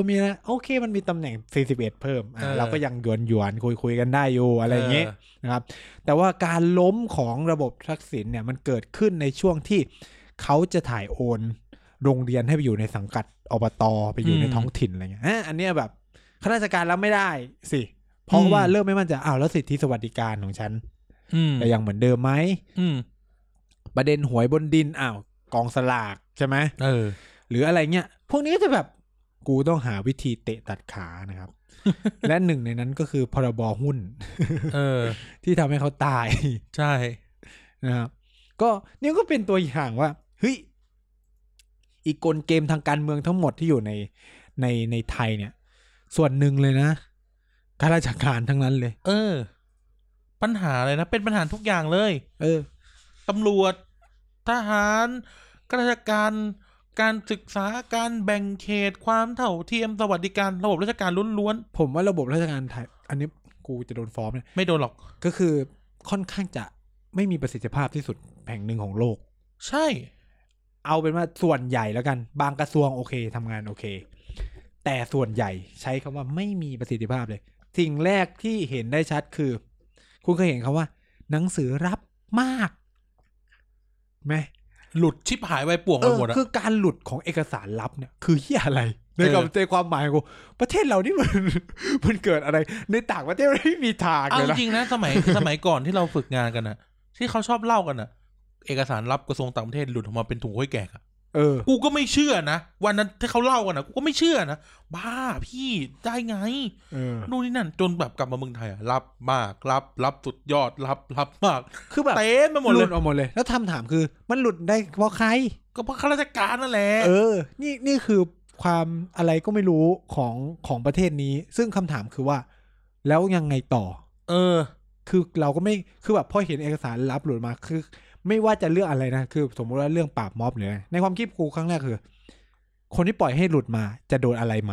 มีนะโอเค มันมีตำแหน่ง 41 เพิ่มอ่ะเราก็ยังหยวนหยวนคุยคุยๆกันได้อยู่อะไรอย่างเงี้ยนะครับ แต่ว่าการล้มของระบบทักษิณเนี่ยมันเกิดขึ้นในช่วงที่เขาจะถ่ายโอน โรงเรียนให้ไปอยู่ในสังกัดอบตไปอยู่ใน อืม ท้องถิ่นอะไรเงี้ยอ่ะอันเนี้ยแบบข้าราชการรับไม่ได้สิเพราะว่า อืม เริ่มไม่มั่นใจอ้าวแล้วสิทธิสวัสดิการของฉัน อืม แต่ยังเหมือนเดิมไหม อืม ประเด็นหวยบนดินอ้าวกองสลากใช่ไหม เออ หรืออะไรเงี้ย พวกนี้ก็จะแบบกูต้องหาวิธีเตะตัดขา นะครับ และหนึ่งในนั้นก็คือพรบหุ้น เออ ที่ทำให้เขาตาย ใช่ นะครับ ก็เนี่ยก็เป็นตัวอย่างว่าเฮ้ยอีกกลเกมทางการเมืองทั้งหมดที่อยู่ในในในไทยเนี่ย ส่วนหนึ่งเลยนะข้าราชการทั้งนั้นเลย เออ ปัญหาเลยนะ เป็นปัญหาทุกอย่างเลย เออ ตำรวจ ทหารข้าราชการ การศึกษา การแบ่งเขต ความเท่าเทียม สวัสดิการ ระบบราชการล้วน ผมว่าระบบราชการไทย อันนี้กูจะโดนฟ้องเนี่ย ๆ ไม่โดนหรอก ก็คือค่อนข้างจะไม่มีประสิทธิภาพที่สุดแห่งหนึ่งของโลก ใช่ เอาเป็นว่าส่วนใหญ่แล้วกัน บางกระทรวงโอเคทำงานโอเค แต่ส่วนใหญ่ใช้คำว่าไม่มีประสิทธิภาพเลย สิ่งแรกที่เห็นได้ชัดคือ คุณเคยเห็นคำว่า หนังสือรับมากไหม หลุดชิบหายไวป่วง เอ ไป อ หมดอะ คือการหลุดของเอกสารลับเนี่ย คือเฮียอะไร ในกับ เออ ใจความหมายของกูประเทศเรานี่มัน มันเกิดอะไร ในต่างประเทศไม่มีทาง เอา เลยนะ จริงนะ ส มัย สมัยก่อนที่เราฝึกงานกันอะที่เขาชอบเล่ากันอะเอกสารรับกระทรวงต่างประเทศหลุดออกมาเป็นถุงกล้วยแกกอะ เออ กูก็ไม่เชื่อนะ วันนั้นที่เขาเล่ากันอะกูก็ไม่เชื่อนะ บ้าพี่ได้ไง เออ นู่นนี่นั่นจนแบบกลับมาเมืองไทยอะรับมากรับรับสุดยอดรับรับมาก คือแบบ เต็มไปหมด ห เล ลุ ย ดออกหมดเลยแล้วทำถามคือมันหลุดได้เพราะใคร ก็เพราะข้าราชการนั่นแหละ เออ นี่นี่คือความอะไรก็ไม่รู้ของของประเทศนี้ ซึ่งคำถามคือว่า แล้วยังไงต่อ เออ คือเราก็ไม่คือแบบพอเห็นเอกสารรับหลุดมาคือ ไม่ว่าจะเรื่องอะไรนะคือ สมมติว่าเรื่องปราบม็อบหรืออะไรในความคิดกูครั้งแรกคือ คนที่ปล่อยให้หลุดมาจะโดนอะไรไหม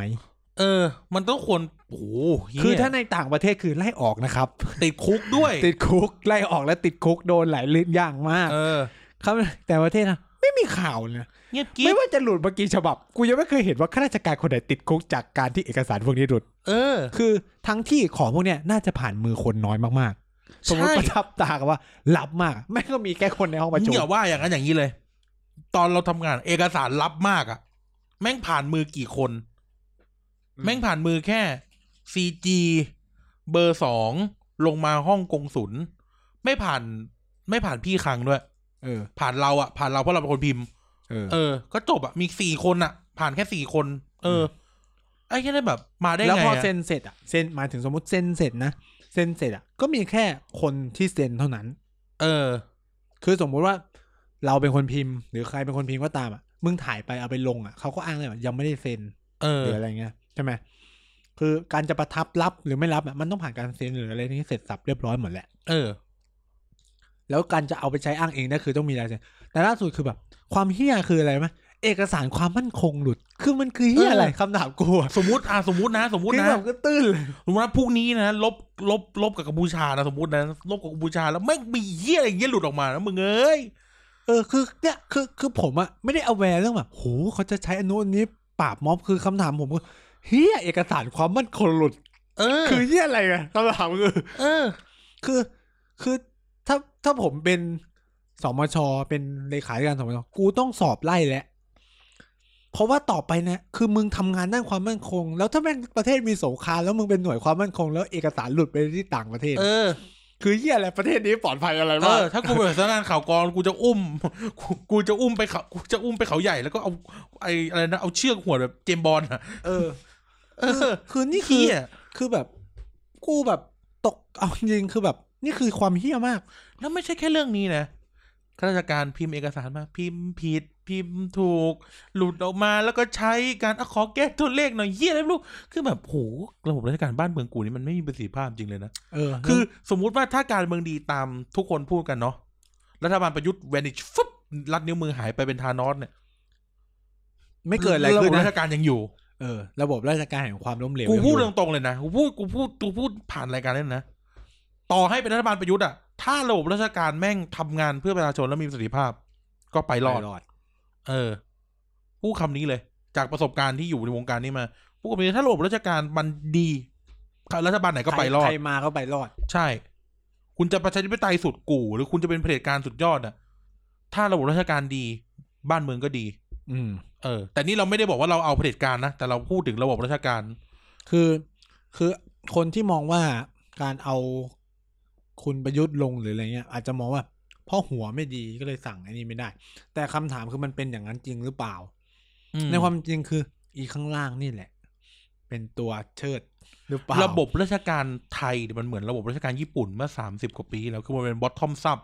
เออ มันต้องควรโอ้โหเหี้ย คือถ้าในต่างประเทศคือไล่ออกนะครับ ติดคุกด้วย ติดคุกไล่ออกแล้วติดคุกโดนหลายเรื่องอย่างมาก เออ ครับแต่ประเทศนะไม่มีข่าวเลยนะ เงียบกิ๊ ไม่ บ ว่าจะหลุดเมื่อกี้ฉบับ กูยังไม่เคยเห็นว่าข้าราชการคนไหนติดคุกจากการที่เอกสารพวกนี้หลุด เออ คือทั้งที่ของพวกเนี้ยน่าจะผ่านมือคนน้อยมากๆ สมมติ ใช่ ประทับตากันว่าลับมากแม่งก็มีแค่คนในห้องประชุม อย่าว่าอย่างนั้นอย่างนี้เลย ตอนเราทำงานเอกสารลับมากอะแม่งผ่านมือกี่คน แม่งผ่านมือแค่ซีจีเบอร์สองลงมาห้องกงศุลไม่ผ่านไม่ผ่านพี่คังด้วย เออ ผ่านเราอะผ่านเราเพราะเราเป็นคนพิมพ์ เออ เออ ก็จบอะมีสี่คนอะผ่านแค่สี่คน เอออไอ้แค่ได้นแบบ มาได้ไง แล้วพอ อะ เซ็นเสร็จอ่ะเซ็นหมายถึงสมมติเซ็นเสร็จนะเซ็นเสร็จอ่ะก็มีแค่คนที่เซ็นเท่านั้น เออ คือสมมุติว่าเราเป็นคนพิมพ์ หรือใครเป็นคนพิมพ์ก็ตามอ่ะมึงถ่ายไปเอาไปลงอ่ะเขาก็อ้างเลยว่ายังไม่ได้เซ็น เออ หรืออะไรเงี้ยใช่ไหมคือการจะประทับรับหรือไม่รับอะมันต้องผ่านการเซ็นหรืออะไรนี้เสร็จสับเรียบร้อยหมดแหละ เออ แล้วการจะเอาไปใช้อ้างเองได้คือต้องมีลายเซ็นแต่ล่าสุดคือแบบ ความเฮี้ยคืออะไรไหมเอกสารความมั่นคงหลุด คือมันคือเฮี้ยอะไรคำถามกูอะ สมมติอ่ะสมมตินะสมมติ ที่ นะ แบบก็ตื้นเลย สมมติว่าพรุ่งนี้นะลบลบลบกับกัมพูชานะสมมตินะลบกับกัมพูชาแล้วไม่งมีเหี้ยอะไรอย่างเงี้ยหลุดออกมานะมึงเอ้ย เออคือเนี่ยคือคือผมอะไม่ได้อแวร์เรื่องแบบโหเขาจะใช้อนนุนนี้ปราบม็อบคือคำถามผมคือเฮียเอกสารความมั่นคงหลุด เออ คือเฮียอะไรอะคำถามคือ เออ คือคือถ้าถ้าผมเป็นสมชเป็นเลขาธิการสมชกูต้องสอบไล่แหละ เพราะว่าต่อไปเนะ คือมึงทำงานด้านความมั่นคง แล้วถ้าแม่งประเทศมีสงครามแล้วมึงเป็นหน่วยความมั่นคง แล้วเอกสารหลุดไปที่ต่างประเทศ เออ คือเหี้ยอะไรประเทศนี้ปลอดภัยอะไร เอ บ้าง อถ้ากูเป็นสำนักงานข่าวกรองกูจะอุ้มกูกูจะอุ้มไปเขากูจะอุ้มไปเขาใหญ่แล้วก็เอาไออะไรนะเอาเชือกหัวดแบบเจมส์บอลอะ เออ เออ คือนี่คือ เหี้ย คือแบบ กูแบบตกเอาจริงคือแบบ นี่คือความเหี้ยมาก แล้วไม่ใช่แค่เรื่องนี้นะข้าราชการพิมพ์เอกสารมา พิมพ์ผิด พิมพ์ถูก หลุดออกมาแล้วก็ใช้การอะขอแก้ตัวเลขหน่อยเหี้ยอะไรไม่รู้คือแบบโหระบบราชการบ้านเมืองกูนี่มันไม่มีประสิทธิภาพจริงเลยนะ เออ คือสมมุติว่าถ้าการเมืองดีตามทุกคนพูดกันเนาะรัฐบาลประยุทธ์แวนิชฟึบลัดนิ้วมือหายไปเป็นธานอสเนี่ย ไม่เกิดอะไรขึ้น บ นะ ราชการยังอยู่ เออระบบราชการแห่งความล้มเหลว กูพูด ยังอ ต ยู่ รงๆเลยนะกูพูดกูพูดกูพูดผ่านรายการเนี่ยนะ ต่อให้เป็นรัฐบาลประยุทธ์อะถ้าระบบราชการแม่งทำงานเพื่อประชาชนแล้วมีประสิทธิภาพ ก็ไปรอด รอด เออพูดคำนี้เลย จากประสบการณ์ที่อยู่ในวงการนี้มาพูดคำนี้ถ้าระบบราชการมันดีรัฐบาลไหนก็ไปรอ ใค ด ใครมาก็ไปรอด ใช่ คุณจะประชาธิปไตยสุดกู่ หรือคุณจะเป็นเผด็จการสุดยอดอ่ะ ถ้าระบบราชการดี บ้านเมืองก็ดี อืม เออ แต่นี่เราไม่ได้บอกว่าเราเอาเผด็จการนะ แต่เราพูดถึงระบบราชการ คือคือคนที่มองว่าการเอาคุณประยุทธ์ลงหรืออะไรเงี้ย อาจจะมองว่าเพราะหัวไม่ดีก็เลยสั่งไอ้นี่ไม่ได้ แต่คำถามคือมันเป็นอย่างนั้นจริงหรือเปล่า อื ในความจริงคือ อีข้างล่างนี่แหละ เป็นตัวเชิดหรือเปล่า ระบบราชการไทยเนี่ยมันเหมือนระบบราชการญี่ปุ่นเมื่อสามสิบกว่าปีที่แล้วคือมันเป็นบอททอมซับ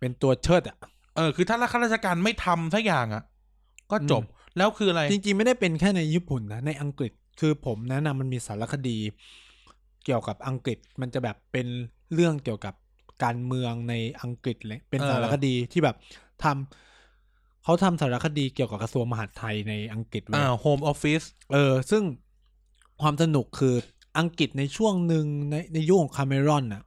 เป็นตัวเชิดอ่ะ เออ คือถ้าข้าราชการไม่ทำสักอย่างอ่ะ ก็จบแล้วคืออะไร จริงๆไม่ได้เป็นแค่ในญี่ปุ่นนะในอังกฤษคือผมแนะนำมันมีสารคดี เกี่ยวกับอังกฤษมันจะแบบเป็นเรื่องเกี่ยวกับการเมืองในอังกฤษเลยเป็น เออ สารคดีที่แบบทำเขาทำสารคดีเกี่ยวกับกระทรวงมหาดไทยในอังกฤษเว้ย อ่าโฮมออฟฟิศ เออ ซึ่งความสนุกคืออังกฤษในช่วงหนึ่งในในยุคของคาเมรอนน่ะ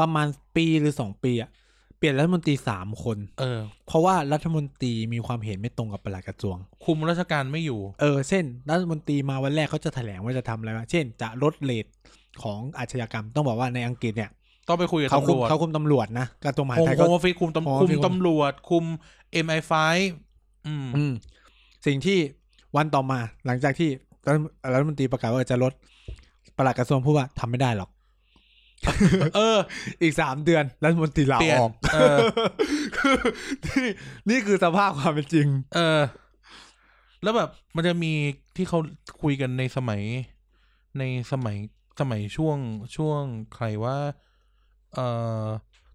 ประมาณปีหรือสองปีอะเปลี่ยนรัฐมนตรีสามคน เออ เพราะว่ารัฐมนตรีมีความเห็นไม่ตรงกับปลัดกระทรวง คุมราชการไม่อยู่ เออเช่นรัฐมนตรีมาวันแรกเขาจะแถลงว่าจะทำอะไรบ้างเช่น จะลดเลทของอาชญากรรมต้องบอกว่าในอังกฤษเนี่ย ต้องไปคุยกับ เขา ตำ คุ ร ม วจ เขาคุมตำรวจนะกระทรวงมหาด โฮม ไทย โฮ ก็ มออฟฟิศคุม โฮมออตำคุ ฟ ม ฟิศ ตำรวจ คุม MI5 อืม อืมสิ่งที่วันต่อมาหลังจากที่รัฐรัฐมนตรีประกาศว่าจะลดปลัดกระทรวงพูดว่าทำไม่ได้ห รอก เออ อีกสามเดือนรัฐมนตรีลา เปลี่ยน ออก เออ คือนี่ นี่คือสภาพความเป็นจริง เออ แล้วแบบมันจะมีที่เขาคุยกันในสมัย ในสมัยสมัยช่วงช่วงใครว่า เอ่อ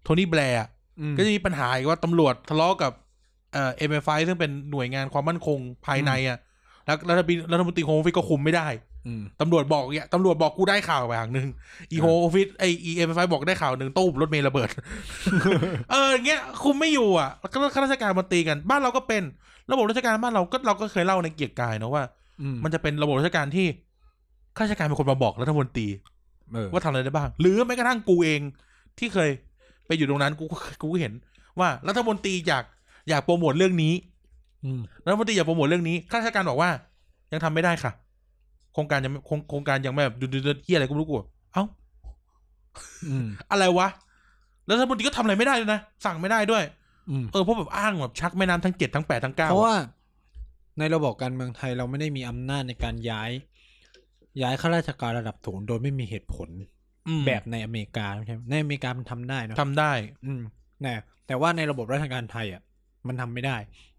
โทนี่แบร์อะ อืม ก็จะมีปัญหาอีกว่าตำรวจทะเลาะกับเอ่อ MI5 ซึ่งเป็นหน่วยงานความมั่นคงภายในอ่ะ แล้วรัฐบินรัฐมนตรีโฮมออฟฟิศก็คุมไม่ได้ อืม ตำรวจบอกเนี่ยตำรวจบอกกูได้ข่าวอย่างหนึ่งอีโฮ อ่า ออฟฟิศไอเอ็มไฟบอกได้ข่าวหนึ่งตู้รถเมล์ระเบิด เอออย่างเงี้ยคุมไม่อยู่อ่ะแล้วก็ข้าราชการมาตีกัน บ้านเราก็เป็นระบบราชการบ้านเราก็เราก็เคยเล่าในเกียรติกายนะว่า อืม มันจะเป็นระบบราชการที่ข้าราชการเป็นคนมาบอกรัฐมนตรี เออ ว่าทำอะไรได้บ้าง หรือแม้กระทั่งกูเองที่เคยไปอยู่ตรงนั้นกูกูก็เห็นว่ารัฐมนตรีอยากอยากโปรโมทเรื่องนี้ อืม รัฐมนตรีอยากโปรโมทเรื่องนี้ ข้าราชการบอกว่า ยังทำไม่ได้ค่ะ โครงการยังไม่โครงโครงการยังไม่แบบดูดูดูเหียอะไรก็ไม่รู้กูแบบเอ้า อืม อะไรวะ แล้วรัฐมนตรีก็ทำอะไรไม่ได้เลยนะ สั่งไม่ได้ด้วย อืม เออเพราะแบบอ้างแบบชักแม่น้ำทั้งเจ็ดทั้งแปดทั้งเก้า เพราะว่าในระบบการเมืองไทยเราไม่ได้มีอำนาจในการย้าย ย้ายข้าราชการระดับสูงโดยไม่มีเหตุผล อืม แบบในอเมริกาใช่ไหมในอเมริกามันทำได้เนอะ ทำได้ อืมแต่แต่ว่าในระบบราชการไทยอ่ะมันทำไม่ได้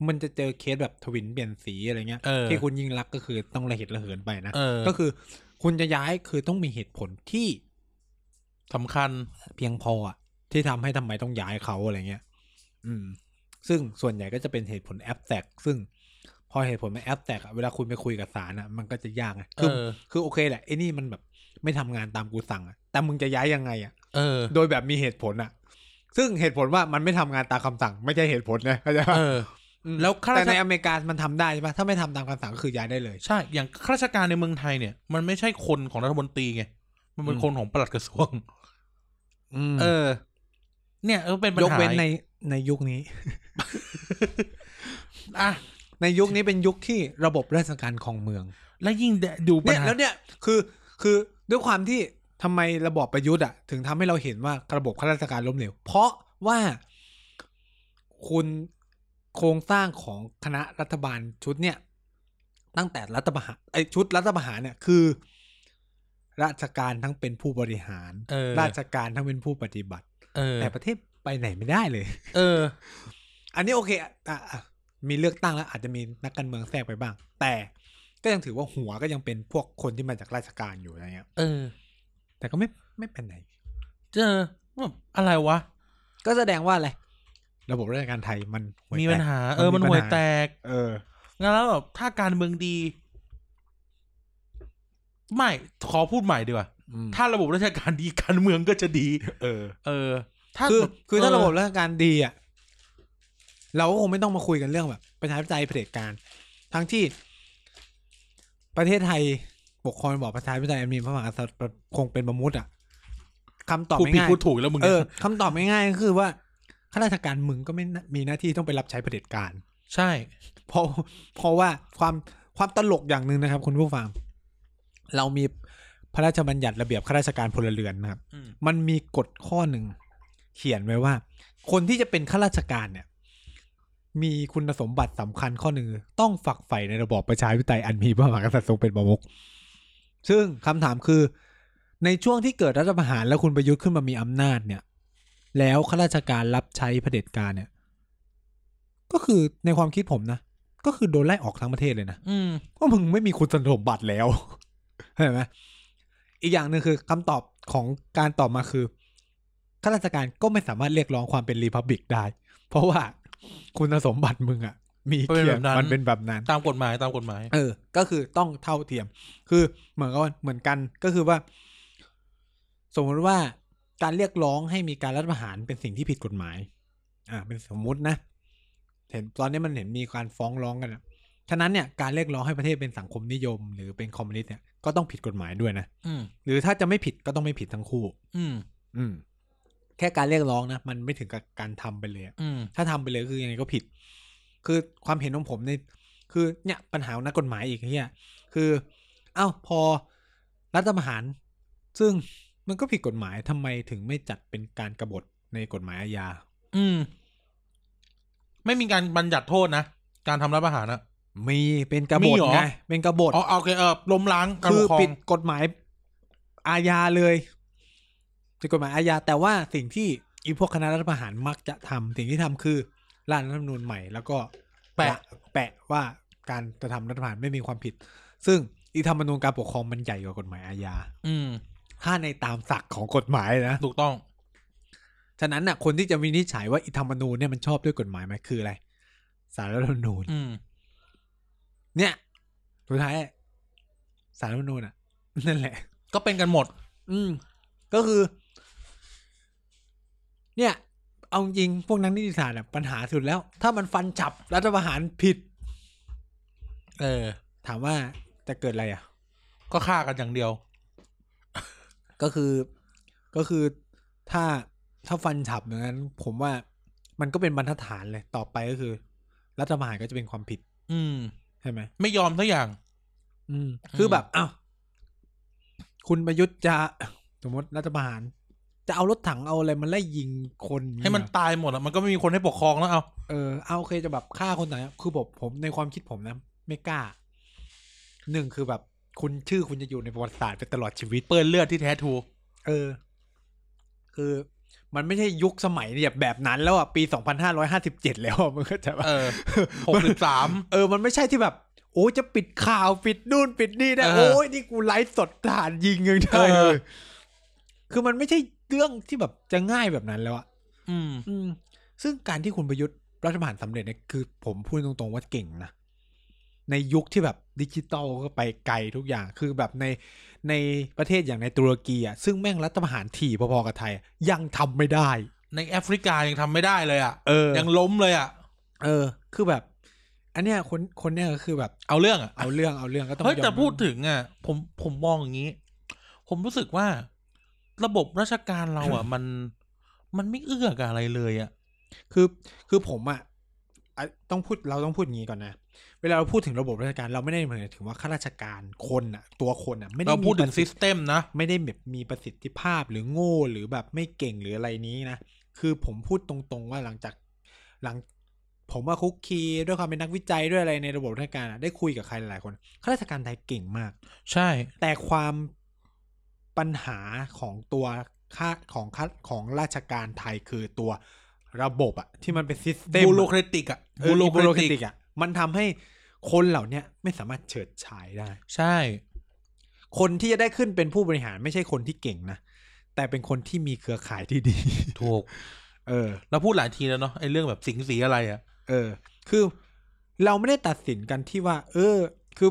มันจะเจอเคสแบบทวินเปลี่ยนสีอะไรเงี้ย เออ ที่คุณยิ่งรักษณ์ก็คือต้องระเหตุระเหินไปนะ เออ ก็คือคุณจะย้ายคือต้องมีเหตุผลที่ สำคัญ เพียงพออะที่ทำให้ทำไมต้องย้ายเขาอะไรเงี้ยอืม ซึ่งส่วนใหญ่ก็จะเป็นเหตุผลแอปแตกซึ่งพอเหตุผลมันแอปแตกอะเวลาคุณไปคุยกับศาลอะมันก็จะยากไง เอ คือ อ คือโอเคแหละไอ้นี่มันแบบไม่ทำงานตามกูสั่งอะแต่มึงจะย้ายยังไงอะ เออ โดยแบบมีเหตุผลอะซึ่งเหตุผลว่ามันไม่ทำงานตามคำสั่ง ไม่ใช่เหตุผลนะเข้าใจปะ เออ อืม แล้วข้า แต่ในราชการ อเมริกามันทำได้ใช่ปะถ้าไม่ทำตามคำสั่งก็คือย้ายได้เลย ใช่อย่างข้าราชการในเมืองไทยเนี่ย มันไม่ใช่คนของรัฐมนตรีไงมันเป็น อืม คนของปลัดกระทรวง อืม เออ เนี่ยเออเป็นปัญ ย หาย กเว้นในในยุคนี้ อ่ะ ในยุคนี้เป็นยุคที่ระบบราชการของเมือง และยิ่งดูปั เนี่ ญ ย หา แล้วเนี่ยคือคือด้วยความที่ทำไมระบอบประยุทธ์อ่ะ ถึงทำให้เราเห็นว่าระบบข้าราชการล้มเหลว เพราะว่าคุณโครงสร้างของคณะรัฐบาลชุดเนี่ย ตั้งแต่รัฐประหารไอชุดรัฐประหารเนี่ยคือ ราชการทั้งเป็นผู้บริหาร เออ ราชการทั้งเป็นผู้ปฏิบัติ เออ แต่ประเทศไปไหนไม่ได้เลย เออ อันนี้โอเคอะอ่ะอ่ะมีเลือกตั้งแล้วอาจจะมีนักการเมืองแทรกไปบ้าง แต่ก็ยังถือว่าหัวก็ยังเป็นพวกคนที่มาจากราชการอยู่อะไรเงี้ย เออ แต่ก็ไม่ไม่เป็นไหน เจอแบบอะไรวะ ก็แสดงว่าอะไร ระบบราชการไทยมันวย มี แต ปัญ ก หา เออ มั มัน น มี ห่วย ปัญหา แตก เออ งั้นแล้วแบบถ้าการเมืองดี ไม่ ขอพูดใหม่ดีกว่า อืม ถ้าระบบราชการดีการเมืองก็จะดี เออ เออ ถ้า คือคือถ้า เ ระบบราชการดีอ่ะเราก็คงไม่ต้องมาคุยกันเรื่องแบบประชาธิปไตยเผด็จการ ทั้งที่ ประเทศไทยปกครองระบอกประชาธิปไตยอันมีพระมหากษัตริย์คงเป็นประมุขอ่ะคำตอบ พูดผิด ง่าย พู ๆ ดถูกแล้วมึง เอ เนี่ อย คำตอบง่ายๆก็คือว่าข้าราชการมึงก็ไม่น่ามีหน้าที่ต้องไปรับใช้เผด็จการ ใช่ เพราะเพราะว่าความความตลกอย่างหนึ่งนะครับคุณผู้ฟัง เรามีพระราชบัญญัติระเบียบข้าราชการพลเรือนนะครับ อืม มันมีกฎข้อหนึ่งเขียนไว้ว่า คนที่จะเป็นข้าราชการเนี่ย มีคุณสมบัติสำคัญข้อหนึ่งคือต้องฝักใฝ่ในระบอบประชาธิปไตยอันมีพระมหากษัตริย์ทรงเป็นประมุขซึ่งคำถามคือ ในช่วงที่เกิดรัฐประหารแล้วคุณประยุทธ์ขึ้นมามีอำนาจเนี่ย แล้วข้าราชการรับใช้เผด็จการเนี่ย ก็คือในความคิดผมนะ ก็คือโดนไล่ออกทั้งประเทศเลยนะ อืม ว่ามึงไม่มีคุณสมบัติแล้ว เห็นไหมอีกอย่างหนึ่งคือคำตอบของการตอบมาคือข้าราชการก็ไม่สามารถเรียกร้องความเป็นรีพับบิกได้ เพราะว่าคุณสมบัติมึงอะมี เป็น เกียรติแบบนั้น มันเป็นแบบนั้น ตามกฎหมายตามกฎหมาย เออ ก็คือต้องเท่าเทียม คือเหมือนกันเหมือนกัน ก็คือว่า สมมติว่าการเรียกร้องให้มีการรัฐประหารเป็นสิ่งที่ผิดกฎหมาย อ่า เป็นสมมุตินะ เห็นตอนนี้มันเห็นมีการฟ้องร้องกันอะฉะนั้นเนี่ย การเรียกร้องให้ประเทศเป็นสังคมนิยม หรือเป็นคอมมิวนิสต์เนี่ย ก็ต้องผิดกฎหมายด้วยนะ อืม หรือถ้าจะไม่ผิดก็ต้องไม่ผิดทั้งคู่ อืม อืม แค่การเรียกร้องนะ มันไม่ถึงกับการทำไปเลยอะ อืม ถ้าทำไปเลยคือยังไงก็ผิด คือความเห็นของผมในคือเนี่ยปัญหาของนักกฎหมายอีกเฮียคือ เอ้าพอรัฐประหาร ซึ่งมันก็ผิดกฎหมายทำไมถึงไม่จัดเป็นการกรบฏในกฎหมายอาญา อืม ไม่มีการบัญญัติโทษนะ การทำรัฐประหารอะ มีเป็นกบ มี ฏ เหรอ ไงเป็นกบฏ อ๋อโอเคเออล้มล้างการ คื ป อก ครอ ผิ ง ดกฎหมายอาญาเลยผิดกฎหมายอาญาแต่ว่าสิ่งที่อีพวกคณะรัฐประหารมักจะทำสิ่งที่ทำคือร่างรัฐธรรมนูญใหม่ แล้วก็ แปะ แปะว่าการกระทำรัฐประหารไม่มีความผิด ซึ่งอีธรรมนูญการปกครองมันใหญ่กว่ากฎหมายอาญา อืม ถ้าในตามศักดิ์ของกฎหมายนะ ถูกต้อง ฉะนั้นน่ะคนที่จะวินิจฉัยว่าอีธรรมนูญเนี่ยมันชอบด้วยกฎหมายไหมคืออะไร สารรัฐธรรมนูญ อืม เนี่ยสุดท้ายสารรัฐธรรมนูญอ่ะ นั่นแหละ ก็เป็นกันหมด อืม ก็คือ เนี่ย เอาจริงๆพวกนักนิติศาสตร์อะปัญหาสุดแล้ว ถ้ามันฟันจับรัฐประหารผิด เออ ถามว่าจะเกิดอะไรอ่ะ ก็ฆ่ากันอย่างเดียว ก็คือก็คือถ้าถ้าฟันฉับอย่างนั้น ผมว่ามันก็เป็นบรรทัดฐานเลยต่อไปก็คือ รัฐประหารก็จะเป็นความผิด อืม ใช่ไหม ไม่ยอมสักอย่าง อืม คือแบบอ้าวคุณประยุทธ์จะ สมมติรัฐประหาร จะเอารถถังเอาอะไรมาไล่ยิงคนเย ให้มันตายหมดอ่ะมันก็ไม่มีคนให้ปกครองแล้วเอา เออเอาโอเคจะแบบฆ่าคนต่างคือผมผมในความคิดผมนะไม่กล้าหนึ่งคือแบบคุณชื่อคุณจะอยู่ในประวัติศาสตร์ไปตลอดชีวิต เปื้อนเลือดที่แท้ทรู เออ คือมันไม่ใช่ยุคสมัยเนี่ยแบบนั้นแล้วอ่ะ ปีสองพันห้าร้อยห้าสิบเจ็ดแล้วอะมึงเข้าใจปะ เออ หกสิบสาม เออ มันไม่ใช่ที่แบบ โอ้จะปิดข่าวปิดนู่นปิดนี่ได้ เออ โอ้ยนี่กูไลฟ์สดฐานยิงยังได้เล เออ ย คือมันไม่ใช่เรื่องที่แบบจะง่ายแบบนั้นแล้วอ่ะ อืม อืม ซึ่งการที่คุณประยุทธ์รัฐประหารสำเร็จเนี่ยคือผมพูดตรงๆว่าเก่งนะ ในยุคที่แบบดิจิตอลก็ไปไกลทุกอย่างคือแบบในในประเทศอย่างในตุรกีอ่ะซึ่งแม่งรัฐประหารถี่พอๆกับไทยอะยังทำไม่ได้ ในแอฟริกายังทำไม่ได้เลยอ่ะ เออ ยังล้มเลยอ่ะ เออ คือแบบ อันเนี้ยคนคนเนี้ยก็คือแบบ เอาเรื่องอ่ะ เอาเรื่องเอาเรื่องก็ต้อง เฮ้ย อม แต่พูดถึงอ่ะผมผมมองอย่างนี้ ผมรู้สึกว่า ระบบราชการเราอ่ะ มันมันไม่เอื้อกับอะไรเลยอ่ะ คือคือผมอะอ่ะต้องพูดเราต้องพูดอย่างนี้ก่อนนะ เวลาเราพูดถึงระบบราชการเราไม่ได้หมายถึงว่าข้าราชการคนอะตัวคนอะไม่ได้ เรา มี พูดถึง ประ ซิ สิท ส ธิ เต็มนะ ไม่ได้แบบมีประสิทธิภาพหรือโง่หรือแบบไม่เก่งหรืออะไรนี้นะ คือผมพูดตรงๆว่าหลังจากหลัง ผมว่าคุกคีด้วยความเป็นนักวิจัยด้วยอะไรในระบบราชการอะได้คุยกับใครหลายๆคนข้าราชการไทยเก่งมาก ใช่ แต่ความปัญหาของตัวค่าของค่าของราชการไทยคือตัวระบบอะที่มันเป็นซิสเต็ม บูโรเครติกอ่ะ บู บู โร โร เค เค ร ร ติ ติ ก ก อะมันทำให้คนเหล่าเนี้ยไม่สามารถเฉิดฉายได้ ใช่ คนที่จะได้ขึ้นเป็นผู้บริหารไม่ใช่คนที่เก่งนะ แต่เป็นคนที่มีเครือข่ายที่ดี ถูก เออ เราพูดหลายทีแล้วเนาะไอ้เรื่องแบบสิงสีอะไรอ่ะ เออ คือเราไม่ได้ตัดสินกันที่ว่า เออ คือ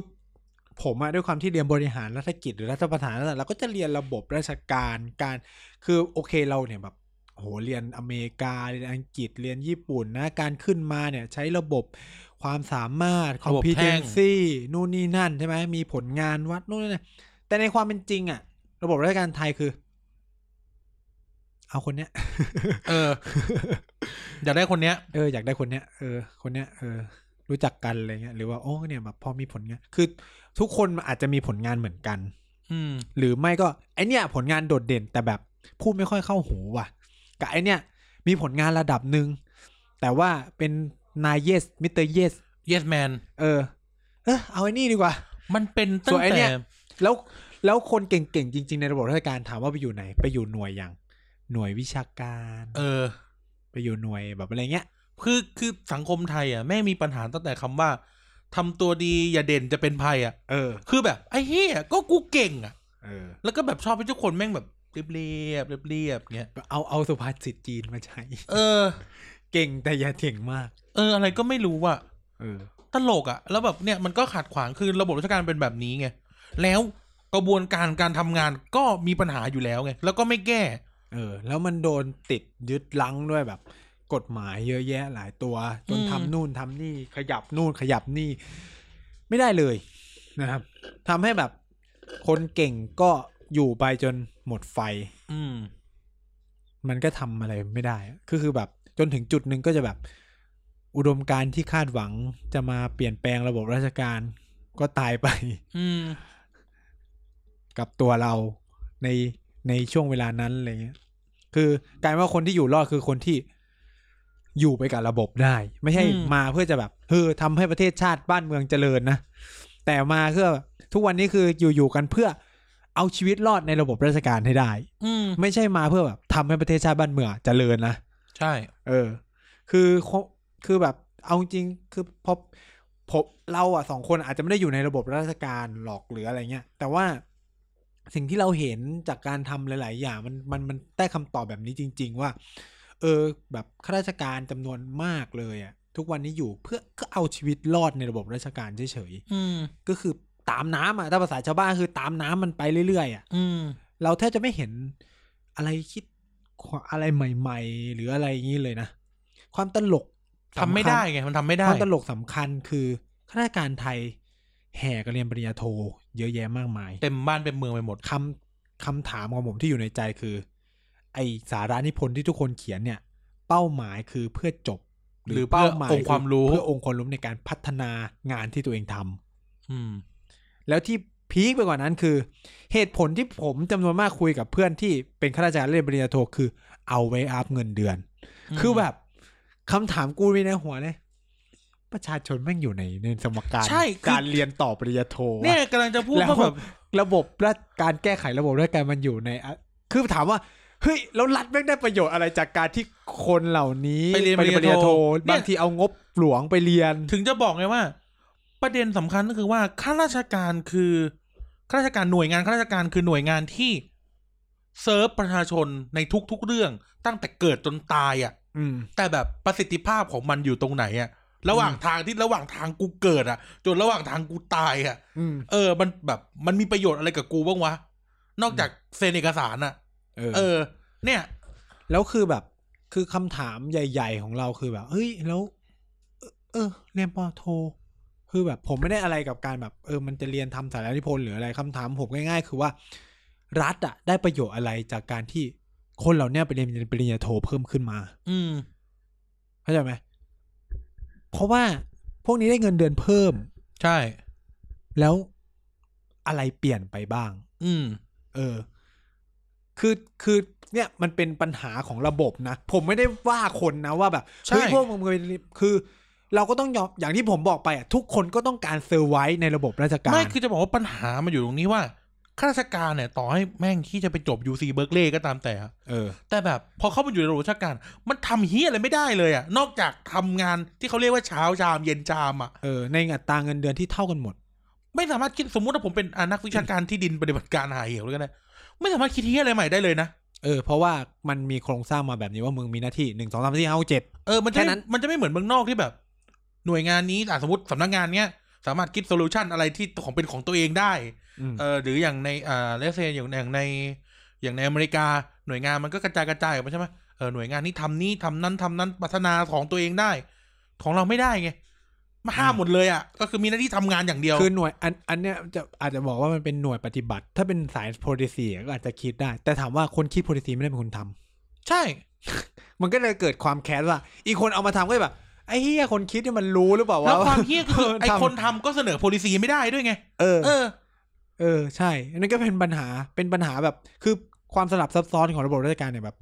ผมอะด้วยความที่เรียนบริหารรัฐกิจหรือรัฐประหารนั่นแหละเราก็จะเรียนระบบราชการการ คือโอเคเราเนี่ยแบบโหเรียนอเมริกาเรียนอังกฤษเรียนญี่ปุ่นนะ การขึ้นมาเนี่ยใช้ระบบความสามารถ ระบบ competency นู่นนี่นั่นใช่ไหมมีผลงานวัดนู่นนี่นั่นแต่ในความเป็นจริงอะระบบราชการไทยคือ เอาคนเนี้ย เออ อยากได้คนเนี้ย เอออยากได้คนเนี้ยเออคนเนี้ยเออรู้จักกันอะไรเงี้ยหรือว่าโอ้เนี่ยแบบพอมีผลงานคือทุกคนอาจจะมีผลงานเหมือนกัน อืม หรือไม่ก็ไอเนี่ยผลงานโดดเด่นแต่แบบพูดไม่ค่อยเข้าหูว่ะกับไอเนี่ยมีผลงานระดับหนึ่งแต่ว่าเป็นนายเยสมิสเตอร์เยส yes man เออเออเอาไอ้นี่ดีกว่า มันเป็นตั้ ส่วงนไอ้เนี่ แต่ ย แล้วแล้วคนเก่งๆจริง ๆ ในระบบราชการถามว่าไปอยู่ไหน ไปอยู่หน่วยอย่างหน่วยวิชาการ เออ ไปอยู่หน่วยแบบอะไรเงี้ย คือคือสังคมไทยอ่ะแม่งมีปัญหาตั้งแต่คำว่าทำตัวดีอย่าเด่นจะเป็นภัยอ่ะ เออ คือแบบไอ้เฮียก็กูเก่งอ่ะ เออ แล้วก็แบบชอบให้ทุกคนแม่งแบบเรียบเรียบเรียบเรียบเงี้ย เอาเอาสุภาษิตจีนมาใช้ เออ เก่งแต่อย่าเถียงมาก เออ อะไรก็ไม่รู้ว่ะ เออ ตลกอ่ะ แล้วแบบเนี่ยมันก็ขัดขวางคือระบบราชการเป็นแบบนี้ไง แล้วกระบวนการการทำงานก็มีปัญหาอยู่แล้วไง แล้วก็ไม่แก้ เออ แล้วมันโดนติดยึดลังด้วยแบบ กฎหมายเยอะแยะหลายตัว จน อืม ทำนู่นทำนี่ ขยับนู่นขยับนี่ ไม่ได้เลยนะครับทำให้แบบ คนเก่งก็อยู่ไปจนหมดไฟ อืม มันก็ทำอะไรไม่ได้อะคือคือแบบ จนถึงจุดหนึ่งก็จะแบบ อุดมการณ์ที่คาดหวังจะมาเปลี่ยนแปลงระบบราชการก็ตายไป อืม กับตัวเราในในช่วงเวลานั้นอะไรเงี้ย คือกลายเป็นว่าคนที่อยู่รอดคือคนที่อยู่ไปกับระบบได้ ไม่ใช่ อืม มาเพื่อจะแบบเฮ้อทำให้ประเทศชาติบ้านเมืองเจริญนะ แต่มาเพื่อทุกวันนี้คืออยู่อยู่กันเพื่อเอาชีวิตรอดในระบบราชการให้ได้ อืม ไม่ใช่มาเพื่อแบบทำให้ประเทศชาติบ้านเมืองเจริญนะ ใช่ เออ คือเขาคือแบบ เอาจริง คือพอผมเราอ่ะสองคนอาจจะไม่ได้อยู่ในระบบราชการหรอกหรืออะไรเงี้ย แต่ว่าสิ่งที่เราเห็นจากการทำหลาย ๆ อย่างมันมันมันได้คำตอบแบบนี้จริง ๆ ว่า เออ แบบข้าราชการจำนวนมากเลยอ่ะ ทุกวันนี้อยู่เพื่อก็เอาชีวิตรอดในระบบราชการเฉย อืม ๆ ก็คือตามน้ำอ่ะ ถ้าภาษาชาวบ้านคือตามน้ำมันไปเรื่อย ๆ อ่ะ อืม เราแทบจะไม่เห็นอะไรคิดอะไรใหม่ ๆ หรืออะไรอย่างนี้เลยนะ ความตลก ทำไม่ได้ไง มันทำไม่ สำคัญ ได้ ความตลกสำคัญคือข้าราชการไทยแห่กันเรียนปริญญาโท เยอะแยะมากมาย เต็มบ้านเต็มเมืองไปหมด คำคำถามของผมที่อยู่ในใจคือ ไอสารานิพนธ์ที่ทุกคนเขียนเนี่ย เป้าหมายคือเพื่อจบ หรือเพื่อองค์ความรู้ เพื่อองค์ความรู้ในการพัฒนางานที่ตัวเองทำ อืม แล้วที่พีคไปกว่านั้นคือ เหตุผลที่ผมจำนวนมากคุยกับเพื่อนที่เป็นข้าราชการเรียนปริญญาโทคือ เอาไว้อัพเงินเดือน อืม คือแบบคำถามกูมีในหัวเลย ประชาชนแม่งอยู่ในในสมการ ใช่คือ การเรียนต่อปริญญาโทอะ เนี่ยกำลังจะพูด แล้ว ว่า แบ แบบ บ ระบบราชการแก้ไขระบบราชการมันอยู่ในอะคือถามว่าเฮ้ยแล้วรัฐแม่งได้ประโยชน์อะไรจากการที่คนเหล่านี้ ไปเรียนปริญญาโทเนี่ย บางทีเอางบหลวงไปเรียน ถึงจะบอกไงว่า ประเด็นสำคัญก็คือว่าข้าราชการคือข้าราชการหน่วยงานข้าราชการคือหน่วยงานที่เซิร์ฟประชาชนในทุกๆเรื่องตั้งแต่เกิดจนตายอะ่ะ อืม แต่แบบประสิทธิภาพของมันอยู่ตรงไหนอะ่ะ ระหว่างทางที่ระหว่างทางกูเกิดอะ่ะ จนระหว่างทางกูตายอะ่ะ อืม เออ มันแบบมันมีประโยชน์อะไรกับกูบ้างวะ นอกจากเซ็นเอกสารอ่ะ เออ เออ เนี่ย แล้วคือแบบคือคำถามใหญ่ ๆ ของเราคือแบบ เฮ้ยแล้ว เออเอ อ เรียนปอโท คือแบบผมไม่ได้อะไรกับการแบบเออมันจะเรียนทำสารานิพนธ์หรืออะไรคำถามผมง่าย ๆ คือว่ารัฐอะได้ประโยชน์อะไรจากการที่คนเหล่าเนี้ยไปเรียนปริญญาโทเพิ่มขึ้นมา อืม เข้าใจไหม เพราะว่าพวกนี้ได้เงินเดือนเพิ่ม ใช่ แล้วอะไรเปลี่ยนไปบ้าง อืม เออ คือ คือ เนี่ย มันเป็นปัญหาของระบบนะ ผมไม่ได้ว่าคนนะว่าแบบ ใช่ เฮ้ยพวกมึงเป็นคือ เราก็ต้องยอม อย่างที่ผมบอกไปอ่ะ ทุกคนก็ต้องการเซอร์ไว้ในระบบราชการ ไม่คือจะบอกว่าปัญหามันอยู่ตรงนี้ว่าข้าราชการเนี่ย ต่อให้แม่งที่จะไปจบ UC Berkeley ก็ตามแต่อะ เออ แต่แบบ พอเข้ามาอยู่ในระบบราชการ มันทำเฮียอะไรไม่ได้เลยอะนอกจากทำงานที่เขาเรียกว่าเช้าชามเย็นชามอะ เออ ในอัตราเงินเดือนที่เท่ากันหมด ไม่สามารถคิดสมมุติว่าผมเป็นอ่ะนักวิชาการที่ดินปฏิบัติการหาเหวแล้วกันนะไม่สามารถคิดเฮียอะไรใหม่ได้เลยนะ เออ เพราะว่ามันมีโครงสร้างมาแบบนี้ว่ามึงมีหน้าที่หนึ่งสองสามสี่ห้าหกเจ็ด เออมันจะ แค่นั้นไม่มันจะไม่เหมือนเมืองนอกที่แบบ หน่วยงานนี้อ่ะสมมติสำนักงานเนี้ยสามารถคิดโซลูชันอะไรที่ของเป็นของตัวเองได้ อืม เออหรืออย่างในอ่าเลเซอย่างอย่างในอย่างในอเมริกาหน่วยงานมันก็กระจายกระจายออกไปใช่ไหมเออหน่วยงานนี้ทำนี้ทำนั้นทำนั้นพัฒนาของตัวเองได้ ของเราไม่ได้ไงมาห้าม อืม หมดเลยอ่ะก็คือมีหน้าที่ทำงานอย่างเดียว คือหน่วยอันอันเนี้ยจะอาจจะบอกว่ามันเป็นหน่วยปฏิบัติ ถ้าเป็นสาย policy ก็อาจจะคิดได้ แต่ถามว่าคนคิด policy ไม่ได้เป็นคนทำ ใช่ มันก็เลยเกิดความแค้นว่า อีกคนเอามาทำก็แบบไอ้เฮียคนคิดเนี่ยมันรู้หรือเปล่า แล้ว ว่า ความเฮี้ยก็คือ เออ ไอ ทำ คนทำก็เสนอ policy ไม่ได้ด้วยไง เออ เออ เออใช่อันนั่นก็เป็นปัญหาเป็นปัญหาแบบ คือความสลับซับซ้อนของระบบราชการเนี่ยแบบ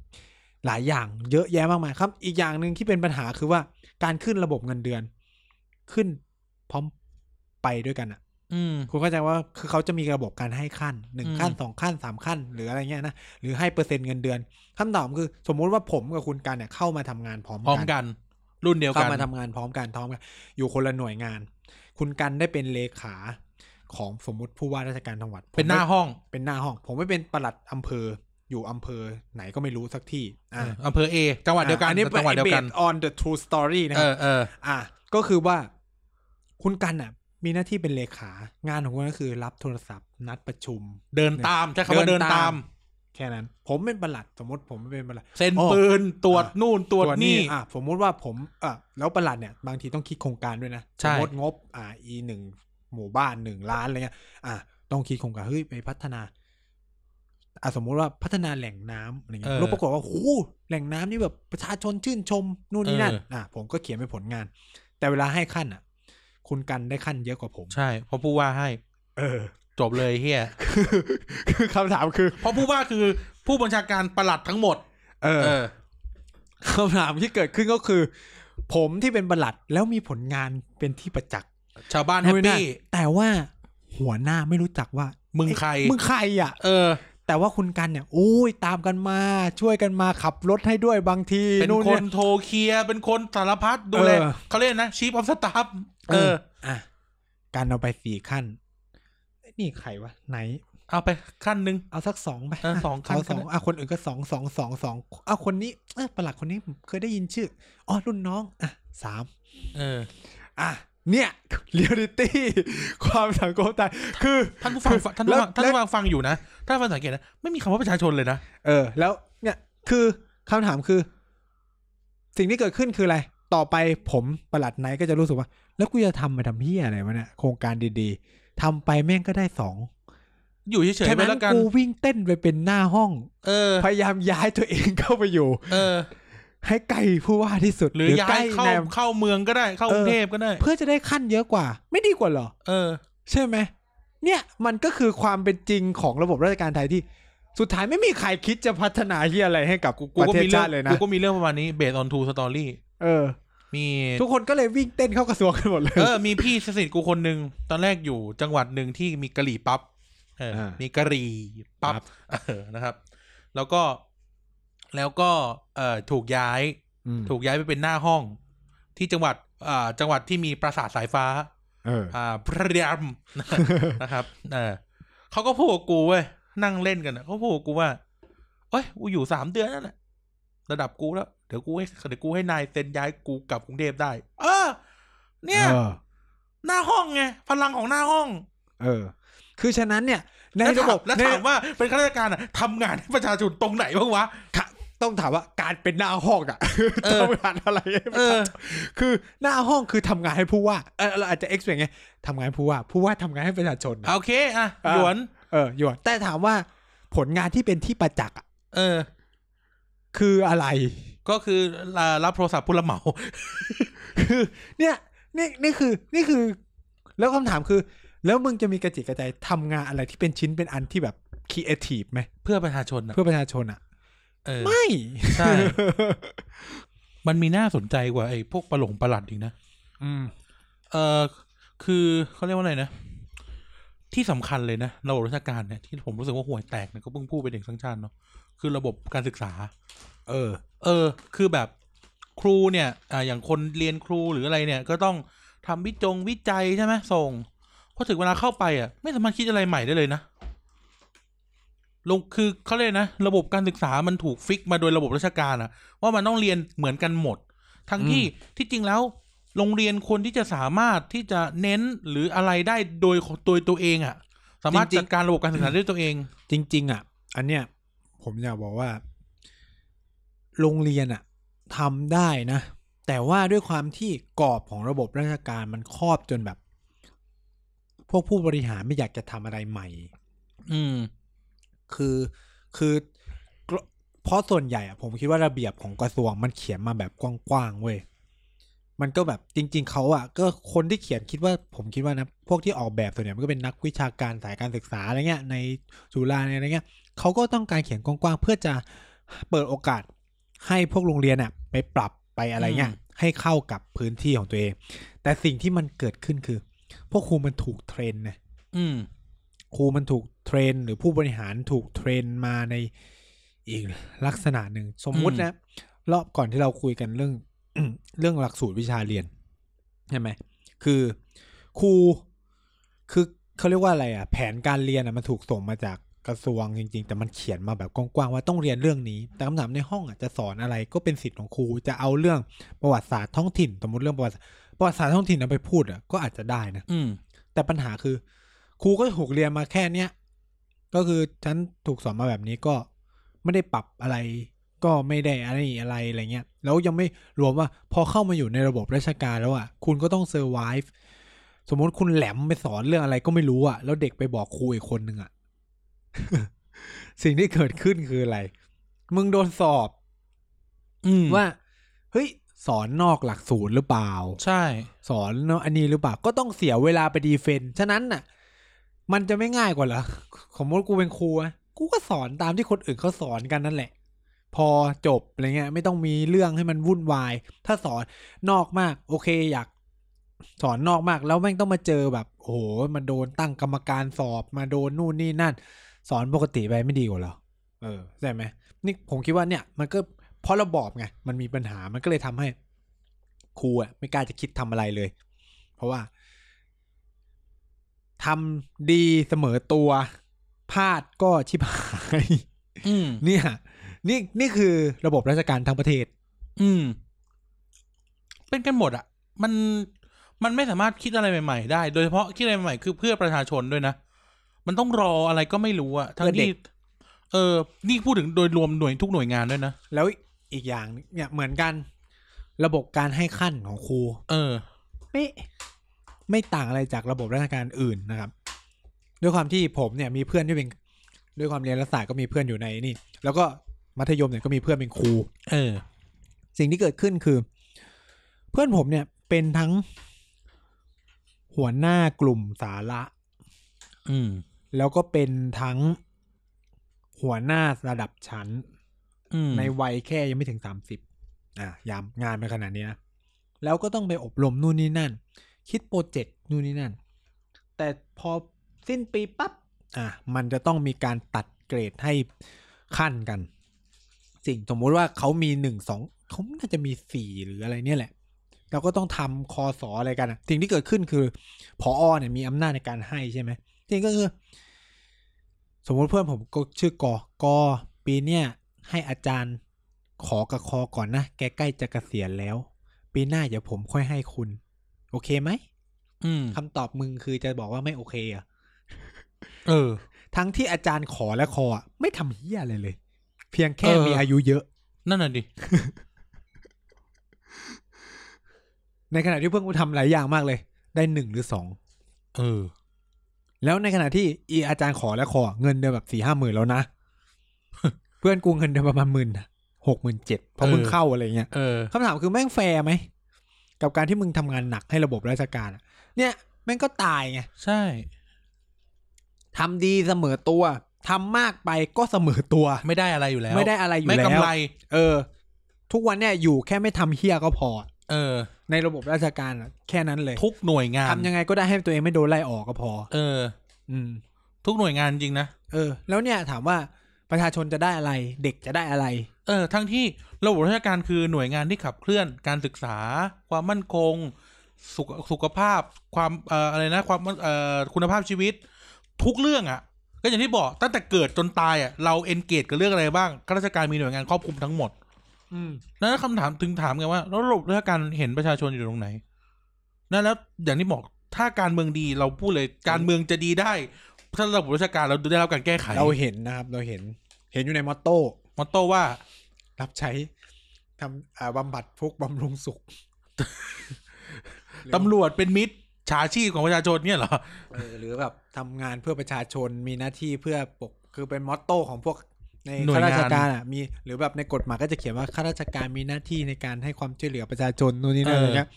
หลายอย่างเยอะแยะมากมายครับ อีกอย่างหนึ่งที่เป็นปัญหาคือว่าการขึ้นระบบเงินเดือน ขึ้นพร้อมไปด้วยกันอะ อืม คุณเข้าใจว่าคือเขาจะมีระบบการให้ขั้นหนึ่ง อืม ขั้นสองขั้นสามขั้น หรืออะไรเงี้ยนะหรือให้เปอร์เซ็นต์เงินเดือนคำตอบคือ สมมุติว่าผมกับคุณกันเนี่ยเข้ามาทำงานพร้อม พร้อม กัน กัน รุ่นเดียว เข้า กัน มาทำงานพร้อมกันพร้อมกัน อยู่คนละหน่วยงาน คุณกันได้เป็นเลขาของสมมติผู้ว่าราชการจังหวัด เป็นหน้า ผมไ ห้อง เป็นหน้าห้อง ผมไม่เป็นปลัดอำเภออยู่อำเภอไหนก็ไม่รู้สักที่อ่า อำเภอเอจังหวัดเดียวกัน อันนี้ แต่ เป็นจังหวัดเดียวกัน based on the true story นะค เอ รับ อเออ อ่ะก็คือว่าคุณกันอ่ะ มีหน้าที่เป็นเลขางานของคุณก็คือรับโทรศัพท์ นัดประชุม เดินตามใช้คำว่าเดินตาม แค่นั้น ผมเป็นประหลัดสมมติผมเป็นประหลัด เซ็น อ๋อ ปืนตรวจ อ่ะ นู่นตรวจนี่ อ่ะสมมุติว่าผมอ่ะแล้วประหลัดเนี่ย บางทีต้องคิดโครงการด้วยนะสใช่มมติงบ อ่าอีหนึ่งหมู่บ้านหนึ่งล้านอะไรเงี้ยอ่ะต้องคิดโครงการเฮ้ยไปพัฒนาอ่ะสมมุติว่าพัฒนาแหล่งน้ำอะไรเงี้ยแล้วปรากฏว่าโหแหล่งน้ำนี่แบบประชาชนชื่นชมนู่นนี่นั่นอ่ะผมก็เขียนเป็นผลงาน แต่เวลาให้ขั้นอ่ะ คุณกันได้ขั้นเยอะกว่าผม ใช่เพราะผู้ว่าให้ เออ จบเลยเฮีย คือคือคำถามคือ เพราะผู้ว่าคือผู้บัญชาการประหลัดทั้งหมด เอ เอ อ อ คำถามที่เกิดขึ้นก็คือ ผมที่เป็นประหลัดแล้วมีผลงานเป็นที่ประจักษ์ ชาวบ้านแฮป นู่นนั่น ปี้ แต่ว่าหัวหน้าไม่รู้จักว่า มึงใคร เอ๊ะมึงใครอ่ะ เออ แต่ว่าคุณกันเนี่ยอุ้ยตามกันมา ช่วยกันมาขับรถให้ด้วยบางที เป็น นู่น ค เนี่ย นโทรเคลียร์เป็นคนสารพัดดูแล เออ เขาเรียกนะชีฟออฟสตาฟเออ อ่ะการเอาไปสี่ขั้นเอ๊ะนี่ใครวะไหน เอาไปขั้นหนึ่ง เอาสักสองไป เออสองขั้น เาสอง ก็ได้ อ่ะคนอื่นก็สองสองสองสองเอาคนนี้เออประหลัดคนนี้ผมเคยได้ยินชื่ออ๋อรุ่นน้องอ่ะสาม เออ อ่ะเนี่ย เรียลิตี้ ความสังคมไทยคือ ท่านผู้ฟังฟังท่านผู้ฟัง แล้ว ท่านผู้ฟังฟังอยู่นะ ถ้าฟังสังเกตนะ ไม่มีคำว่าประชาชนเลยนะ เออ แล้วเนี่ยคือคำถามคือ สิ่งที่เกิดขึ้นคืออะไร ต่อไปผมประหลัดไนท์ก็จะรู้สึกว่า แล้วกูจะทำมาทำเพี้ยอะไรวะเนี่ยโครงการดีๆทำไปแม่งก็ได้สอง อยู่เฉย ฉะ ๆไป นั้น แล้วกัน กูวิ่งเต้นไปเป็นหน้าห้อง เออ พยายามย้ายตัวเองเข้าไปอยู่ เออ ให้ใกล้ผู้ว่าที่สุด หรือย้า ใก ย ล้ เข้า แนว เข้าเมืองก็ได้ เข้าก เออ รุงเทพก็ได้ เพื่อจะได้ขั้นเยอะกว่า ไม่ดีกว่าเหรอ เออ ใช่ไหมเนี่ยมันก็คือความเป็นจริงของระบบราชการไทยที่ สุดท้ายไม่มีใครคิดจะพัฒนาที่อะไรให้กับ กู ประ ก็ เทศ มีเรื่อ ชาง ติเลย กู นะ ก็มีเรื่องประมาณนี้เบสออนทูสตอรี่ เออ มี ทุกคนก็เลยวิ่งเต้นเข้ากระทรวงกันหมดเลย เอ อ มีพี่สนิทกูคนหนึ่งตอนแรกอยู่จังหวัดหนึ่งที่มีกะหรี่ปั๊บเออ อ่ามี มีกะหรี่ปั๊บ ครับ เออนะครับ แล้วก็ แล้วก็ เอ่อ ถูกย้าย ม ถูกย้ายไปเป็นหน้าห้อง ที่จังหวัดอ่าจังหวัดที่มีปราสาทสายฟ้า เออ อ่าพระยาม นะครับ เออเขาก็พูดกับกูเว้ย นั่งเล่นกันนะเขาพูดกับกูว่าเอ้ย กูอยู่สามเดือนนั่นแหละ ระดับกูแล้ว เดี๋ยวกูให้ เดี๋ยวกูให้นายเซ็นย้ายกูกลับกรุงเทพได้ เออ เนี่ย เออ หน้าห้องไงพลังของหน้าห้อง เออ คือฉะนั้นเนี่ย ใน แล้ว ระ ถา บ ม บ แล้วถามว่าเป็นข้าราชการอะทำงานให้ประชาชนตรงไหนบ้างวะ ต้องถามว่าการเป็นหน้าห้องอ่ะ เออ ต้องการอะไรให้มัน เออ คือหน้าห้องคือทำงานให้ผู้ว่าเออเราอาจจะเอ็กซ์เพรสไงทำงานให้ผู้ว่าผู้ว่าทำงานให้ประชาชนนะ โอเค อ่ะ อ่ะ หยวน เอออยู่อะแต่ถามว่าผลงานที่เป็นที่ประจักษ์อะ เออ คืออะไร ก็คือลารับโทรศัพท์ผู้รับเหมา คือเนี่ยนี่นี่คือนี่คือ แล้วคำถามคือ แล้วมึงจะมีกระจิตกระใจทำงานอะไรที่เป็นชิ้นเป็นอันที่แบบค r e เอทีฟไหม เพื่อประชาชนนะ เพื่อประชาชนอะ เออ ไม่ ใช่ มันมีน่าสนใจกว่าไอ้พวกประหลงประหลัดอีกนะ อืม เออคือเขาเรียกว่าอะไรนะ ที่สำคัญเลยนะระบบราชการเนี่ยที่ผมรู้สึกว่าห่วยแตกเนี่ยก็เพิ่งพูดไปเด็กทั้งชาติเนาะคือระบบการศึกษา เออ เออ คือแบบครูเนี่ยอ่าอย่างคนเรียนครูหรืออะไรเนี่ย ก็ต้องทำวิจงวิจัยใช่ไหมส่งพอถึงเวลาเข้าไปอ่ะ ไม่สามารถคิดอะไรใหม่ได้เลยนะลงคือเขาเลยกนะ ระบบการศึกษามันถูกฟิกมาโดยระบบราชการอะว่ามันต้องเรียนเหมือนกันหมด ทั้งที่ที่จริงแล้ว โรงเรียนควรที่จะสามารถที่จะเน้นหรืออะไรได้โดยโดยตัวเองอะสามารถ จริงๆ จัดการระบบการศึกษาด้วยตัวเอง จริง ๆ อ่ะ อันเนี้ยผมอยากบอกว่า โรงเรียนอ่ะทำได้นะ แต่ว่าด้วยความที่กรอบของระบบราชการมันครอบจนแบบ พวกผู้บริหารไม่อยากจะทำอะไรใหม่ อืม คือคือเพราะส่วนใหญ่อะผมคิดว่าระเบียบของกระทรวงมันเขียนมาแบบกว้างๆเว้ยมันก็แบบจริง ๆเขาอะก็คนที่เขียนคิดว่าผมคิดว่านะพวกที่ออกแบบส่วนใหญ่มันก็เป็นนักวิชาการสายการศึกษาอะไรเงี้ยในจุฬาในอะไรเงี้ยเขาก็ต้องการเขียนกว้างๆเพื่อจะเปิดโอกาสให้พวกโรงเรียนอะไปปรับไปอะไรเงี้ยให้เข้ากับพื้นที่ของตัวเอง แต่สิ่งที่มันเกิดขึ้นคือ พวกครูมันถูกเทรนนะ อืม ครูมันถูกเทรน หรือผู้บริหารถูกเทรนมาในอีกลักษณะหนึ่งสมมุตินะ รอบก่อนที่เราคุยกันเรื่อง เรื่องหลักสูตรวิชาเรียนใช่ไหมคือครูคือเขาเรียกว่าอะไรอ่ะ แผนการเรียนอ่ะมันถูกส่งมาจากกระทรวงจริง ๆ แต่มันเขียนมาแบบกว้างๆว่าต้องเรียนเรื่องนี้ แต่คำถามในห้องอ่ะจะสอนอะไรก็เป็นสิทธิ์ของครูจะเอาเรื่องประวัติศาสตร์ท้องถิ่น สมมติเรื่องประวัติศาสตร์ประวัติศาสตร์ท้องถิ่นเอาไปพูดอ่ะก็อาจจะได้นะ อืม แต่ปัญหาคือครูก็ถูกเรียนมาแค่เนี้ยก็คือฉันถูกสอนมาแบบนี้ก็ไม่ได้ปรับอะไร ก็ไม่ได้อะไรอะไรอะไรเงี้ยแล้วยังไม่รวมว่าพอเข้ามาอยู่ในระบบราชการแล้วอ่ะคุณก็ต้องเซอร์ไวฟ์สมมติคุณแหลมไปสอนเรื่องอะไรก็ไม่รู้อ่ะแล้วเด็กไปบอกครูอีกคนนึงอ่ะ สิ่งที่เกิดขึ้นคืออะไร มึงโดนสอบ อืม ว่าเฮ้ยสอนนอกหลักสูตรหรือเปล่า ใช่ สอนเนอะอันนี้หรือเปล่าก็ต้องเสียเวลาไปดีเฟนต์ฉะนั้นน่ะ มันจะไม่ง่ายกว่าเหรอสมมติกูเป็นครูอะกูก็สอนตามที่คนอื่นเขาสอนกันนั่นแหละ พอจบอะไรเงี้ย ไม่ต้องมีเรื่องให้มันวุ่นวาย ถ้าสอนนอกมาก โอเคอยาก สอนนอกมากแล้วแม่งต้องมาเจอแบบ โอ้โหมาโดนตั้งกรรมการสอบมาโดนนู่นนี่นั่น สอนปกติไปไม่ดีกว่าเหรอเออใช่ไหมนี่ผมคิดว่าเนี่ย มันก็เพราะระบอบไงมันมีปัญหามันก็เลยทำให้ ครูอะไม่กล้าจะคิดทำอะไรเลย เพราะว่าทำดีเสมอตัวพลาดก็ชิบหาย อืม เนี่ยนี่นี่คือระบบราชการทั้งประเทศ อืม เป็นกันหมดอะมันมันไม่สามารถคิดอะไรใหม่ๆ ได้ โดยเฉพาะคิดอะไรใหม่ๆคือเพื่อประชาชนด้วยนะ มันต้องรออะไรก็ไม่รู้อะทั้ง เพื่อเด็ ที่ ก เออ นี่พูดถึงโดยรวมหน่วยทุกหน่วยงานด้วยนะ แล้วอีกอย่างหนึ่งเนี่ยเหมือนกัน ระบบการให้ขั้นของครู เออ ไม่ไม่ต่างอะไรจากระบบราชการอื่นนะครับ ด้วยความที่ผมเนี่ยมีเพื่อนที่เป็นด้วยความเรียนรัฐศาสตร์ก็มีเพื่อนอยู่ในนี่ แล้วก็มัธยมเนี่ยก็มีเพื่อนเป็นครู เออ สิ่งที่เกิดขึ้นคือ เพื่อนผมเนี่ยเป็นทั้งหัวหน้ากลุ่มสาระ อืม แล้วก็เป็นทั้งหัวหน้าระดับชั้น อืม ในวัยแค่ยังไม่ถึงสามสิบอ่ะยามงานไปขนาดนี้นะ แล้วก็ต้องไปอบรมนู่นนี่นั่น คิดโปรเจกต์นู่นนี่นั่น แต่พอสิ้นปีปั๊บ อ่ะ มันจะต้องมีการตัดเกรดให้ขั้นกัน สิ่งสมมุติว่าเขามีหนึ่งสองเขาน่าจะมีสี่หรืออะไรเนี่ยแหละ เราก็ต้องทำคอสออะไรกันอะสิ่งที่เกิดขึ้นคือพออเนี่ยมีอำนาจในการให้ใช่ไหมสิ่งก็คือ สมมุติเพื่อนผมก็ชื่อกอกอปีเนี่ยให้อาจารย์ขอกับคอก่อนนะ แกใกล้จะเกษียณแล้ว ปีหน้าเดี๋ยวผมค่อยให้คุณ โอเคไหม อืม คำตอบมึงคือจะบอกว่าไม่โอเคอะ เออ ทั้งที่อาจารย์ขอและคออะไม่ทำเฮียอะไรเลย เพียงแค่ เออ มีอายุเยอะ นั่นน่ะดิ ในขณะที่เพื่อนกูทำหลายอย่างมากเลย ได้หนึ่งหรือสอง เออ แล้วในขณะที่อีอาจารย์ขอและขอเงินเดือนแบบสี่ห้าหมื่นแล้วนะ เพื่อนกูเงินเดือนประมาณหมื่นหกหมื่นเจ็ดพอมึง เออ เข้าอะไรเงี้ย เออ คำถามคือแม่งแฟร์ไหม กับการที่มึงทำงานหนักให้ระบบราชการอะเนี่ย แม่งก็ตายไง ใช่ ทำดีเสมอตัวทำมากไปก็เสมอตัว ไม่ได้อะไรอยู่แล้ว ไม่ได้อะไรอยู่ ไม่ แล้ว กำไร เออ ทุกวันเนี่ยอยู่แค่ไม่ทำเฮี้ยก็พอ เออ ในระบบราชการอะแค่นั้นเลย ทุกหน่วยงาน ทำยังไงก็ได้ให้ตัวเองไม่โดนไล่ออกก็พอ เออ อืม ทุกหน่วยงานจริงนะ เออ แล้วเนี่ยถามว่าประชาชนจะได้อะไร เด็กจะได้อะไร เออ ทั้งที่ระบบราชการคือหน่วยงานที่ขับเคลื่อนการศึกษา ความมั่นคง สุขสุขภาพ ความเอ่ออะไรนะ ความเอ่อคุณภาพชีวิต ทุกเรื่องอะ่ะ ก็อย่างที่บอกตั้งแต่เกิดจนตายอะ่ะเราเอนเกจกับเรื่องอะไรบ้างข้าราชการมีหน่วยงานครอบคลุมทั้งหมด อืม นั้นคำถามถึงถามไงว่าแล้วระบบราชการเห็นประชาชนอยู่ตรงไหนนั่นแล้วอย่างที่บอกถ้าการเมืองดีเราพูดเลยการเมืองจะดีได้ ถ้าระบบราชการเราได้รับการแก้ไข เราเห็นนะครับ เราเห็น เห็นอยู่ในมอตโต้ มอตโต้ว่า รับใช้ทำอ่าบำบัดทุกข์บำรุงสุข ตำรวจเป็นมิตรฉาชีพของประชาชนเนี่ยเหรอ เออหรือแบบทำงานเพื่อประชาชนมีหน้าที่เพื่อปกคือเป็นมอตโต้ของพวกใน หน่วข้างยาน ราชการอ่ะมีหรือแบบในกฎหมายก็จะเขียนว่าข้าราชการมีหน้าที่ในการให้ความช่วยเหลือประชาชนนู่นนี่นั่นอะไรเงี้ย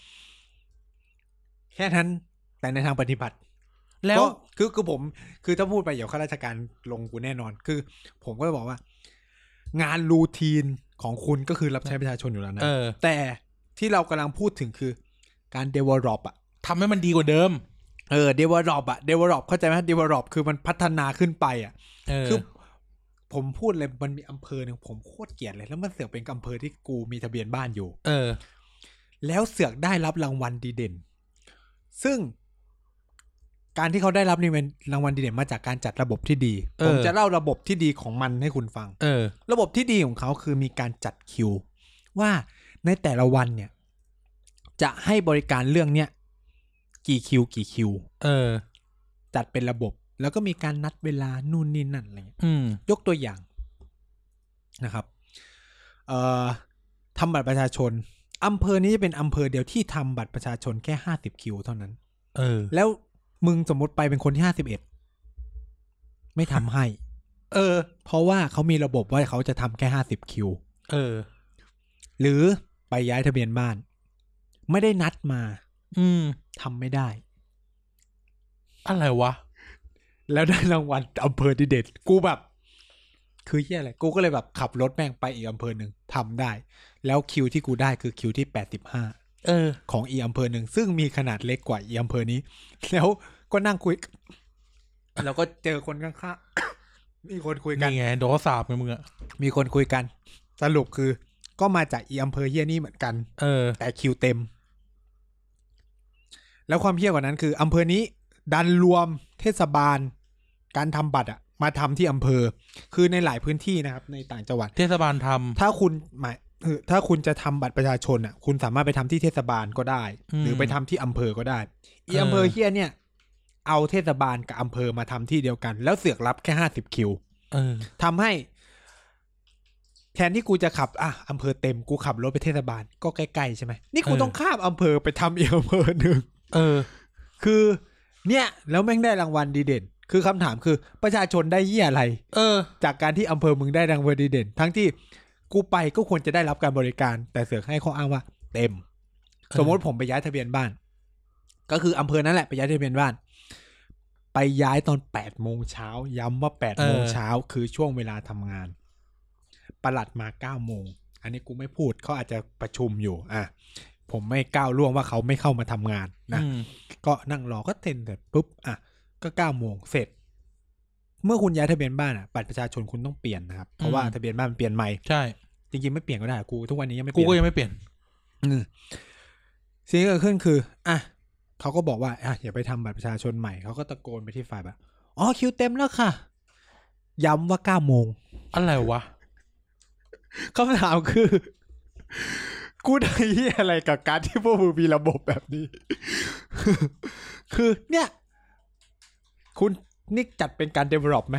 แค่นั้นแต่ในทางปฏิบัติ แล้ว ก็คือคือผม คือถ้าพูดไปเดี๋ยวข้าราชการลงกูแน่นอน คือ ผมก็จะบอกว่า งานรูทีนของคุณก็คือรับใช้ประชาชนอยู่แล้วนะ เออ แต่ที่เรากำลังพูดถึงคือการ develop อ่ะ ทำให้มันดีกว่าเดิม เออ develop อะ develop เข้าใจไหม develop คือมันพัฒนาขึ้นไปอะ เออ คือ ผมพูดเลยมันมีอำเภอหนึ่งผมโคตรเกลียดเลย แล้วมันเสือกเป็นอำเภอที่กูมีทะเบียนบ้านอยู่ เออ แล้วเสือกได้รับรางวัลดีเด่น ซึ่ง การที่เขาได้รับนี่เป็นรางวัลดีเด่นมาจากการจัดระบบที่ดี เออ ผมจะเล่าระบบที่ดีของมันให้คุณฟัง เออ ระบบที่ดีของเขาคือมีการจัดคิว ว่าในแต่ละวันเนี่ย จะให้บริการเรื่องเนี้ยกี่คิว กี่คิว เออ จัดเป็นระบบแล้วก็มีการนัดเวลานู่นนี่นั่นอะไรเงี้ย อืม ยกตัวอย่างนะครับเอ่อทำบัตรประชาชนอำเภอนี้จะเป็นอำเภอเดียวที่ทำบัตรประชาชนแค่ห้าสิบคิวเท่านั้น เออ แล้วมึงสมมติไปเป็นคนที่ห้าสิบเอ็ดไม่ทำให้ เออ เพราะว่าเขามีระบบว่าเขาจะทำแค่ห้าสิบคิว เออ หรือไปย้ายทะเบียนบ้าน ไม่ได้นัดมา อืม ทำไม่ได้ อะไรวะ แล้วได้รางวัลอำเภอดีเด่นกูแบบ คือเฮียอะไรกูก็เลยแบบขับรถแม่งไปอีกอำเภอหนึ่งทำได้ แล้วคิวที่กูได้คือคิวที่แปดสิบห้า เออ ของอีอำเภอหนึ่งซึ่งมีขนาดเล็กกว่าอีอำเภอนี้ แล้วก็นั่งคุย แล้วก็เจอคนข้างๆ มีคนคุยกัน นี่ไงโดนเขาสาบไงมึงอะ มีคนคุยกัน สรุปคือ ก็มาจากอีอำเภอเฮียนี่เหมือนกัน เออ แต่คิวเต็ม แล้วความเพี้ยกว่านั้นคืออำเภอนี้ดันรวมเทศบาล การทำบัตรอะมาทำที่อำเภอ คือในหลายพื้นที่นะครับ ในต่างจังหวัด เทศบาลท ถ้าคุณหมายคือถ้าคุณจะทำบัตรประชาชนอะคุณสามารถไปทำที่เทศบาลก็ได้ หรือไปทำที่อำเภอก็ได้ อีอำเภอเฮียเนี่ย เอาเทศบาลกับอำเภอมาทำที่เดียวกัน แล้วเสือกรับแค่ห้าสิบคิว ำเออ ทำให้แทนที่กูจะขับอ่ะอำเภอเต็มกูขับรถไปเทศบาลก็ใกล้ๆใช่ไหมนี่กู เออ ต้องข้ามอำเภอไปทำอีกอำเภอหนึ่ง เออ คือ เนี่ย แล้วแม่งได้รางวัลดีเด่น คือคำถามคือประชาชนได้เยี่ยอะไร เออ จากการที่อำเภอมึงได้รางวัลดีเด่น ทั้งที่กูไปก็ควรจะได้รับการบริการ แต่เสือกให้ข้ออ้างว่า เต็ม ออ สมมติผมไปย้ายทะเบียนบ้าน ก็คืออำเภอนั่นแหละไปย้ายทะเบียนบ้าน ไปย้ายตอนแปดโมงเช้าย้ำว่าแปดโมงเช้าคือช่วงเวลาทำงานประหลัดมาเก้าโมงอันนี้กูไม่พูดเขาอาจจะประชุมอยู่ อ่ะผมไม่ก้าวล่วงว่าเขาไม่เข้ามาทำงานนะ อืม ก็นั่งรอก็เซ็นเสร็จปุ๊บอ่ะก็เก้าโมงเสร็จ เมื่อคุณย้ายทะเบียนบ้านอ่ะบัตรประชาชนคุณต้องเปลี่ยนนะครับ เพราะว่าทะเบียนบ้านมันเปลี่ยนใหม่ ใช่ จริงๆไม่เปลี่ยนก็ได้กูทุกวันนี้ยังไม่เป กู ลี่ยน ก็ยังไม่เปลี่ยน อืมสิ่งที่เกิดขึ้นคือ อ่ะเขาก็บอกว่าอ่ะอย่าไปทำบัตรประชาชนใหม่เขาก็ตะโกนไปที่ฝ่ายแบบอ๋อคิวเต็มแล้วค่ะ ย้ำว่าเก้าโมง อะไรวะ คำถามคือ กูได้เหี้ยอะไรกับการที่พวกมึงมีระบบแบบนี้ คือเนี่ย คุณนี่จัดเป็นการ develop ไหม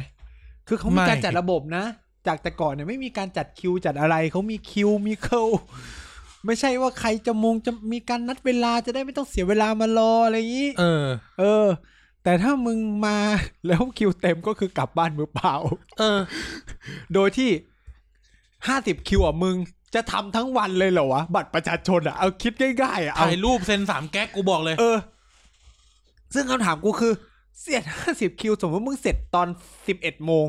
คือเขามี ไม่ การจัดระบบนะ จากแต่ก่อนเนี่ยไม่มีการจัดคิวจัดอะไรเขามีคิวมีเคิว ไม่ใช่ว่าใครจะมงจะมีการนัดเวลาจะได้ไม่ต้องเสียเวลามารออะไรอย่างนี้ เออ เออ แต่ถ้ามึงมา แล้วคิวเต็มก็คือกลับบ้านมือเปล่า เออ โดยที่ห้าสิบคิวอ่ะมึงจะทำทั้งวันเลยเหรอวะ บัตรประชาชนอ่ะ เอาคิดง่ายๆอ่ะเอา ถ่ายรูปเซ็นสามแก๊กกูบอกเลย เออ ซึ่งคำถามกูคือ เสร็จห้าสิบคิว สมมติมึงเสร็จตอนสิบเอ็ดโมง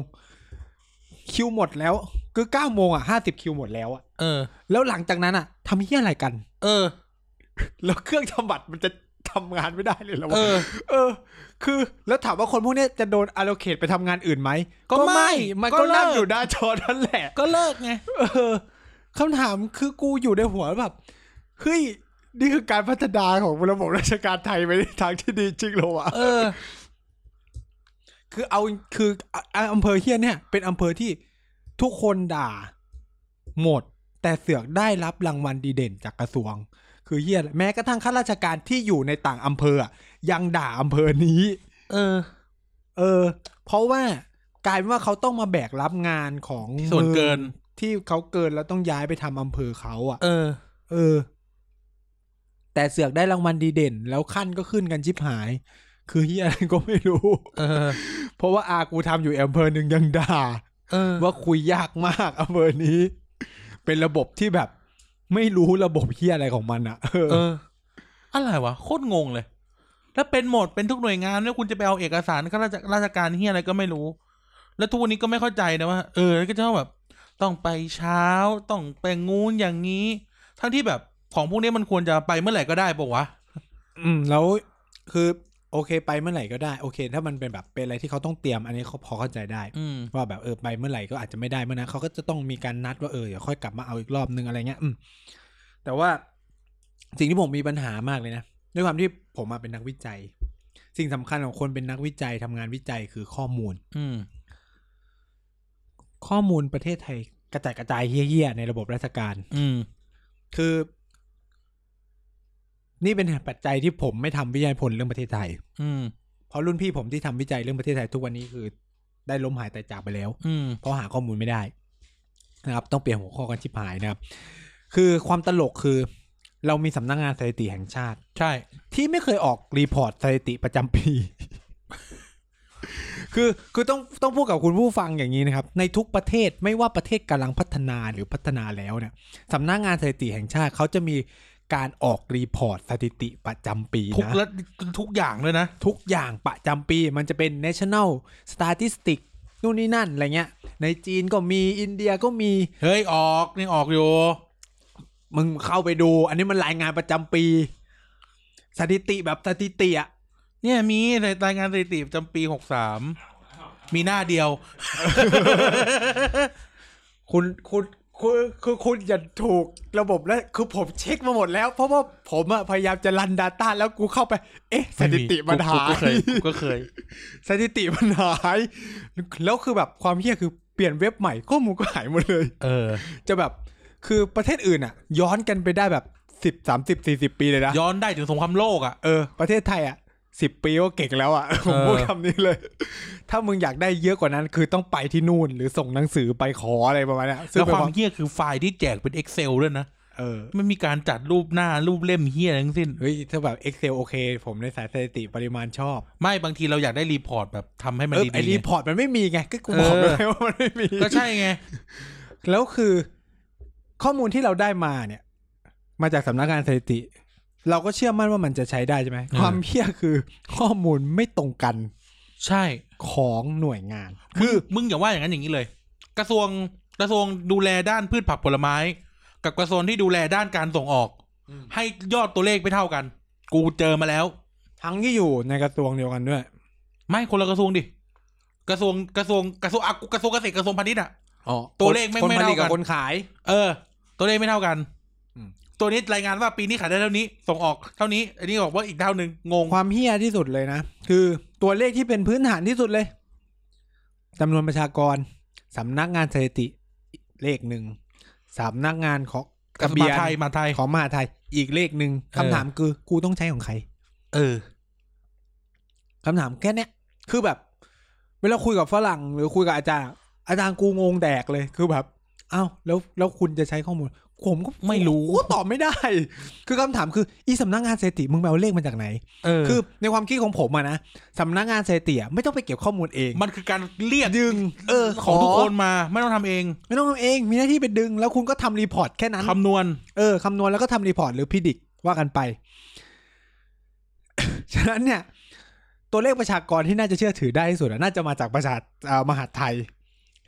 คิวหมดแล้ว คือเก้าโมงอ่ะห้าสิบคิวหมดแล้วอ่ะ เออ แล้วหลังจากนั้นอ่ะทำเฮี้ยอะไรกัน เออ แล้วเครื่องทำบัตรมันจะทำงานไม่ได้เลยเหรอวะ เออ เออ คือ แล้วถามว่าคนพวกเนี้ยจะโดน allocate ไปทำงานอื่นไหม ก็ไม่ มัน ก็ ก็นั่ง เลิก อยู่หน้าจอนั่นแหละ ก็เลิกไง เออคำถามคือกูอยู่ในหัวแบบ เฮ้ย นี่คือการพัฒนาของระบบราชการไทยไปในทางที่ดีจริงเหรอวะ เออ คือเอาคืออ่ะอำเภอเฮียนเนี่ย เป็นอำเภอที่ทุกคนด่า หมด แต่เสือกได้รับรางวัลดีเด่นจากกระทรวง คือเฮียแม้กระทั่งข้าราชการที่อยู่ในต่างอำเภออ่ะยังด่าอำเภอนี้ เออ เออ เพราะว่ากลายเป็นว่าเขาต้องมาแบกรับงานของ ที่ส่วนเกิน มืองที่เขาเกินแล้วต้องย้ายไปทำอำเภอเขาอ่ะ เออ เออ แต่เสือกได้รางวัลดีเด่น แล้วขั้นก็ขึ้นกันชิบหาย คือเฮียอะไรก็ไม่รู้ เออ เพราะว่าอากูทำอยู่อำเภอหนึ่งยังด่า เออ ว่าคุยยากมากอำเภอนี้ เป็นระบบที่แบบ ไม่รู้ระบบเฮียอะไรของมันอ่ะ เออ เออ อะไรวะ โคตรงงเลย แล้วเป็นหมด เป็นทุกหน่วยงาน แล้วคุณจะไปเอาเอกสารข้าราชราชการเฮียอะไรก็ไม่รู้ แล้วทุกวันนี้ก็ไม่เข้าใจนะว่า เออ แล้วก็จะต้องแบบ ต้องไปเช้า ต้องไปงูนอย่างนี้ ทั้งที่แบบของพวกนี้มันควรจะไปเมื่อไหร่ก็ได้ปะวะ อืมแล้วคือ โอเคไปเมื่อไหร่ก็ได้โอเค ถ้ามันเป็นแบบเป็นอะไรที่เขาต้องเตรียม อันนี้เขาพอเข้าใจได้ อืม ว่าแบบเออไปเมื่อไหร่ก็อาจจะไม่ได้เมื่อนั้นเขาก็จะต้องมีการนัดว่าเออเดี๋ยวค่อยกลับมาเอาอีกรอบนึงอะไรเงี้ยอืมแต่ว่าสิ่งที่ผมมีปัญหามากเลยนะด้วยความที่ผมมาเป็นนักวิจัย สิ่งสำคัญของคนเป็นนักวิจัยทำงานวิจัยคือข้อมูล อืม ข้อมูลประเทศไทยกระจายกระจายเหี้ยๆในระบบราชการ อืม คือ นี่เป็นปัจจัยที่ผมไม่ทำวิจัยผลเรื่องประเทศไทย อืม เพราะรุ่นพี่ผมที่ทำวิจัยเรื่องประเทศไทยทุกวันนี้คือได้ล้มหายตายจากไปแล้ว อืม เพราะหาข้อมูลไม่ได้นะครับ ต้องเปลี่ยนหัวข้อกันชิบหายนะครับ คือความตลกคือ เรามีสำนักงงานสถิติแห่งชาติ ใช่ ที่ไม่เคยออกรีพอร์ตสถิติประจำปี คือคือต้องต้องพูดกับคุณผู้ฟังอย่างนี้นะครับ ในทุกประเทศไม่ว่าประเทศกำลังพัฒนาหรือพัฒนาแล้วเนี่ยสำนักงงานสถิติแห่งชาติเขาจะมีการออกรีพอร์ตสถิติประจำปีนะ ทุกและทุกอย่างเลยนะ ทุกอย่างประจำปีมันจะเป็น national statistic นู่นนี่นั่น อะไรเงี้ย ในจีนก็มีอินเดียก็มี เฮ้ย ออก นี่ออกอยู่ มึงเข้าไปดู อันนี้มันรายงานประจำปี สถิติแบบสถิติอะ เนี่ยมีในรายงานสถิติประจำปีหกสามมีหน้าเดียว คุณคุณคุณคือคุณอย่าถูกระบบแล้ว คือผมเช็คมาหมดแล้ว เพราะว่าผมอะพยายามจะรัน Data แล้วกูเข้าไป เอ๊ะ สถิติมันหา กูก็เค ย ยกูก็เคย สถิติมันหาย แล้วคือแบบความเฮี้ยคือเปลี่ยนเว็บใหม่ข้อมูลก็หายหมดเลย เออ จะแบบคือประเทศอื่นอ่ะ ย้อนกันไปได้แบบสิบสามสิบสี่สิบปีเลยนะ ย้อนได้ถึงสงครามโลกอ่ะ เออประเทศไทยอ่ะสิบปีก็เก่งแล้วอ่ะ ผม เออ พูดคำนี้เลย ถ้ามึงอยากได้เยอะกว่านั้น คือต้องไปที่นู่น หรือส่งหนังสือไปขออะไรประมาณเนี้ยซึ่ง แล้ว เป็น ความ ความ เฮี้ยคือไฟล์ที่แจกเป็น Excel ด้วยนะ เออ ไม่มีการจัดรูปหน้ารูปเล่มเฮี้ยอะไรทั้งสิ้น เฮ้ยถ้าแบบ Excel โอเค ผมในสายสถิติปริมาณชอบ ไม่บางทีเราอยากได้รีพอร์ตแบบทำให้มัน เออ ดีๆ ไอรี ไง พอร์ตมันไม่มีไง ก็กูบอกแล้ว เออ ไงว่ามันไม่มี ก็ใช่ไง แล้วคือ ข้อมูลที่เราได้มาเนี่ย มาจากสำนักงานสถิติ เราก็เชื่อมั่นว่ามันจะใช้ได้ใช่ไหม อืม ความเพี้ยคือ ข้อมูลไม่ตรงกัน ใช่ ของหน่วยงาน มึงมึงอย่าว่าอย่างนั้นอย่างนี้เลย กระทรวงกระทรวงดูแลด้านพืชผักผลไม้ กับกระทรวงที่ดูแลด้านการส่งออก อืม ให้ยอดตัวเลขไม่เท่ากัน กูเจอมาแล้ว ทั้งที่อยู่ในกระทรวงเดียวกันด้วย ไม่คนละกระทรวงดิ กระทรวงกระทรวงกระทรวงอ่ะกูกระทรวงเกษตรกระทรวงพาณิชย์อ่ะ อ๋อ ตัวเลขไม่ คน ไม่ ผ เท่ากัลิตนกับคนขาย เออ ตัวเลขไม่เท่ากัน อืม ตัวนี้รายงานว่าปีนี้ขายได้เท่านี้ ส่งออกเท่านี้ อันนี้บอกว่าอีกเท่าหนึ่งงง ความเพี้ยที่สุดเลยนะ คือตัวเลขที่เป็นพื้นฐานที่สุดเลยจำนวนประชากรสำนักงานสถิติเลขหนึ่งสำนักงานของ กระทรวงมหาดไทยมหาดไทย ของมหาดไทย อีกเลขหนึ่งคำถามคือกูต้องใช้ของใคร เออ คำถามแค่เนี้ยคือแบบ เวลาคุยกับฝรั่งหรือคุยกับอาจารย์อะ อาจารย์กูงงแดกเลยคือแบบอ้าวแล้วแล้วคุณจะใช้ข้อมูล ผมก็ ไม่รู้ กูก็ตอบไม่ได้ คือคำถามคืออีสำนักงานสถิติมึงไปเอาเลขมาจากไหน เออ คือในความคิดของผมอะนะสำนักงานสถิติอะไม่ต้องไปเก็บข้อมูลเอง มันคือการเรียก ดึง เออ ของทุกคนมาไม่ต้องทำเอง ไม่ต้องทำเองมีหน้าที่ไปดึง แล้วคุณก็ทำรีพอร์ตแค่นั้น คำนวณ เออคำนวณแล้วก็ทำรีพอร์ตหรือพิดิกว่ากันไป ฉะนั้นเนี่ย ตัวเลขประชากรที่น่าจะเชื่อถือได้ที่สุดอะน่าจะมาจากประชาเอ่อมหาดไทย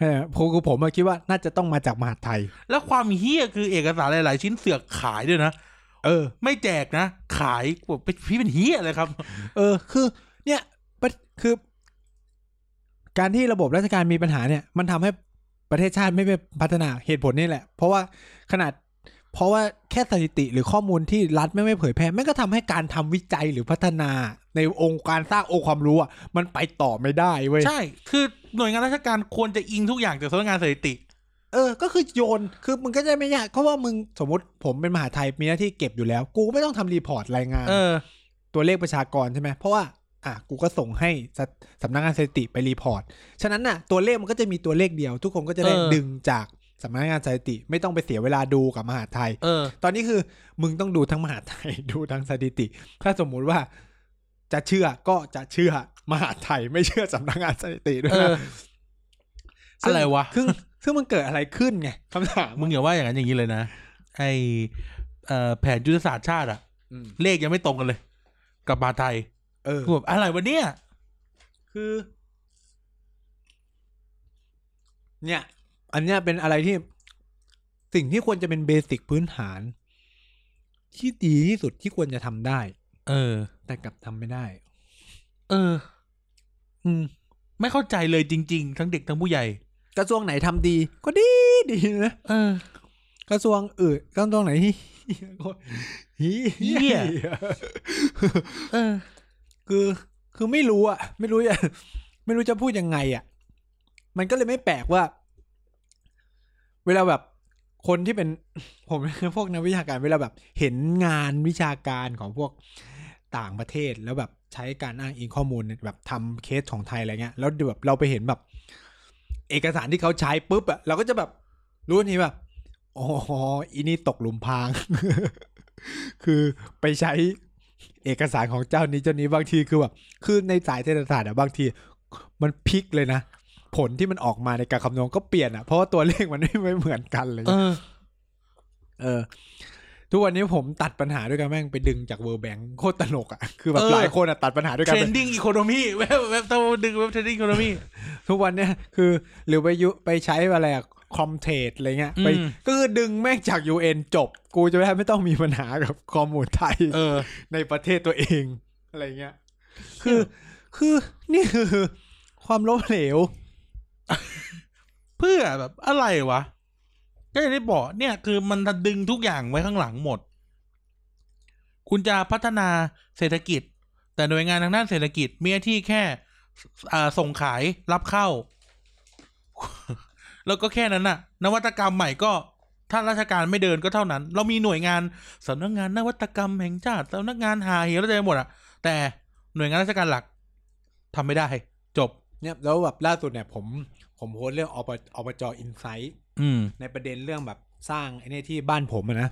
เออผมคือผมอะคิดว่าน่าจะต้องมาจากมหาดไทย แล้วความเฮี้ยคือเอกสารหลาย ๆ ชิ้นเสือกขายด้วยนะ เออ ไม่แจกนะ ขายบอกเป็นพี่เป็นเฮี้ยเลยครับ เออ คือ เนี่ยประคือ การที่ระบบราชการมีปัญหาเนี่ย มันทำให้ประเทศชาติไม่ไปพัฒนาเหตุผลนี่แหละ เพราะว่าขนาด เพราะว่าแค่สถิติหรือข้อมูลที่รัฐไม่ไม่เผยแพร่แม่งก็ทำให้การทำวิจัยหรือพัฒนา ในองค์การสร้างองค์ความรู้อ่ะมันไปต่อไม่ได้เว้ย ใช่ คือหน่วยงานราชการควรจะอิงทุกอย่างจากสำนักงานสถิติ เออ ก็คือโยน คือมึงก็จะไม่ยากเพราะว่ามึงสมมติผมเป็นมหาไทยมีหน้าที่เก็บอยู่แล้ว กูไม่ต้องทำรีพอร์ตรายงาน เออ ตัวเลขประชากรใช่ไหม เพราะว่า อ่ะ กูก็ส่งให้สสำนักงานสถิติไปรีพอร์ต ฉะนั้นน่ะ ตัวเลขมันก็จะมีตัวเลขเดียว ทุกคนก็จะได้ เออ ดึงจากสำนักงานสถิติ ไม่ต้องไปเสียเวลาดูกับมหาดไทย เออ ตอนนี้คือ มึงต้องดูทั้งมหาดไทย ดูทั้งสถิติ ถ้าสมมุติว่า จะเชื่อก็จะเชื่อมหาดไทย ไม่เชื่อสำนักงานสถิติด้วย เอ นะ อ ซึ่ง อะไรวะ ซึ่งซึ่งมันเกิดอะไรขึ้นไงคำถาม มึงอย่าว่าอย่างนั้นอย่างนี้เลยนะ ไอเอ่อแผนยุทธศาสตร์ชาติอะ อืม เลขยังไม่ตรงกันเลย กับมหาไทย เออ คือแบบอะไรวะเนี่ย คือ เนี่ย อันเนี้ยเป็นอะไรที่ สิ่งที่ควรจะเป็นเบสิกพื้นฐาน ที่ดีที่สุดที่ควรจะทำได้ เออ แต่กลับทำไม่ได้ เออ อืม ไม่เข้าใจเลยจริง ๆ ทั้งเด็กทั้งผู้ใหญ่ กระทรวงไหนทำดี ก็ดีดีนะ เออ กระทรวงอื่นกระทรวงไหน ที่ เหี้ เฮี ย ย เออ คือ คือไม่รู้อ่ะ ไม่รู้จะไม่รู้จะพูดยังไงอ่ะ มันก็เลยไม่แปลกว่า เวลาแบบคนที่เป็น ผม พวกนักวิชาการเวลาแบบ เห็นงานวิชาการของพวกต่างประเทศแล้วแบบใช้การอ้างอิงข้อมูลเนี่ยแบบทำเคสของไทยอะไรเงี้ยแล้วแบบเราไปเห็นแบบ เอกสารที่เขาใช้ปุ๊บอะเราก็จะแบบรู้ทันทีแบบอ๋ออีนี่ตกหลุมพราง คือไปใช้เอกสารของเจ้านี้เจ้านี้บางทีคือแบบคือในสายเศรษฐศาสตร์อะบางที มันพลิกเลยนะ ผลที่มันออกมาในการคำนวณก็เปลี่ยนอะเพราะว่าตัวเลขมันไม่ไม่เหมือนกันเลย เออ เออ ทุกวันนี้ผมตัดปัญหาด้วยการแม่งไปดึงจากเวอร์แบงโคตรตลกอะ่ะ คือแบบ เออ หลายคนอะตัดปัญหาด้วยการไป trending economy เว็บเว็บต้องดึงเว็บ trending economy ทุกวันเนี้ย คือ หรือไปยุไปใช้อะไรอะคอมเทรดอะไรเงี้ยไป อืม ก็คือดึงแม่งจาก UN จบ กูจะไม่ไม่ต้องมีปัญหากับ ข้อมูลไทย เออ ในประเทศตัวเอง อะไรเงี้ย คือคือนี่คือ ความล้มเหลว เพื่อแบบอะไรวะ ก็อย่างที่บอกเนี่ยคือมันดึงทุกอย่างไว้ข้างหลังหมด คุณจะพัฒนาเศรษฐกิจ แต่หน่วยงานทางด้านเศรษฐกิจมีหน้าที่แค่อ่าส่งขายรับเข้า แล้วก็แค่นั้นน่ะ นวัตกรรมใหม่ก็ ถ้าราชการไม่เดินก็เท่านั้น เรามีหน่วยงานสำนักงานนวัตกรรมแห่งชาติสำนักงานหาเหวอะไรหมดอ่ะ แต่หน่วยงานราชการหลักทำไม่ได้ จบ เนี่ยแล้วแบบล่าสุดเนี่ยผมผมโพสต์เรื่องอบอบจอินไซต์ อืม ในประเด็นเรื่องแบบสร้างไอ้เนี่ยที่บ้านผมอะนะ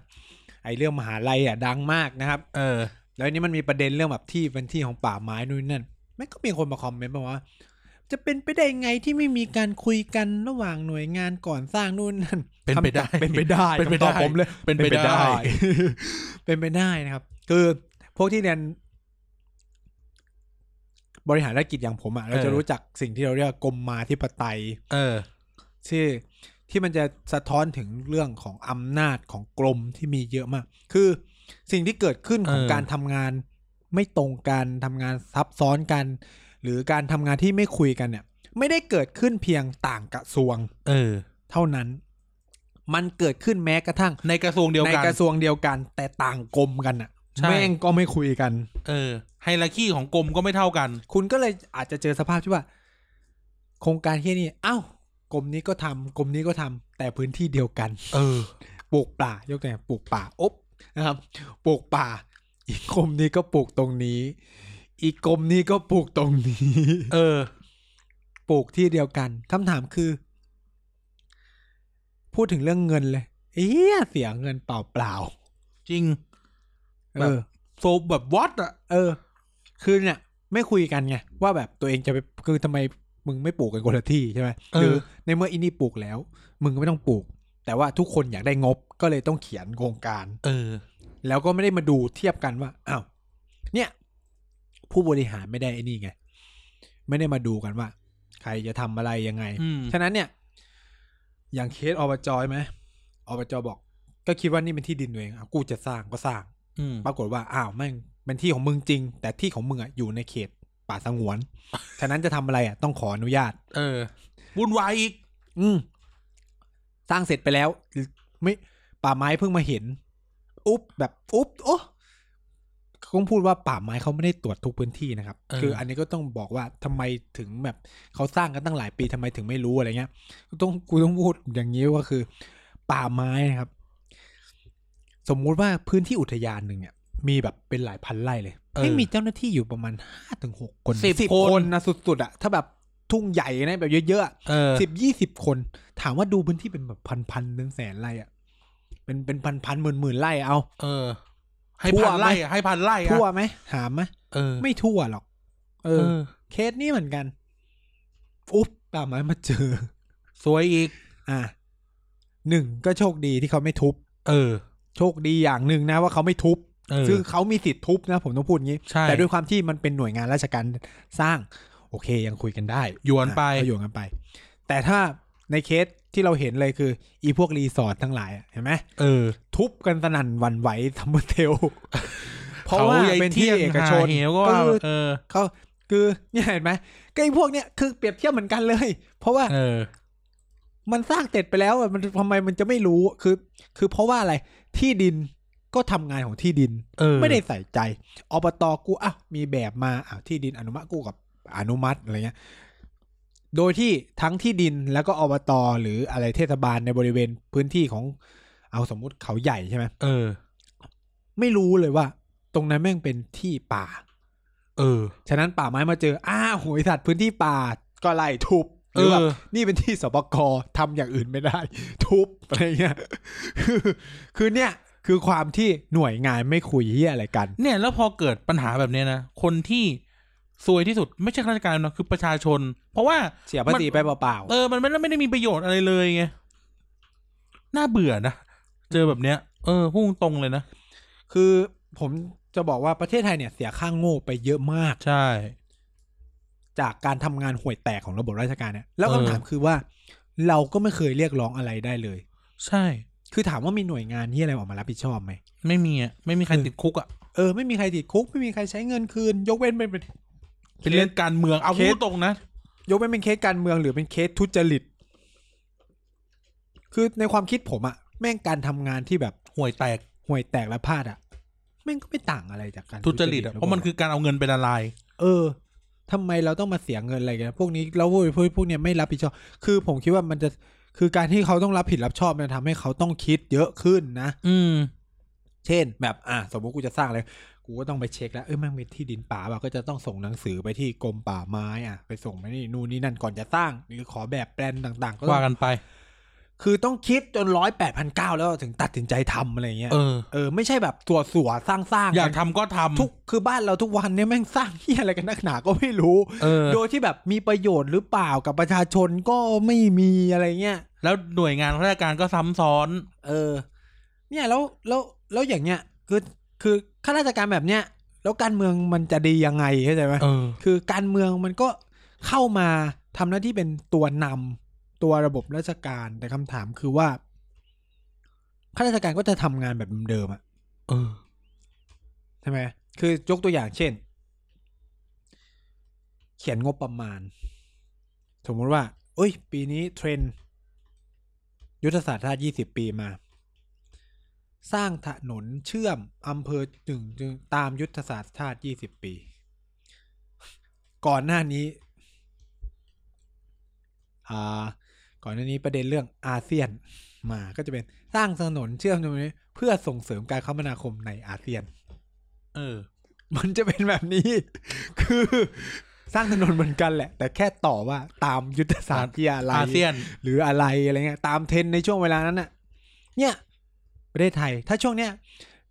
ไอ้เรื่องมหาลัยอ่ะดังมากนะครับ เออ แล้วอันนี้มันมีประเด็นเรื่องแบบที่เป็นที่ของป่าไม้นู่นนั่นแม่งก็มีคนมาคอมเมนต์บอกว่า จะเป็นไปได้ไงที่ไม่มีการคุยกันระหว่างหน่วยงานก่อนสร้างนู่นนั่น เป็นไปได้ คำตอบเป็นไปได้ เป็นไปคำตได้อบผมเลย เป็นไปได้ เป็นไปได้นะครับ คือพวกที่เรียน บริหารธุรกิจอย่างผมอะเราจะ เออ รู้จักสิ่งที่เราเรียกว่ากรมมาธิปไตย เออ ที่ที่มันจะสะท้อนถึงเรื่องของอำนาจของกรมที่มีเยอะมาก คือสิ่งที่เกิดขึ้นของ เออ การทำงานไม่ตรงกันทำงานซับซ้อนกัน หรือการทำงานที่ไม่คุยกันเนี่ย ไม่ได้เกิดขึ้นเพียงต่างกระทรวง เออ เท่านั้น มันเกิดขึ้นแม้กระทั่ง ในกระทรวงเดียว ใน กัน กระทรวงเดียวกัน แต่ต่างกรมกันอ่ะ ใช่ แม่งก็ไม่คุยกัน เออ ไฮรักีของกรมก็ไม่เท่ากัน คุณก็เลยอาจจะเจอสภาพที่ว่า โครงการแค่นี้เอ้ากรมนี้ก็ทำกรมนี้ก็ทำแต่พื้นที่เดียวกัน เออ ปลูกป่ายกตัวอย่างปลูกป่าอบนะครับปลูกป่า อีกกรมนี้ก็ปลูกตรงนี้ อีกกรมนี้ก็ปลูกตรงนี้ เออ ปลูกที่เดียวกันคำถามคือ พูดถึงเรื่องเงินเลยเอียเสียเงินเปล่าเปล่า จริง ๆเออ โซแบบวอตอะ เออ คือเนี่ย ไม่คุยกันไงว่าแบบตัวเองจะไปคือทำไมมึงไม่ปลูกกันคนละที่ใช่ไหมหรือในเมื่ออินี่ปลูกแล้ว มึงก็ไม่ต้องปลูก แต่ว่าทุกคนอยากได้งบก็เลยต้องเขียนโครงการ เออ แล้วก็ไม่ได้มาดูเทียบกันว่าอ้าวเนี่ย ผู้บริหารไม่ได้ไอ้นี่ไง ไม่ได้มาดูกันว่า ใครจะทำอะไรยังไง อืม ฉะนั้นเนี่ย อย่างเคสอบจอยไหมอบจบอก ก็คิดว่านี่เป็นที่ดินตัวเองอ่ะกูจะสร้างก็สร้าง อืม ปรากฏว่าอ้าวแม่งเป็นที่ของมึงจริง แต่ที่ของมึงอ่ะอยู่ในเขตป่าสงวน ฉะนั้นจะทำอะไรอ่ะต้องขออนุญาต เออวุ่นวายอีก อืมสร้างเสร็จไปแล้วไม่ป่าไม้เพิ่งมาเห็น อุ๊บแบบอุ๊บโอ้คงพูดว่าป่าไม้เขาไม่ได้ตรวจทุกพื้นที่นะครับ เออ คืออันนี้ก็ต้องบอกว่าทำไมถึงแบบเขาสร้างกันตั้งหลายปีทำไมถึงไม่รู้อะไรเงี้ยกูต้องกูต้องพูดอย่างนี้ว่าคือ ป่าไม้นะครับ สมมุติว่าพื้นที่อุทยานหนึ่งเนี่ย มีแบบเป็นหลายพันไร่เลย เออ ไม่มีเจ้าหน้าที่อยู่ประมาณห้าถึงหกคน สิบ ค คน นนะสุดๆอะถ้าแบบทุ่งใหญ่นะแบบเยอะๆอะ เออ สิบยี่สิบคน ถามว่าดูพื้นที่เป็นแบบพันพันเป็นแสนไร่อะเป็นเป็นพันพันหมื่นหมื่นไร่เอา เออ ให้ ทั่ว พันไล่ ไหม อะให้พันไล่อะ ทั่วไหมถามไหม เออ ไม่ทั่วหรอก เอ เอ อ อ เคสนี้เหมือนกันอุ๊บป่าไม้มาเจอ สวยอีก อ่ะหนึ่งก็โชคดีที่เขาไม่ทุบ เออ โชคดีอย่างหนึ่งนะว่าเขาไม่ทุบ เออ ซึ่งเขามีสิทธิ์ทุบนะ ผมต้องพูดอย่างนี้ ใช่ แต่ด้วยความที่มันเป็นหน่วยงานราชการสร้าง โอเคยังคุยกันได้ หยวนไป อ่ะก็หยวนกันไป แต่ถ้าในเคสที่เราเห็นเลยคือ อีพวกรีสอร์ททั้งหลายอะเห็นไหม เออ ทุบกันสนั่นหวันไหวทัมเบอร์เทล เพราะ ข ว่า ใหญ่ เป็นที่ ยง เอกชน หาเหวก็ว่า เออ เออ เขาคือเนี่ยเห็นไหมก็ไอ้พวกเนี้ยคือเปรียบเทียบเหมือนกันเลย เพราะว่า เออ มันสร้างเสร็จไปแล้วอะมันทำไมมันจะไม่รู้คือ คือเพราะว่าอะไรที่ดินก็ทำงานของที่ดิน เออ ไม่ได้ใส่ใจอบตกูอ่ะมีแบบมาอ่ะที่ดินอนุมัติกูกับอนุมัติอะไรเงี้ย โดยที่ทั้งที่ดินแล้วก็อบตหรืออะไรเทศบาลในบริเวณพื้นที่ของเอาสมมุติเขาใหญ่ใช่ไหม เออ ไม่รู้เลยว่า ตรงนั้นแม่งเป็นที่ป่า เออ ฉะนั้นป่าไม้มาเจอ อ้าวโหยสัตว์พื้นที่ป่าก็ไล่ทุบ หรือว่า เออ นี่เป็นที่สปกทำอย่างอื่นไม่ได้ ทุบอะไรเงี้ย คือคือเนี่ย คือความที่หน่วยงานไม่คุยเหี้ยอะไรกัน เนี่ยแล้วพอเกิดปัญหาแบบเนี้ยนะ คนที่ซวยที่สุดไม่ใช่ข้าราชการนะคือประชาชน เพราะว่า เสียภาษีไปเปล่า เออ มันไม่ได้ไม่ได้มีประโยชน์อะไรเลยไง น่าเบื่อนะ เจอแบบเนี้ย เออพุ่งตรงๆเลยนะ ๆคือผมจะบอกว่าประเทศไทยเนี่ยเสียค่างโง่ไปเยอะมาก ใช่ จากการทำงานห่วยแตกของระบบราชการเนี่ย แล้ว เออ คำถามคือว่า เราก็ไม่เคยเรียกร้องอะไรได้เลย ใช่ คือถามว่ามีหน่วยงานที่อะไรออกมารับผิดชอบไหม ไม่มีอ่ะ ไม่มีใครติดคุกอ่ะ เออไม่มีใครติดคุก ไม่มีใครใช้เงินคืน ยกเว้นเป็นเป็น เป็นเรื่องการเมือง เอา เคส พูดตรงนะ ยกเว้นเป็นเคสการเมืองหรือเป็นเคสทุจริต คือในความคิดผมอะแม่งการทำงานที่แบบ ห่วยแตก ห่วยแตกและพลาดอะแม่งก็ไม่ต่างอะไรจากการ ทุจริตอ่ะ เพราะมันคือการเอาเงินไปละลาย เออทำไมเราต้องมาเสียเงินอะไรกัน พวกนี้แล้วพวกพวกพวกเนี้ยไม่รับผิดชอบ คือผมคิดว่ามันจะคือการที่เขาต้องรับผิดรับชอบมันทำให้เขาต้องคิดเยอะขึ้นนะ อืม เช่นแบบอ่ะสมมติกูจะสร้างอะไร กูก็ต้องไปเช็คแล้ว เอ้ยแมันมีที่ดินป่าเปล่าก็จะต้องส่งหนังสือไปที่กรมป่าไม้อ่ะไปส่งไปนี่นู่นนี่นั่นก่อนจะสร้าง หรือขอแบบแปลนต่างๆ ก็ต้อว่าง กันไป คือต้องคิดจนร้อยแปดพันเก้าแล้วถึงตัดสินใจทำอะไรเงี้ย เออ เออไม่ใช่แบบตัวสัวสร้างสร้างๆ อยากทำก็ทำ ทุกคือบ้านเราทุกวันเนี่ยแม่งสร้างเหียอะไรกันนักหนาก็ไม่รู้ เออ โดยที่แบบมีประโยชน์หรือเปล่ากับประชาชนก็ไม่มีอะไรเงี้ย แล้วหน่วยงานราชการก็ซ้ำซ้อน เออ เนี่ยแล้วแล้วแล้วอย่างเนี้ยคือคือข้าราชการแบบเนี้ยแล้วการเมืองมันจะดียังไงเข้าใจไหม เออ คือการเมืองมันก็เข้ามาทำหน้าที่เป็นตัวนำตัวระบบราชการแต่คำถามคือว่าข้าราชการก็จะทำงานแบบเดิมๆอะ เออ ใช่ไหมคือยกตัวอย่างเช่น เขียนงบประมาณ สมมุติว่าเอ้ย ปีนี้เทรนด์ยุทธศาสตร์ชาติ 20 ปีมา สร้างถนนเชื่อมอำเภอจึงจึงตามยุทธศาสตร์ชาติ 20 ปี ก่อนหน้านี้อ่าก่อนหน้านี้ประเด็นเรื่องอาเซียนมาก็จะเป็นสร้างถนนเชื่อมตรงนี้เพื่อส่งเสริมการคมนาคมในอาเซียน เออ มันจะเป็นแบบนี้ คือ สร้างถนนเหมือนกันแหละ แต่แค่ต่อว่าตามยุทธศาสตร์ที่อะไร อาเซียน หรืออะไรอะไรเงี้ยตามเทรนด์ในช่วงเวลานั้นน่ะ เนี่ยประเทศไทย ถ้าช่วงเนี้ย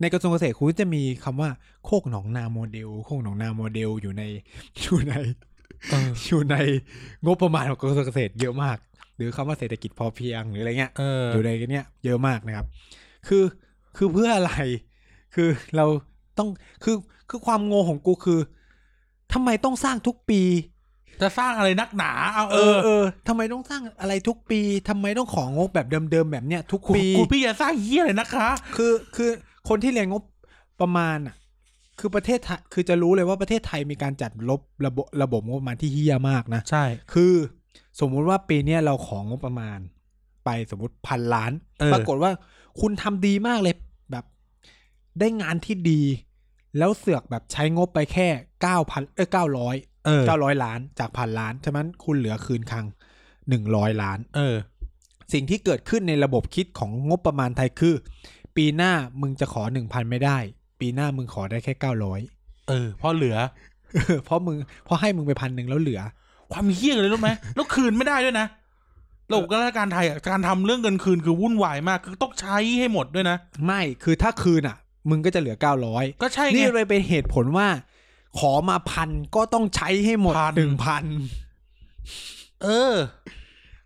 ในกระทรวงเกษตรคุณจะมีคำว่าโคกหนองนาโมเดล โคกหนองนาโมเดลอยู่ใน อยู่ใน เออ อยู่ในงบประมาณของกระทรวงเกษตรเยอะมาก หรือคำว่าเศรษฐกิจพอเพียงหรืออะไรเงี้ย เออ อยู่ในเนี้ยเยอะมากนะครับ คือคือเพื่ออะไร คือเราต้องคือคือความงงของกูคือทำไมต้องสร้างทุกปี จะสร้างอะไรนักหนา เอา เอ เอ อ อ เออทำไมต้องสร้างอะไรทุกปีทำไมต้องของงบแบบเดิมๆแบบเนี้ยทุก คุณ ปี คุณพี่อย่าสร้างเฮียเลยนะคะ คือคือคนที่เรียนงบประมาณอ่ะ คือประเทศไทยคือจะรู้เลยว่าประเทศไทยมีการจัดลบระบบระบบงบประมาณที่เฮี้ยมากนะ ใช่ คือสมมุติว่าปีเนี้ยเราของงบประมาณ ไปสมมติพันล้าน เออ ปรากฏว่าคุณทำดีมากเลยแบบ ได้งานที่ดี แล้วเสือกแบบใช้งบไปแค่เก้าพันเอ้ยเก้าร้อย เออ เก้าร้อยล้านจากพันล้านฉะนั้นคุณเหลือคืนคลังหนึ่งร้อยล้าน เออ สิ่งที่เกิดขึ้นในระบบคิดของงบประมาณไทยคือ ปีหน้ามึงจะขอหนึ่งพันไม่ได้ ปีหน้ามึงขอได้แค่เก้าร้อย เออเพอเหลือ เพราะมึงเพราะให้มึงไปพันหนึ่งแล้วเหลือ ความเฮี้ยเลยรู้ไหม แล้วคืนไม่ได้ด้วยนะระบบราชการไทยอะการทำเรื่องเงินคืนคือวุ่นวายมาก คือต้องใช้ให้หมดด้วยนะ ไม่คือถ้าคืนอ่ะ มึงก็จะเหลือเก้าร้อย ก็ใช่ไง นี่เลยเป็นเหตุผลว่า ขอมาพันก็ต้องใช้ให้หมด พัน หนึ่งพัน เออ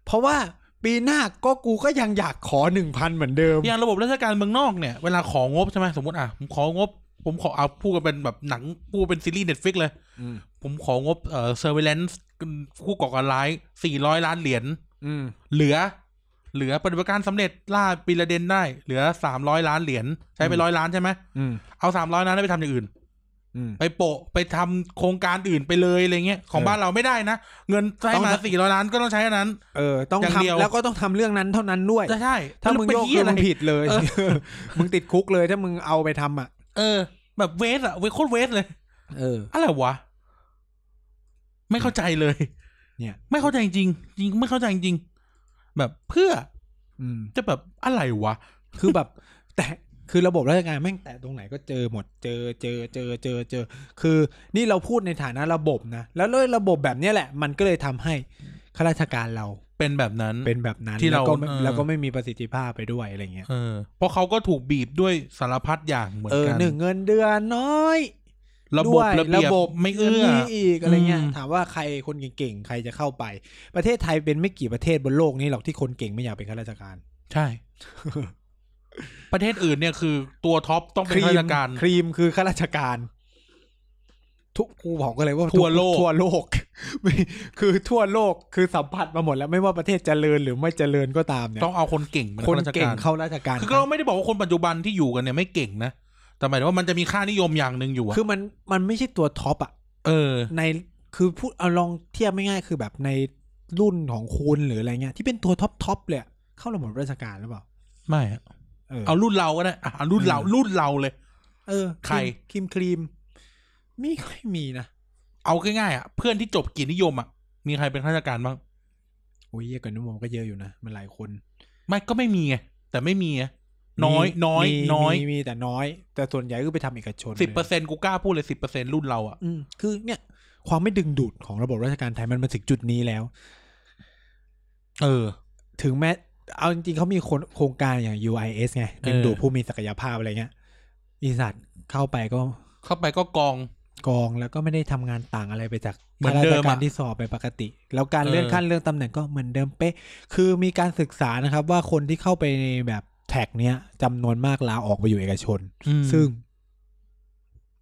เพราะว่าปีหน้าก็กูก็ยังอยากขอหนึ่งพันเหมือนเดิม อย่างระบบราชการเมืองนอกเนี่ย เวลาของงบใช่ไหมสมมติอ่ะผมของบ ผมขอเอาพูดกันเป็นแบบหนังพูดเป็นซีรีส์เน็ตฟิกเลย อืม ผมของบเอ่อเซอร์เวลเลนซ์ผู้ก่อการร้ายสี่ร้อยล้านเหรียญ อืม เหลือ เหลือปฏิบัติการสำเร็จล่าปิระเดนได้ เหลือสามร้อยล้านเหรียญใช้ไปร้อยล้านใช่ไหม อืม เอาสามร้อยล้านนั้นไปทำอย่างอื่น อืม ไปโปะไปทำโครงการอื่นไปเลยอะไรเงี้ยของ เออ บ้านเราไม่ได้นะ เงินใช้ ต้อง มาสี่ร้อยล้านก็ต้องใช้อันนั้น เออ ต้อง อย่างเดียว ทำแล้วก็ต้องทำเรื่องนั้นเท่านั้นด้วย จะใช่ ถ้ามึง เป็น โยก เหี้ คื ย อ อะไร มึงผิดเลย เออ มึงติดคุกเลยถ้ามึงเอาไปทำอ่ะ เออ แบบเวสอะเวสโคตรเวสเลย เออ อะไรวะ ไม่เข้าใจเลย เนี่ย ไม่เข้าใจจริงจริงไม่เข้าใจจริงแบบเพื่อ อืม จะแบบอะไรวะ คือแบบ แต่คือระบบราชการแม่งแต่ตรงไหนก็เจอหมดเจอเจอเจอเจอเจอ คือนี่เราพูดในฐานะระบบนะ แล้วด้วยระบบแบบเนี้ยแหละ มันก็เลยทำให้ข้าราชการเรา เป็นแบบนั้น เป็นแบบนั้น ที่เรา แล้วก็ไม่ เออ แล้วก็ไม่มีประสิทธิภาพไปด้วยอะไรเงี้ย เออเพราะเขาก็ถูกบีบด้วยสารพัดอย่างเหมือน เออ กัน หนึ่งเงินเดือนน้อย ระบ ด้ บ วย ระเบียบไม่เอื้อ นี่อีกอะไรเงี้ย อืม ถามว่าใครคนเก่งๆใครจะเข้าไป ประเทศไทยเป็นไม่กี่ประเทศบนโลกนี้หรอกที่คนเก่งไม่อยากเป็นข้าราชการ ใช่ ประเทศอื่นเนี่ยคือตัวท็อปต้องเป็นข้าราชการ ครีมคือข้าราชการ ทุกกูบอกกันเลยว่า ทั่วโลก ทุทั่วโลก ไม่คือทั่วโลกคือสัมผัสมาหมดแล้วไม่ว่าประเทศเจริญหรือไม่เจริญก็ตามเนี่ย ต้องเอาคนเก่งเป็น คน ข้าราช เก่ กาง ร เข้าราชการ คือก็ไม่ได้บอกว่าคนปัจจุบันที่อยู่กันเนี่ยไม่เก่งนะ แต่หมายถึงว่ามันจะมีค่านิยมอย่างหนึ่งอยู่อะ คือมันมันไม่ใช่ตัวท็อปอะ เออ ในคือพูดเอาลองเทียบไม่ง่ายๆคือแบบในรุ่นของคุณหรืออะไรเงี้ย ที่เป็นตัวท็อปท็อปเลยอะเข้าระบบราชการหรือเปล่า ไม่อะ เออ เอารุ่นเราก็ได้อ่ะเอารุ่นเรา เออ รุ่นเราเลย เออ ใคร ครีมครีมไม่ค่อยมีนะ เอาง่ายๆอ่ะเพื่อนที่จบเกียรตินิยมอ่ะมีใครเป็นข้าราชการบ้าง โอ้ยเหี้ยอะกันนุ่มก็เยอะอยู่นะมันหลายคน ไม่ก็ไม่มีไงแต่ไม่มีไงน้อย มี น้อย มี น้อย มีมีแต่น้อย แต่ส่วนใหญ่ก็ไปทำเอกชน สิบเปอร์ ลย เซ็นต์กูกล้าพูดเลยสิบเปอร์เซ็นต์รุ่นเราอ่ะ อืมคือเนี่ย ความไม่ดึงดูดของระบบราชการไทยมันมาถึงจุดนี้แล้ว เออ ถึงแม้เอาจริงๆเขามีโครงโครงการอย่าง UIS ไงดึงดูด เออ ผู้มีศักยภาพอะไรเงี้ยอีสัตว์เข้าไปก็ เข้าไปก็กอง กองแล้วก็ไม่ได้ทำงานต่างอะไรไปจาก เหมือนเดิม ข้าราชการ อะ ที่สอบไปปกติ แล้วการเลื่อน เออ ขั้นเลื่อนตำแหน่งก็เหมือนเดิมเป๊ะ คือมีการศึกษานะครับ ว่าคนที่เข้าไปในแบบแท็กเนี้ยจำนวนมากลาออกไปอยู่เอกชน อืม ซึ่ง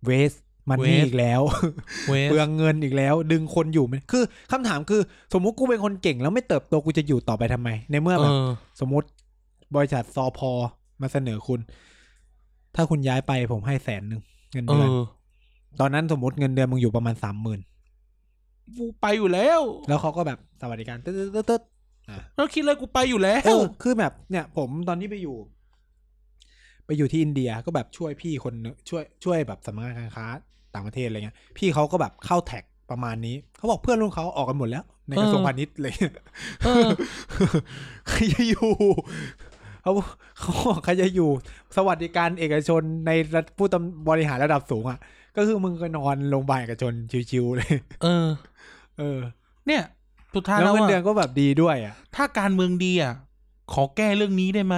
เวสมันนี่ waste อีกแล้ว เว้ย เปลืองเงินอีกแล้ว ดึงคนอยู่มันคือคำถามคือ สมมุติกูเป็นคนเก่งแล้วไม่เติบโตกูจะอยู่ต่อไปทำไม ในเมื่อ เอ แบบ อ สมมติบริษัทซอพอมาเสนอคุณ ถ้าคุณย้ายไปผมให้แสนหนึ่งเงิน เอ เดือน อ ตอนนั้นสมมติเงินเดือนมึงอยู่ประมาณสามหมื่น กูไปอยู่แล้ว แล้วเขาก็แบบสวัสดิการเต๊ดเต๊ดเต๊ดอ่ะ แล้วคิดเลยกูไปอยู่แล้ เอ ว อคือแบบเนี่ยผมตอนที่ไปอยู่ ไปอยู่ที่อินเดียก็แบบช่วยพี่คนนึงช่วยช่วยแบบสำนักงานการค้าต่างประเทศอะไรเงี้ย พี่เขาก็แบบเข้าแท็กประมาณนี้เขาบอกเพื่อนรุ่นเขาออกกันหมดแล้ว ในกระทรวงพาณิชย์เลย เออ ใครจะอยู่เขาเขาบอกใครจะอยู่ สวัสดิการเอกชนในรัฐผู้ตำบริหารระดับสูงอ่ะ ก็คือมึงก็นอนโรงพยาบาลเอกชนชิวๆเลย เออ เออ เนี่ย สุดท้าย แล้ แล้วว เงิน อะ เดือนก็แบบดีด้วยอ่ะ ถ้าการเมืองดีอ่ะ ขอแก้เรื่องนี้ได้ไหม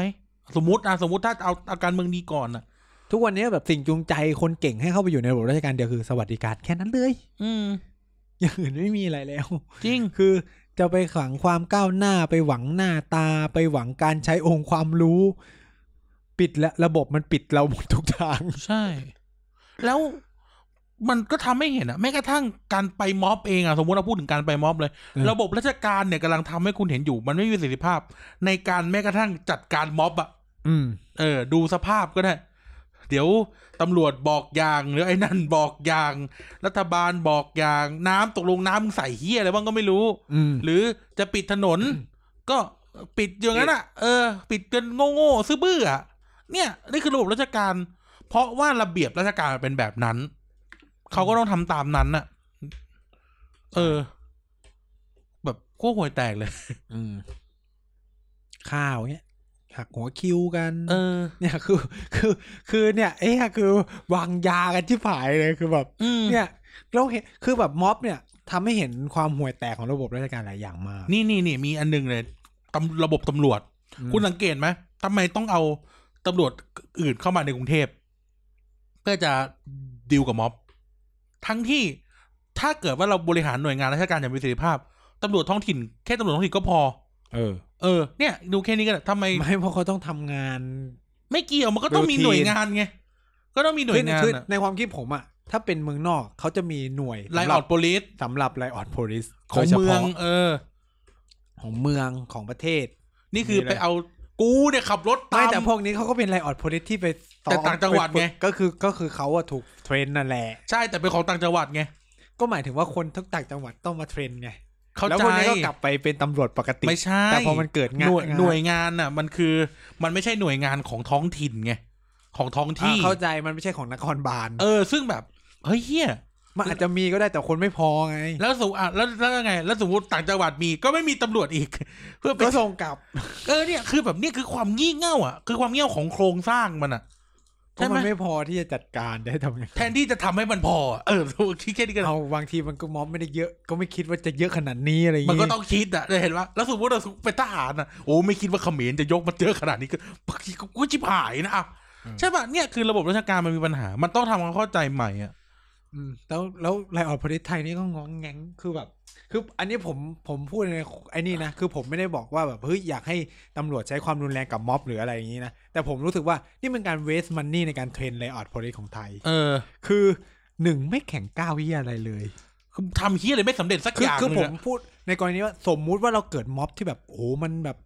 สมมติอ่ะสมมติถ้าเอาเอาการเมืองดีก่อนอ่ะ ทุกวันนี้แบบสิ่งจูงใจคนเก่งให้เข้าไปอยู่ในระบบราชการเดียวคือสวัสดิการแค่นั้นเลย อืม อย่างอื่นไม่มีอะไรแล้ว จริง คือจะไปหวังความก้าวหน้าไปหวังหน้าตาไปหวังการใช้องค์ความรู้ ปิดและระบบมันปิดเราหมดทุกทาง ใช่ แล้วมันก็ทำให้เห็นอะแม้กระทั่งการไปม็อบเองอะสมมติเราพูดถึงการไปม็อบเลย เออ ระบบราชการเนี่ยกำลังทำให้คุณเห็นอยู่ มันไม่มีประสิทธิภาพ ในการแม้กระทั่งจัดการม็อบอะ อืม เออ ดูสภาพก็ได้ เดี๋ยวตำรวจบอกอย่างหรือไอ้นั่นบอกอย่าง รัฐบาลบอกอย่างน้ำตกลงน้ำมึงใส่เฮียอะไรบ้างก็ไม่รู้ อืม หรือจะปิดถนน ก็ปิดอย่างนั้นอ่ะ เออ ปิดจนโง่ๆซื่อบื้ออ่ะเนี่ยนี่คือระบบราชการ เพราะว่าระเบียบราชการมันเป็นแบบนั้น เขาก็ต้องทำตามนั้นน่ะ เออ แบบขั้วหัวยแตกเลย อืม ข้าวเนี้ยหักหัวคิวกัน เออ เนี่ย คือ คือ คือเนี่ยไอ้เนี่ยคือ วางยากันที่ผายเลยคือแบบ อืม เนี่ยเราเห็นคือแบบม็อบเนี่ยทำให้เห็นความห่วยแตกของระบบราชการหลายอย่างมาก นี่นี่นี่มีอันหนึงเลยตำระบบตำรวจ คุณสังเกตไหมทำไมต้องเอาตำรวจอื่นเข้ามาในกรุงเทพ เพื่อจะดิวกับม็อบ ทั้งที่ถ้าเกิดว่าเราบริหารหน่วยงานราชการอย่างมีประสิทธิภาพตำรวจท้องถิ่นแค่ตำรวจท้องถิ่นก็พอ เออ เออเนี่ย ดูแค่นี้ก็ได้ทำไม ไม่เพราะเขาต้องทำงาน ไม่เกี่ยวมันก็ต้องมี Routine หน่วยงานไงก็ต้องมีหน่วยงาน คือคือ อะ ในความคิดผมอะถ้าเป็นเมืองนอกเขาจะมีหน่วย ไล สำ อ ห อ รั ดโปลิส สำหรับไลออดโพลิส ของเมือง เออ ของเมืองของประเทศ นี่คือไปเอากูเนี่ยขับรถตา ไม่ ม แต่พวกนี้เขาก็เป็นไลออดโพลิสที่ไปซ้อม แต่ต่างจังหวัดปฝึไงกก็คือก็คือเขาอะถูกเทรนนั่นแหละ ใช่แต่เป็นของต่างจังหวัดไง ก็หมายถึงว่าคนทุกต่างจังหวัดต้องมาเทรนไง เข้า แล้ว ใจ พวกนี้ก็กลับไปเป็นตำรวจปกติ ไม่ใช่ แต่พอมันเกิดงาน หน่วย งาน หน่วยงานน่ะ มันคือมันไม่ใช่หน่วยงานของท้องถิ่นไง ของท้อง อ่า ที่ เข้าใจมันไม่ใช่ของนครบาล เออ ซึ่งแบบ เฮ้ยเฮีย มันอาจจะมีก็ได้แต่คนไม่พอไง แล้วสมมติอ่ะแล้วแล้วยังไง แล้วสมมติต่างจังหวัดมีก็ไม่มีตำรวจอีก เพื่อไป ก็ส่งกลับ เออเนี่ยคือแบบเนี่ยคือความงี่เง่าอ่ะ คือความเง่าของโครงสร้างมันอ่ะ เพราะ ใช่ไหม มันไม่พอที่จะจัดการได้ทำยังไง แทนที่จะทำให้มันพออ่ะเออคิดแค่นี้ก็ได้ เอาบางทีมันก็ม็อบไม่ได้เยอะ ก็ไม่คิดว่าจะเยอะขนาดนี้อะไรอย่าง มัน งี้ ก็ต้องคิดอ่ะเห็นว่าแล้วสมมติเราเป็นทหารนะโอ้ไม่คิดว่าเขมรจะยกมาเจอขนาดนี้ก็กูชิบหายนะอ่ะใช่ป่ะเนี่ยคือระบบราชการมันมีปัญหา มันต้องทำความเข้าใจใหม่อ่ะ อืมแล้วแล้วไลออดประเทศไทยนี่ก็งองแงงคือแบบ คืออันนี้ผมผมพูดในไอ้นี่นะคือผมไม่ได้บอกว่าแบบเฮ้ยอยากให้ตำรวจใช้ความรุนแรงกับม็อบหรืออะไรอย่างงี้นะแต่ผมรู้สึกว่านี่เป็นการเวสมันนี่ในการเทรนไลออดประเทศของไทย เออ คือหนึ่งไม่แข่งก้าวเหียอะไรเลย คือทำเฮียอะไรไม่สำเร็จสัก คื อ อย่าง คือ เล ผ ย ม อะ พูดในกรณีว่าสมมุติว่าเราเกิดม็อบที่แบบโอ้โหมันแบบ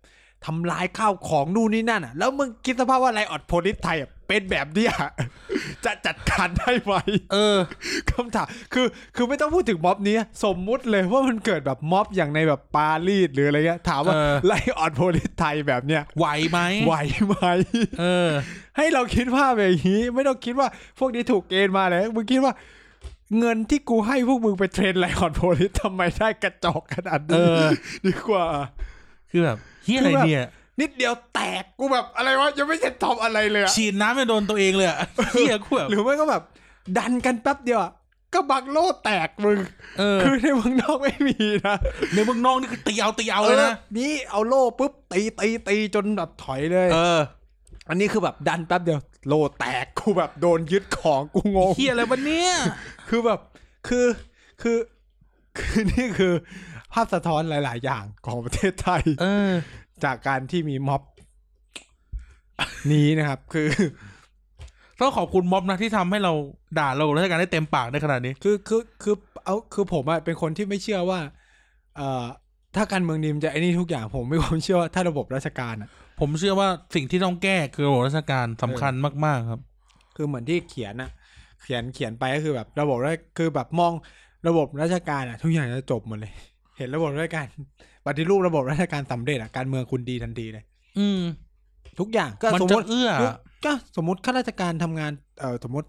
ทำลายข้าวของนู่นนี่นั่นอ่ะ แล้วมึงคิดสภาพว่าไรออดโพลิสไทยอะเป็นแบบเนี้ย จะ จัดการได้ไหม เออ คำถามคือคือไม่ต้องพูดถึงม็อบนี้ สมมุติเลยว่ามันเกิดแบบม็อบอย่างในแบบปารีสหรืออะไรเงี้ยถามว่า เออ ไรออดโพลิสไทยแบบเนี้ย ไหวไหม ไหวไหม เออ ให้เราคิดว่าแบบนี้ไม่ต้องคิดว่าพวกนี้ถูกเกณฑ์มาเลยมึงคิดว่า เงินที่กูให้พวกมึงไปเทรนไลออนโพลิสทำไมได้กระจอกขนาด เอ นี้ อ ดีกว่า คือแบบเฮียอะไรเนี่ย นิดเดียวแตกกูแบบอะไรวะยังไม่เสร็จทำอะไรเลยอะ ฉีดน้ำไปโดนตัวเองเลยอะ เฮียกูแบบ หรือไม่ก็แบบ ดันกันแป๊บเดียวอะก็บักโลแตกมึง เออ คือในเมืองนอกไม่มีนะ ในเมืองนอกนี่คือตีเอาตีเอาเลยนะ นี่เอาโล่ปุ๊บตีตีตีจนแบบถอยเลย เออ อันนี้คือแบบดันแป๊บเดียวโลแตกกูแบบโดนยึดของกูงง เฮียอะไรวะเนี่ย คือแบบคือคือคือนี่คือภาพสะท้อนหลาย ๆ อย่างของประเทศไทย เออ จากการที่มีม็อบ นี้นะครับ คือ ต้องขอบคุณม็อบนะที่ทำให้เราด่าเราราชการได้เต็มปากได้ขนาดนี้ คือคือคือเอาคือผมอะเป็นคนที่ไม่เชื่อว่า เอ่อ ถ้าการเมืองดีมนจะไอ้นี่ทุกอย่างผมไม่ความเชื่อว่าถ้าระบบราชการอะ ผมเชื่อว่าสิ่งที่ต้องแก้คือระบบราชการสำคัญมากๆครับ คือเหมือนที่เขียนอะเขียนเขียนไปก็คือแบบระบบราชคือแบบมองระบบราชการอะทุกอย่างจะจบหมดเลย เห็นระบบราชการปฏิรูประบบราชการสำเร็จอะการเมืองคุณดีทันทีเลย อืม ทุกอย่างก็ มัน สม จะ มติ เอื้อ ก็สมมติข้าราชการทำงานเอ่อสมมติ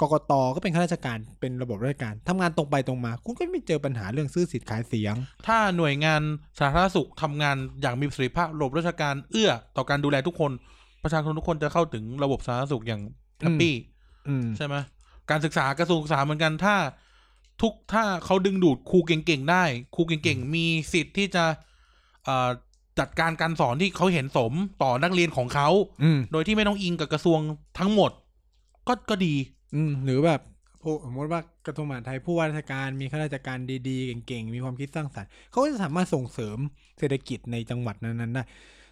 กกตก็เป็นข้าราชการเป็นระบบราชการทำงานตรงไปตรงมา คุณก็ไม่เจอปัญหาเรื่องซื้อสิทธิ์ขายเสียง ถ้าหน่วยงานสาธารณสุขทำงานอย่างมีประสิทธิภาพระบบราชการเอื้อ ต่อการดูแลทุกคน ประชาชนทุกคนจะเข้าถึงระบบสาธารณสุขอย่างแฮปปี้ อืม ใช่ไหม การศึกษากระทรวงศึกษาเหมือนกันถ้า ทุกถ้าเขาดึงดูดครูเก่งๆได้ ครูเก่งๆมีสิทธิ์ที่จะเอ่อจัดการการสอนที่เขาเห็นสมต่อนักเรียนของเขา อืม โดยที่ไม่ต้องอิงกับกระทรวงทั้งหมด ก็ก็ดี อืมหรือแบบผู้สมมติว่ากระทรวงมหาดไทยผู้ว่าราชการมีข้าราชการดีๆ เก่งๆ มีความคิดสร้างสรรค์เขาก็จะสามารถส่งเสริมเศรษฐกิจในจังหวัดนั้นๆได้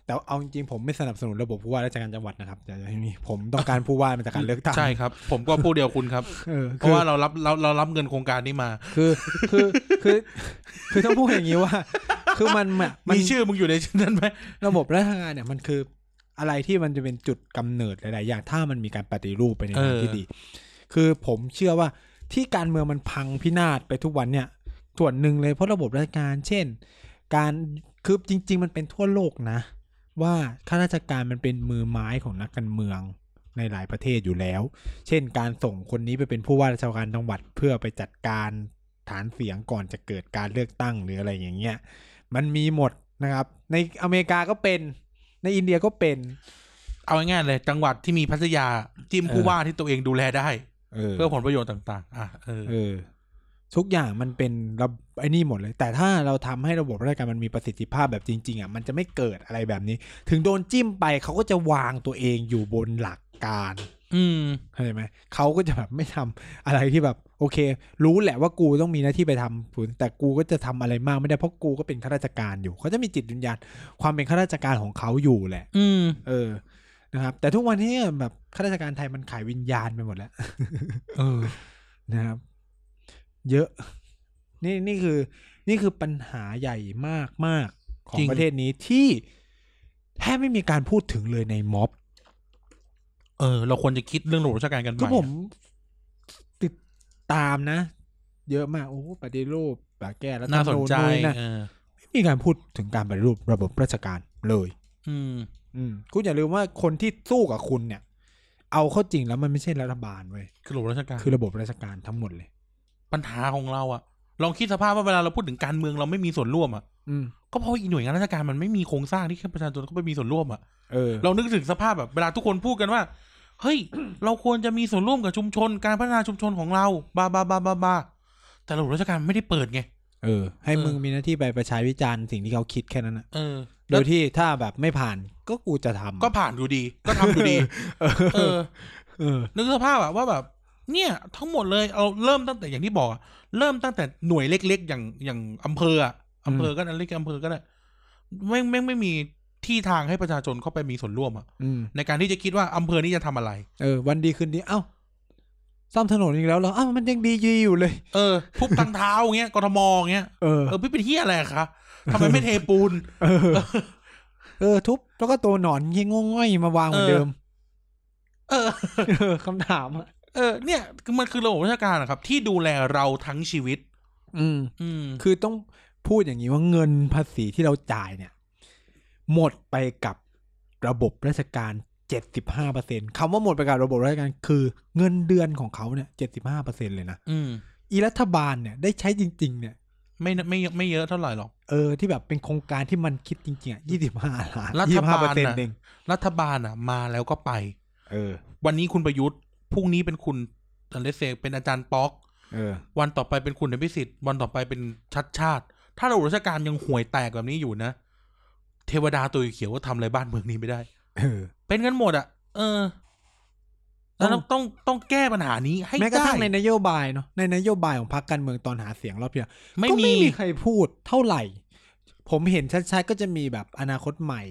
แต่เอาจริงๆผมไม่สนับสนุนระบบผู้ว่าราชการจังหวัดนะครับแต่ทีนี้ผมต้องการผู้ว่ามาจากการเลือกตั้ง ใช่ครับ ผมก็พูดเดียวคุณครับ เออ เพ คื ราะ อ ว่าเรารับเราเรารับเงินโครงการนี้มา คือคือคือคือต้องพูดอย่างนี้ว่า คือมันแบบมัน มีชื่อมึงอยู่ในชื่อนั้นไหม ระบบราชการเนี่ยมันคืออะไรที่มันจะเป็นจุดกำเนิดหลายๆอย่างถ้ามันมีการปฏิรูปไปในทางที่ดี คือผมเชื่อว่าที่การเมืองมันพังพินาศไปทุกวันเนี่ย ส่วนหนึ่งเลยเพราะระบบราชการ เช่น การคือจริง ๆ มันเป็นทั่วโลกนะ ว่าข้าราชการมันเป็นมือไม้ของนักการเมืองในหลายประเทศอยู่แล้ว เช่น การส่งคนนี้ไปเป็นผู้ว่าราชการจังหวัดเพื่อไปจัดการฐานเสียงก่อนจะเกิดการเลือกตั้งหรืออะไรอย่างเงี้ยมันมีหมดนะครับ ในอเมริกาก็เป็นในอินเดียก็เป็น เอาง่ายๆเลย จังหวัดที่มีพัทยาจิ้มผู้ เออ ว่าที่ตัวเองดูแลได้ เออ เพื่อผลประโยชน์ต่าง ๆ อ่ะเออ เออทุกอย่างมันเป็นระบบไอ้นี่หมดเลย แต่ถ้าเราทำให้ระบบราชการมันมีประสิทธิภาพแบบจริง ๆอ่ะมันจะไม่เกิดอะไรแบบนี้ ถึงโดนจิ้มไปเขาก็จะวางตัวเองอยู่บนหลักการ อืม เข้าใจไหมเขาก็จะแบบไม่ทำอะไรที่แบบ โอเค รู้แหละว่ากูต้องมีหน้าที่ไปทำแต่กูก็จะทำอะไรมากไม่ได้เพราะกูก็เป็นข้าราชการอยู่เขาจะมีจิตวิญญาณความเป็นข้าราชการของเขาอยู่แหละ อืม เออนะครับ แต่ทุกวันนี้แบบข้าราชการไทยมันขายวิญญาณไปหมดแล้ว เออ นะครับ เยอะ นี่นี่คือ นี่คือปัญหาใหญ่มากมากๆของ จริง ประเทศนี้ที่แทบไม่มีการพูดถึงเลยในม็อบ เออ เราควรจะคิดเรื่องระบบราชการกันให คือ ม่ ผมติดตามนะ เยอะมากโอ้ปฏิรูปแบบแก้แล้ว น่าสนใจ นะ เออ ไม่มีการพูดถึงการปฏิรูประบบราชการเลย อืม อืมคุณอย่าลืมว่าคนที่สู้กับคุณเนี่ย เอาเข้าจริงแล้วมันไม่ใช่รัฐบาลเว้ย คือระบบราชการ คือระบบราชการทั้งหมดเลย ปัญหาของเราอะลองคิดสภาพว่าเวลาเราพูดถึงการเมืองเราไม่มีส่วนร่วมอะ อืม ก็เพราะว่าอีหน่วยงานราชการมันไม่มีโครงสร้างที่ให้ประชาชนเขาไปมีส่วนร่วมอะ เออ เรานึกถึงสภาพแบบเวลาทุกคนพูดกันว่า เฮ้ย เราควรจะมีส่วนร่วมกับชุมชน การพัฒนาชุมชนของเราบาบาบาบาบาแต่ระบบราชการไม่ได้เปิดไง เออ ให้ เออ มึงมีหน้าที่ไปประชาวิจารณ์สิ่งที่เขาคิดแค่นั้นนะ เออ โด แล้ว ยที่ถ้าแบบไม่ผ่านก็กูจะทำ ก็ผ่านอยู่ดี ก็ทำอยู่ดี เอ เอ อ อ เออ นึกสภาพอะว่าแบบ เนี่ย ทั้งหมดเลยเอาเริ่มตั้งแต่อย่างที่บอกอะเริ่มตั้งแต่หน่วยเล็กๆ อย่างอย่างอำเภออะอำเภอก็ได้เล็กอำเภอก็ได้ไม่ไม่ไม่มีที่ทางให้ประชาชนเข้าไปมีส่วนร่วมอะ อืม ในการที่จะคิดว่าอำเภอนี้จะทำอะไร เออ วันดีคืนดีเอ้าซ่อมถนนอีกแล้วเหรออ้าวมันยังดียีอยู่เลย เออทุบทางเท้าอย่างเงี้ยกทมอย่างเงี้ย เออ เออพี่เป็นเฮียอะไรอะคะทำไมไม่เทปูน เออ เออ ทุบแล้วก็ตัวหนอนเงี้ยงง่อยมาวางเหมือนเดิม เออ เออคำถามอะ เออเนี่ยคือมันคือระบบราชการอะครับ ที่ดูแลเราทั้งชีวิต อืม อืม คือต้องพูดอย่างนี้ว่าเงินภาษีที่เราจ่ายเนี่ย หมดไปกับระบบราชการ 75%คำว่าหมดไปกับระบบราชการคือเงินเดือนของเขาเนี่ย75%เลยนะ อืม อีรัฐบาลเนี่ยได้ใช้จริง ๆ เนี่ย ไม่ไม่ไม่เยอะเท่าไหร่หรอก เออที่แบบเป็นโครงการที่มันคิดจริงๆอ่ะ25ล้าน รัฐ25บาลเปอร์เซ็น น่ะ ต์เอง รัฐบาลอะมาแล้วก็ไป เออ วันนี้คุณประยุทธ์พรุ่งนี้เป็นคุณเลสเซเป็นอาจารย์ป๊อก เออ วันต่อไปเป็นคุณอภิสิทธิ์ วันต่อไปเป็นชัดชาติ ถ้าระบบราชการยังห่วยแตกแบบนี้อยู่นะ เทวดาตัวเขียวก็ทำอะไรบ้านเมืองนี้ไม่ได้ เออ เป็นกันหมดอ่ะ เออ แล้วต้องต้องต้องแก้ปัญหานี้ให้ แม้กระ ได้ ทั่งในนโยบายเนาะในนโยบายของพรรคการเมืองตอนหาเสียงรอบที่แล้ว ไม่ ก็ มี ไม่มีใครพูดเท่าไหร่ ผมเห็นชัดๆก็จะมีแบบอนาคตใหม่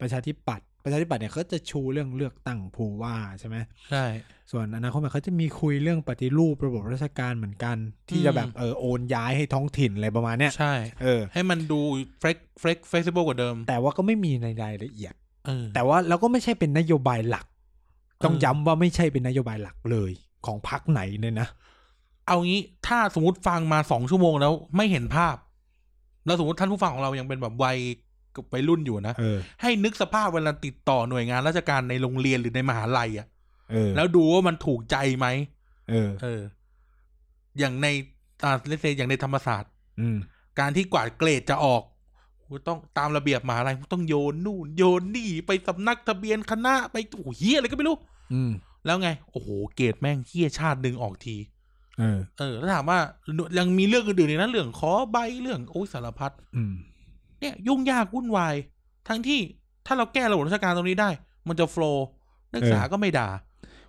ประชาธิปัตย์ประชาธิปัตย์เนี่ยเขาจะชูเรื่องเลือกตั้งผู้ว่าใช่ไหม ใช่ ส่วนอนาคตใหม่เขาจะมีคุยเรื่องปฏิรูประบบราชการเหมือนกัน ที่ อืม จะแบบเออโอนย้ายให้ท้องถิ่นอะไรประมาณเนี้ย ใช่ เออ ให้มันดูเฟรกเฟรกเฟซิเบิลกว่าเดิม แต่ว่าก็ไม่มีในรายละเอียด เออ แต่ว่าเราก็ไม่ใช่เป็นนโยบายหลัก ต้อง เออ ย้ำว่าไม่ใช่เป็นนโยบายหลักเลยของพรรคไหนเลยนะ เอางี้ถ้าสมมติฟังมาสองชั่วโมงแล้วไม่เห็นภาพ แล้วสมมติท่านผู้ฟังของเรายังเป็นแบบวัยวัยรุ่นอยู่นะ เออ ให้นึกสภาพเวลาติดต่อหน่วยงานราชการในโรงเรียนหรือในมหาลัยอะ เออ แล้วดูว่ามันถูกใจไหม เออ เออ อย่างในอ่าเลเซอย่างในธรรมศาสตร์ อืม การที่กว่าดเกรดจะออกกูต้องตามระเบียบมหาลัยกูต้องโยนนู่น โยนนี่ไปสำนักทะเบียนคณะไปโอ้โหเฮียอะไรก็ไม่รู้ อืม แล้วไง โอ้โห เกรดแม่งเฮี้ยชาติหนึ่งออกที เออ เออ แล้วถามว่ายังมีเรื่องอื่นๆอีกนะเรื่องขอใบเรื่องโอ้ยสารพัด อืม เนี่ยยุ่งยากวุ่นวาย ทั้งที่ถ้าเราแก้ระบบราชการตรงนี้ได้ มันจะโฟล์นักศึกษา เออ ก็ไม่ด่า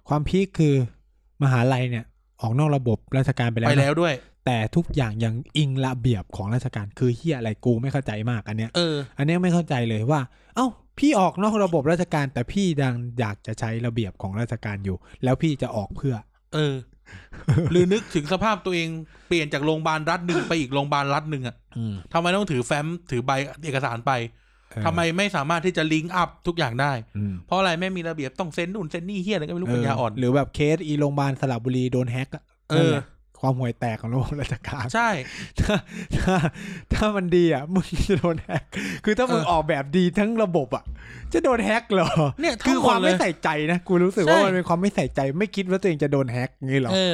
ความพีคคือมหาลัยเนี่ย ออกนอกระบบราชการไปแล้ว ไป นะ แล้วด้วย แต่ทุกอย่างยังอิงระเบียบของราชการคือเฮียอะไรกูไม่เข้าใจมากอันเนี้ย เออ อันเนี้ยไม่เข้าใจเลยว่า เอ้า พี่ออกนอกระบบราชการ แต่พี่ดังอยากจะใช้ระเบียบของราชการอยู่ แล้วพี่จะออกเพื่อ เออ หรือนึกถึงสภาพตัวเองเปลี่ยนจากโรงพยาบาลรัฐหนึ่งไปอีกโรงพยาบาลรัฐหนึ่งอะ อืม ทำไมต้องถือแฟ้มถือใบเอกสารไปทำไมไม่สามารถที่จะลิงก์อัพทุกอย่างได้ อืม เพราะอะไรไม่มีระเบียบต้องเซ็นนู่นเซ็นนี่เฮียอะไรก็ไม่รู้ปัญญาอ่อน เหรือแบบเคสอีโรงพยาบาลสระบุรีโดนแฮกอะ เอนั่นอแหละความห่วยแตกของระบบราชการ ใช่ ถ้าถ้าถ้ามันดีอ่ะมึงจะโดนแฮกคือถ้ามึง เออ ออกแบบดีทั้งระบบอ่ะ จะโดนแฮกเหรอ เนี่ยทั้ คื ง อ ห ค ม วา ด ม เล ไม่ ย ใส่ใจนะกูรู้สึกว่า ใช่ มันเป็นความไม่ใส่ใจไม่คิดว่าตัวเองจะโดนแฮกงี้เหรอ เออ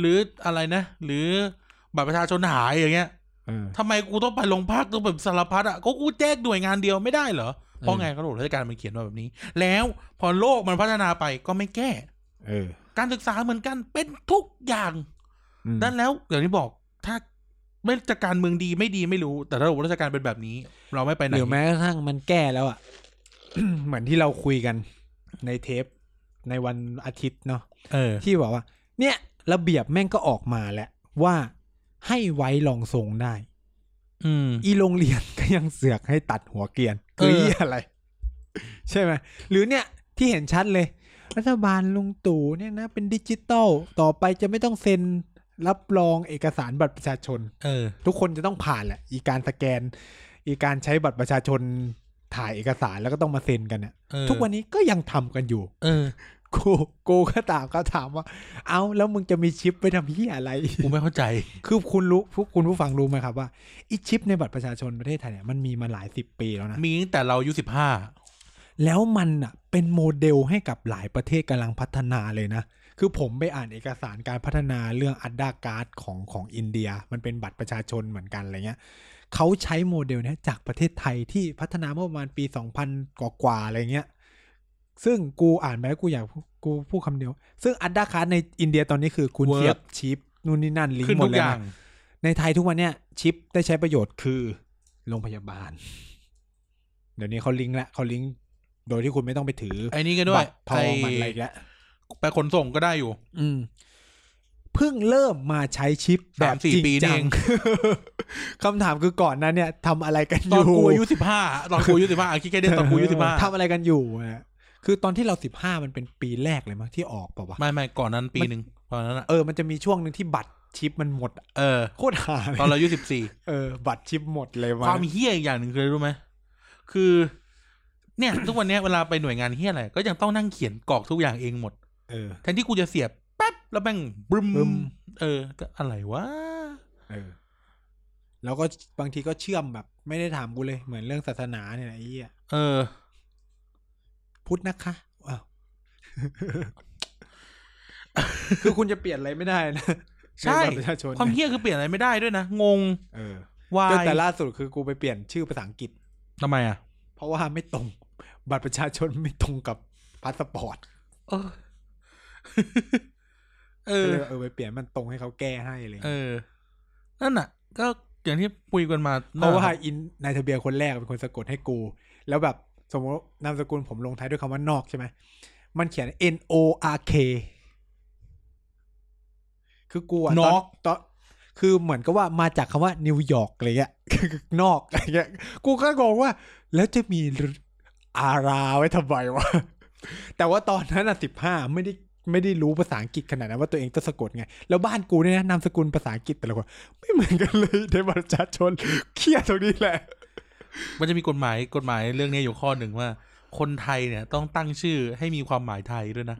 หรืออะไรนะ หรือบัตรประชาชนหายอย่างเงี้ย เออ ทำไมกูต้องไปลงพักต้องแบบสารพัดอ่ะก็กูแจ้งหน่วยงานเดียวไม่ได้เหรอ เพราะไงกระโดดราชการมันเขียนมาแบบนี้ แล้วพอโลกมันพัฒนาไปก็ไม่แก้ เออ การศึกษาเหมือนกันเป็นทุกอย่าง อืม ดังนั้นแล้วอย่างที่บอกถ้าไม่จะการเมืองดีไม่ดีไม่รู้ แต่ถ้าระบบราชการเป็นแบบนี้ เราไม่ไปไหน หรือแม้กระทั่งมันแก้แล้วอ่ะ เหมือนที่เราคุยกันในเทปในวันอาทิตย์เนาะ เออ ที่บอกว่า เนี่ย ระเบียบแม่งก็ออกมาแล้วว่าให้ไว้รองทรงได้ อืม อีโรงเรียนก็ยังเสือกให้ตัดหัวเกรียนคือ เออ เหี้ยอะไร ใช่ไหมหรือเนี่ยที่เห็นชัดเลย รัฐบาลลุงตู่เนี่ยนะ เป็นดิจิตอลต่อไปจะไม่ต้องเซ็นรับรองเอกสารบัตรประชาชน เออ ทุกคนจะต้องผ่านแหละ อีการสแกน อีการใช้บัตรประชาชนถ่ายเอกสารแล้วก็ต้องมาเซ็นกันน่ะ เออ ทุกวันนี้ก็ยังทำกันอยู่ เออ กูกูก็ถามก็ถามว่า เอาแล้วมึงจะมีชิปไปทำที่อะไร กูไม่เข้าใจ คือคุณรู้พวกคุณผู้ฟังรู้ไหมครับว่าอีชิปในบัตรประชาชนประเทศไทยเนี่ยมันมีมาหลายสิบปีแล้วนะ มีตั้งแต่เราอายุสิบห้า แล้วมันอ่ะเป็นโมเดลให้กับหลายประเทศกำลังพัฒนาเลยนะ คือผมไปอ่านเอกสารการพัฒนาเรื่องอัดดาการ์ดของของอินเดีย มันเป็นบัตรประชาชนเหมือนกันอะไรเงี้ยเขาใช้โมเดลเนี้ยจากประเทศไทยที่พัฒนาเมื่อประมาณปี 2000 กว่ากว่าๆอะไรเงี้ย ซึ่งกูอ่านไปแล้วกูอยากกูพูดคำเดียว ซึ่งอัดดาการ์ดในอินเดียตอนนี้คือคุณเทียบชิปนู่นนี่นั่นลิง ขึ้น ก์หม ทุ ด ก เลย อย่าง นะในไทยทุกวันเนี้ยชิปได้ใช้ประโยชน์คือโรงพยาบาล เดี๋ยวนี้เขาลิงก์ละเขาลิงก์โดยที่คุณไม่ต้องไปถือ ไอ้นี่ก็ด้วย บัตรทองมันอะไรอีกแล้ว ไปขนส่งก็ได้อยู่ อืมเพิ่งเริ่มมาใช้ชิปแบบจ สามสี่ ริง ปีนี่ จั เอง ง คำถามคือก่อนหนั้นเนี่ยทำอะไรกันอ ตอน ยู่ กูอายุสิบห้าตอนกูอายุสิบห้าคิดแค่เด็กตอนกูอายุสิบห้า ทำอะไรกันอยู่อะคือตอนที่เราสิบห้ามันเป็นปีแรกเลยมั้งที่ออกเปล่าวะ ไม่ไม่ก่อนนั้นปีหนึ่งตอนนั้นอะ เออมันจะมีช่วงหนึ่งที่บัตรชิปมันหมดอะ เออ โคตรหาเลย ตอนเราอายุสิบสี่ เออ บัตรชิปหมดเลย ค ว่ะ วามเฮี้ยอีกอย่างหนึ่งคืออะไรรู้ไหมคือ เนี่ย ทุกวันเนี้ยเวลาไปหน่วยงานเฮี้ยอะไร ก็ยังต้องนั่งเขียนกรอกทุกอย่างเองหมด เออ แทนที่กูจะเสียบแป๊บแล้วแม่งบึ้ บึ้ม มเออก็อะไรวะ เออ แล้วก็บางทีก็เชื่อมแบบ ไม่ได้ถามกูเลยเหมือนเรื่องศาสนาเนี่ยนะไอ้เหี้ย เออ พุทธนะคะอ้าว คือคุณจะเปลี่ยนอะไรไม่ได้ นะ ใช่ นบัตรประชาชน ความเฮี้ยคือเปลี่ยนอะไรไม่ได้ด้วยนะงง เออ วาย ก็แต่ล่าสุดคือกูไปเปลี่ยนชื่อภาษาอังกฤษ ทำไมอ่ะ เพราะว่าไม่ตรง บัตรประชาชนไม่ตรงกับพาสปอร์ต เอ อ เอ ก็เลอยเออไปเปลี่ยนมันตรงให้เขาแก้ให้อะไรเลย เออ นั่นน่ะ ก็อย่างที่คุยกันมา เพราะว่าอินนายทะเบียนคนแรกเป็นคนสะกดให้กู แล้วแบบสมมตินามสกุลผมลงท้ายด้วยคำว่านอกใช่ไหมมันเขียน N O R K คือกูอะต นอก ตอนคือเหมือนกับว่ามาจากคำว่านิวยอร์กอะไรเงี้ย คือนอกอะไรเงี้ยกูก็งงว่า แล้วจะมีอาราไว้ทำไมวะ แต่ว่าตอนนั้นอ่ะสิบห้าไม่ได้ไม่ได้รู้ภาษาอังกฤษขนาดนั้นว่าตัวเองต้องสะกดไง แล้วบ้านกูเนี่ยนะนามสกุลภาษาอังกฤษแต่ละคนไม่เหมือนกันเลยในบัตรประชาชนเครียดตรงนี้แหละ มันจะมีกฎหมายกฎหมายเรื่องนี้อยู่ข้อหนึ่งว่า คนไทยเนี่ยต้องตั้งชื่อให้มีความหมายไทยด้วยนะ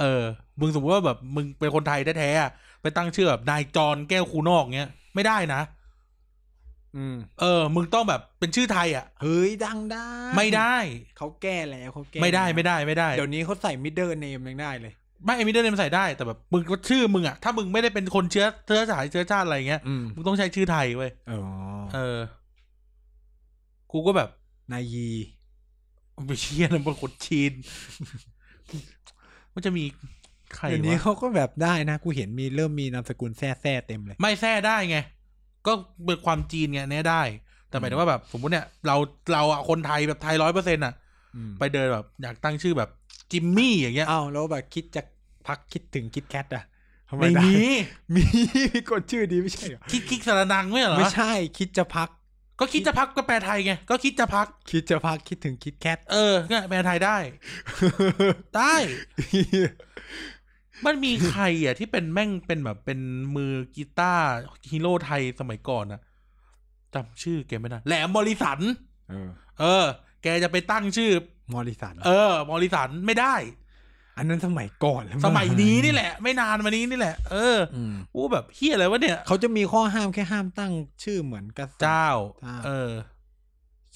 เออ มึงสมมติว่าแบบมึงเป็นคนไทยแท้ๆอะไปตั้งชื่อแบบนายจรแก้วคูนอกเงี้ยไม่ได้นะ อืม เออ มึงต้องแบบเป็นชื่อไทยอ่ะ เฮ้ยดังได้ ไม่ได้ เขาแก้แล้วเขาแก้ ไม่ได้ไม่ได้ไม่ได้ เดี๋ยวนี้เขาใส่มิดเดิลเนมยังได้เลย ไม่ไอมิเดิลเนมใส่ได้แต่แบบมึงก็ชื่อมึงอ่ะถ้ามึงไม่ได้เป็นคนเชื้อเชื้อสายเชื้อชาติอะไรเงี้ย อืม มึงต้องใช้ชื่อไทยเว้ย อ๋อ เออ กูก็แบบ นายยี ไปเชียร์นะบนคนจีน มันจะมีใคร เดี๋ยวนี้ วะ เขาก็แบบได้นะ กูเห็นมีเริ่มมีนามสกุลแซ่แซ่ๆเต็มเลย ไม่แท้ได้ไง ก็เป็นความจีนไงแน่ได้ แต่หมายถึงว่าแบบสมมติเนี่ย เราเราอะคนไทยแบบไทยร้อยเปอร์เซ็นต์อะไป ไป เดินแบบ อยากตั้งชื่อแบบจิมมี่อย่างเงี้ย อ้าวแล้วแบบคิดจะพักคิดถึงคิดแคทอะทำไม ไม่ ได้ มี มี มีคนชื่อดีไม่ใช่เหรอ คิดคิดสารนังไม่เหรอ ไม่ใช่คิดจะพัก ก็คิดจะพักก็แปลไทยไงก็คิดจะพัก คิดจะพักคิดถึงคิดแคท เออเนี่ยแปลไทยได้ ได้ มันมีใครอ่ะ ที่เป็นแม่งเป็นแบบเป็นมือกีตาร์ฮีโร่ไทยสมัยก่อนนะจำชื่อแกไม่ได้แหลมมอริสัน เออ เออ แกจะไปตั้งชื่อ มอริสัน เออ มอริสันไม่ได้ อันนั้นสมัยก่อนแล้วง สมัยนี้นี่แหละ ไม่นานมานี้นี่แหละ เออ อืม อู้แบบเฮียอะไรวะเนี่ย เขาจะมีข้อห้ามแค่ห้ามตั้งชื่อเหมือนกษัตริย์ เจ้า เจ้า เออ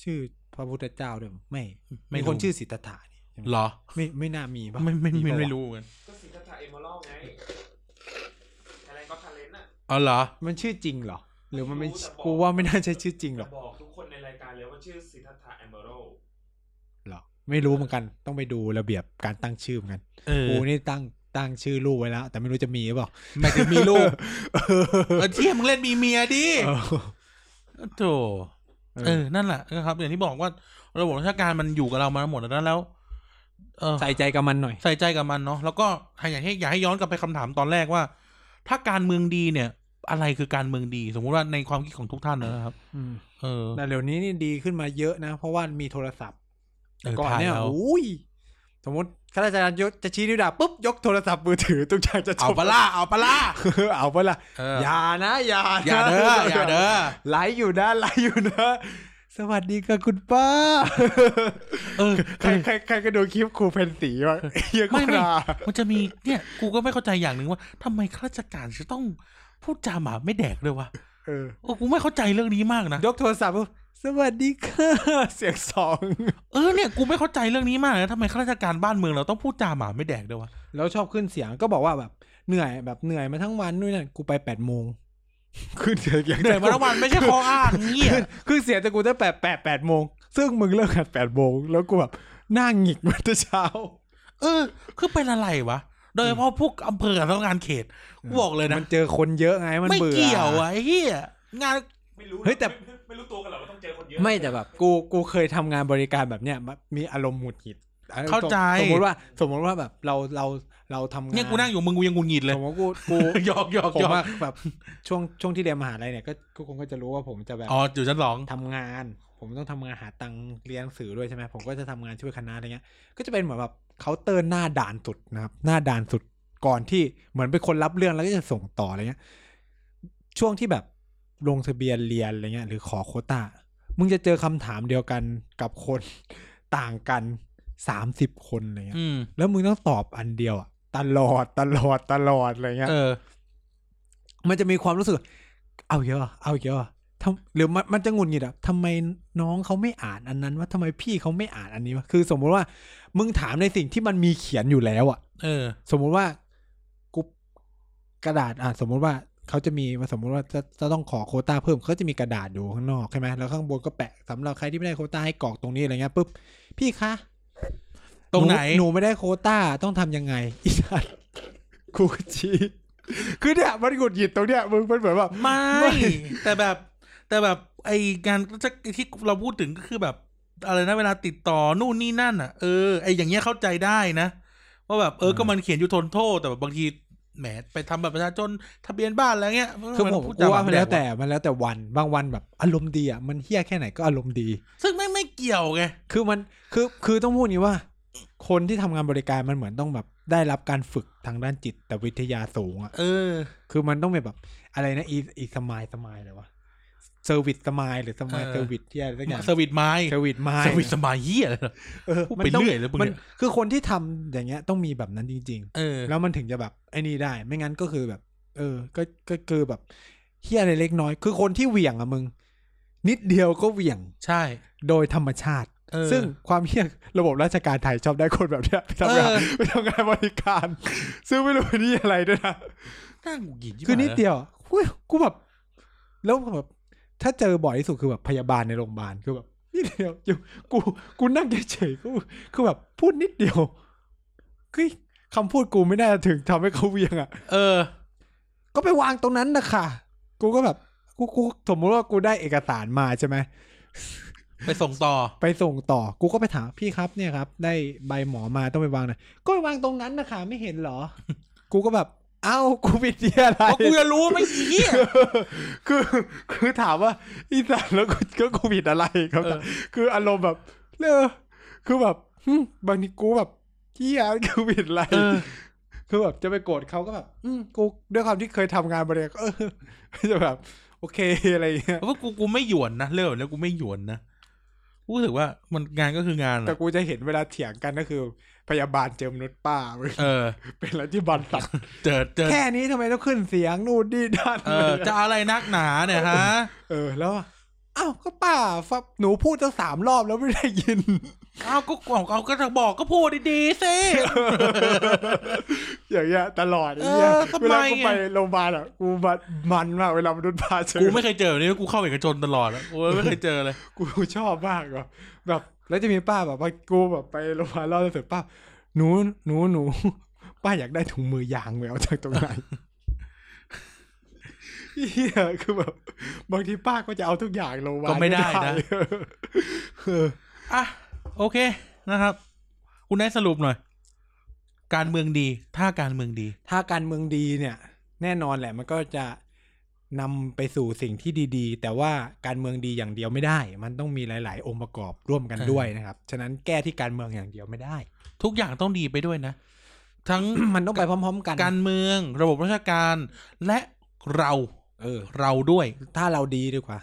ชื่อพระพุทธเจ้าด้วยมั้ยไม่ ไม่ มี รู้ คนชื่อสิทธัตถะนี่ใช่ไหม เหรอ ไม่ไม่น่ามีปะ ไม่ไม่ไม่ ปะวะ ไม่รู้เหมือนกัน ก็สิทธัตถะเอมอลไงอะไรก็ทาเลนต์น่ะ อ๋อเหรอ มันชื่อจริงเหรอ หรือมันไม่ ไม่รู้แต่บอก กูว่าไม่น่าใช่ชื่อจริงหร แต่ อก บอกทุกคนในรายการเลยว่าชื่อสิทธัตถะเอมอล หรอไม่รู้เหมือนกันต้องไปดูระเบียบการตั้งชื่อเหมือนกัน เออ กูนี่ตั้งตั้งชื่อลูกไว้แล้ว แต่ไม่รู้จะมีหรือเปล่า หมายถึงมีลูกเออเทียมงเล่นมีเมียดิ เออ โถ เอ เอ อ อ นั่นแหละนะครับ อย่างที่บอกว่าระบบราชการมันอยู่กับเรามาหมดแล้วนะแล้ว เออ ใส่ใจกับมันหน่อย ใส่ใจกับมันเนาะ แล้วก็อยากให้อยากให้ย้อนกลับไปคำถามตอนแรกว่า ถ้าการเมืองดีเนี่ย อะไรคือการเมืองดี สมมุติว่าในความคิดของทุกท่านนะครับ อืม เออ แต่เดี๋ยวนี้นี่ดีขึ้นมาเยอะนะ เพราะว่ามีโทรศัพท์ เออ ก่อนเนี่ย ถ่ายเอา อุ้ยสมมติข้าราชการยศจะชี้นิ้วด่าปุ๊บ ยกโทรศัพท์มือถือ ทุกอย่างจะจ เอา บ ปะ ล่าเอาปะล่า เอาปะล่ะ เอออ อย่านะอย่า อย่าเด้ออย่าเด้อ ไลฟ์อยู่นะไลฟ์อยู่นะ สวัสดีค่ะคุณป้า เออ ใครใครใครก็ดูคลิปครูเพนสีวะเหี้ยอะ ไม่ ก ไม่ ว่า มันจะมีเนี่ย กูก็ไม่เข้าใจอย่างหนึ่งว่าทำไมข้าราชการจะต้องพูดจาหมาไม่แดกเลยวะ เออ โอ้กูไม่เข้าใจเรื่องนี้มากนะ ยกโทรศัพท์ปุ๊บสวัสดีค่ะเสียงสอง เออเนี่ยกูไม่เข้าใจเรื่องนี้มากนะทำไมข้าราชการบ้านเมืองเราต้องพูดจาหมาไม่แดกด้วยวะ แล้วชอบขึ้นเสียงก็บอกว่าแบบเหนื่อยแบบเหนื่อยมาทั้งวันนู่นนั่นกูไปแปดโมงขึ้นเสียงอย่าง เหนื่อยมาทั้งวันไม่ใช่ข้ออ้างเงี้ย คือคือเสียแต่กูตั้งแต่แปดแปดโมง ซึ่งมึงเลิกงานแปดโมง แล้วกูแบบหน้าหงิกมาแต่เช้า เออ คือเป็นอะไรวะ โดยเฉพาะพวกอำเภอกับสำนักงานเขตกูบอกเลยนะ มันเจอคนเยอะไงมัน ไม่ เบื่อ เกี่ยวอะไอ้เหี้ยงาน ไม่รู้ เฮ้ยแต่ ไม่ไม่รู้ตัวกันเหรอว่าต้องเจอคนเยอะ ไม่แต่แบบกูกูเคยทำงานบริการแบบเนี้ยมันมีอารมณ์หงุดหงิดอ่ะ เข้าใจ สมมติว่าสมมติว่าแบบเราเราเราทำงาน เนี่ยกูนั่งอยู่มึงกูยังหงุนงิดเล ส ย มมติว่ากูกู หยอกหยอก ผม หยอก ว่าแบบช่วงช่วงที่เรียนมหาลัยเนี่ยก็ก็คงก็จะรู้ว่าผมจะแบบ อ๋ออยู่ชั้นสอง ทำงาน ผมต้องทำงานหาตังค์เรียนหนังสือด้วยใช่ไหมผมก็จะทำงานช่วยคณะอะไรเงี้ย ก็จะเป็นเหมือนแบบเคาน์เตอร์หน้าด่านสุดนะครับ หน้าด่านสุดก่อนที่เหมือนเป็นคนรับเรื่องแล้วก็จะส่งต่ออะไรเงี้ย ช่วงที่แบบลงทะเบียนเรียนอะไรเงี้ย หรือขอโควตามึงจะเจอคำถามเดียวกันกับคน ต่างกันสามสิบคนอะไรเงี้ย อืม แล้วมึงต้องตอบอันเดียวอะตลอดตลอดตลอดอะไรเงี้ย เออ มันจะมีความรู้สึก เอาเยอะ เอาเยอะทำหรือมันมันจะหงุนงิดอ่ะทำไมน้องเขาไม่อ่านอันนั้นวะทำไมพี่เขาไม่อ่านอันนี้วะ คือสมมุติว่า มึงถามในสิ่งที่มันมีเขียนอยู่แล้วอ่ะ เออ สมมุติว่ากูกระดาษอ่ะสมมุติว่าเขาจะมีมาสมมุติว่าจะจะต้องขอโควต้าเพิ่มเขาจะมีกระดาษอยู่ข้างนอกใช่ไหมแล้วข้างบนก็แปะสำหรับใครที่ไม่ได้โควต้าให้กรอกตรงนี้อะไรเงี้ยปุ๊บพี่คะ ตรงไหน นูหนูไม่ได้โควต้าต้องทำยังไงอีสัตว์กูก็ชี้คือเนี่ยมันหงุดหงิดตรงเนี้ยมึงมันเหมือนแบบ ไม่ ไม่ แต่แบบ แต่แบบไอ้งานจะที่เราพูดถึงก็คือแบบ อะไรนะเวลาติดต่อนู่นนี่นั่นอ่ะเออไอ้อย่างเงี้ยเข้าใจได้นะว่าแบบเออก็มันเขียนอยู่ทนโทษ แต่แบบบางทีแหมไปทำแบบประชาชนทะเบียนบ้านอะไรเงี้ย คือผม พูด กู จา ว่ามันแล้ว บบ แต่มันแล้วแต่วันบางวันแบบอารมณ์ดีอ่ะมันเฮี้ยแค่ไหนก็อารมณ์ดี ซึ่งไม่ไม่เกี่ยวไง คือมันคือคือต้องพูดอย่างนี้ว่า คนที่ทำงานบริการมันเหมือนต้องแบบได้รับการฝึกทางด้านจิตวิทยาสูงอ่ะ เออ คือมันต้องเป็นแบบอะไรนะอีอีสมายสมายเลยวะเซอร์วิสสมายหรือสมาย เออ เซอร์วิสที่อะไรสักอย่าง เซอร์วิสไม้ เซอร์วิสมา เซอร์วิสสมัยเหี้ยเลยเหรอ เออ พูด มั ไป ต้อง เรื่อยเลยพวก มั เนี่ น ย คือคนที่ทำอย่างเงี้ยต้องมีแบบนั้นจริง เออ ๆ แล้วมันถึงจะแบบไอ้นี่ได้ ไม่งั้นก็คือแบบ เออ ก็ก็ก็คือแบบเฮี้ยอะไรเล็กน้อย คือคนที่เหวี่ยงอ่ะมึง นิดเดียวก็เหวี่ยง ใช่ โดยธรรมชาติ เออ ซึ่งความเฮี้ยระบบราชการไทยชอบได้คนแบบเนี้ย ไปทำงานไปทำเอองานบริการ ซึ่งไม่รู้นี่อะไรด้วย นะ น่าหงุดหงิดยิ่ง คือนิดเดียวกูกูแบบ แล้วแบบถ้าเจอบ่อยที่สุดคือแบบพยาบาลในโรงพยาบาลคือแบบนิดเดียวอยู่กูกูนั่งเฉยๆกูคือแบบพูดนิดเดียวคือ คำพูดกูไม่น่าถึงทำให้เขาเวียงอ่ะ เออ ก็ไปวางตรงนั้นนะค่ะ กูก็แบบ กูกูสมมติว่ากูได้เอกสารมาใช่ไหม ไปส่งต่อ ไปส่งต่อ กูก็ไปถามพี่ครับเนี่ยครับ ได้ใบหมอมาต้องไปวางนะก็ไปวางตรงนั้นนะคะ ไม่เห็นเหรอ กูก็แบบ เอ้า กู ผิดเหียอะไร เพราะกูจะรู้ไหม่อีเหี้ย คือคือถามว่าอีสานแล้วกูก็กูผิดอะไรครับ เออ คืออารมณ์แบบเออคือแบบหึบางทีกูแบบเที่ยกูผิดอะไร เออ คือแบบจะไปโกรธเขาก็แบบ อืมกูด้วยความที่เคยทำงานบริษัทเออจะแบบ โอเคอะไรอย่างเงี้ย เพราะกูกูไม่หยวนนะเรื่องแบบนี้กูไม่หยวนนะกูรู้สึกว่ามันงานก็คืองาน แต่ อะ กูจะเห็นเวลาเถียงกันก็คือ พยาบาลเจอมนุษย์ป้าเว้ย เออ เป็นอะไรที่บันสัตว์ เจอเจอ แค่นี้ทำไมต้องขึ้นเสียงนู่นนี่นั่น เออจะอะไรนักหนาเนี่ยฮะ เออแล้วอะอ้าวก็ป้าฟับหนูพูดตั้งสามรอบแล้วไม่ได้ยิน เอาก็เอาเอาก็จะบอกก็พูดดีๆสิ อย่างเงี้ยตลอด เอไอ้อเงี้ย ทำไม เวลากู อะ ไปโรงพยาบาลอ่ะกูมันมันมากเวลามนุษย์พาเจอ กูไม่เคยเจอแบบนี้กูเข้าเอกชนตลอดอะกูไม่เคยเจอเลย กูชอบมากอ่ะแบบแล้วจะมีป้าแบบว่ากูแบบไปโรงพยาบาลรอบล่าสุดป้าหนูหนูหนู ป้าอยากได้ถุงมือยางไปเอาจากตรงไหนเฮียคือแบบบางทีป้าก็จะเอาทุกอย่างลงมา ก็ไม่ได้นะ เออ อ่ะโอเคนะครับ คุณนายสรุปหน่อย การเมืองดี ถ้าการเมืองดี ถ้าการเมืองดีเนี่ย แน่นอนแหละมันก็จะนำไปสู่สิ่งที่ดีๆ แต่ว่าการเมืองดีอย่างเดียวไม่ได้ มันต้องมีหลาย ๆ องค์ประกอบร่วมกัน ใช่ ด้วยนะครับ ฉะนั้นแก้ที่การเมืองอย่างเดียวไม่ได้ ทุกอย่างต้องดีไปด้วยนะ ทั้ง มันต้องไปพร้อม ๆ กัน การเมืองระบบราชการและเรา เออ เราด้วย ถ้าเราดีดีกว่า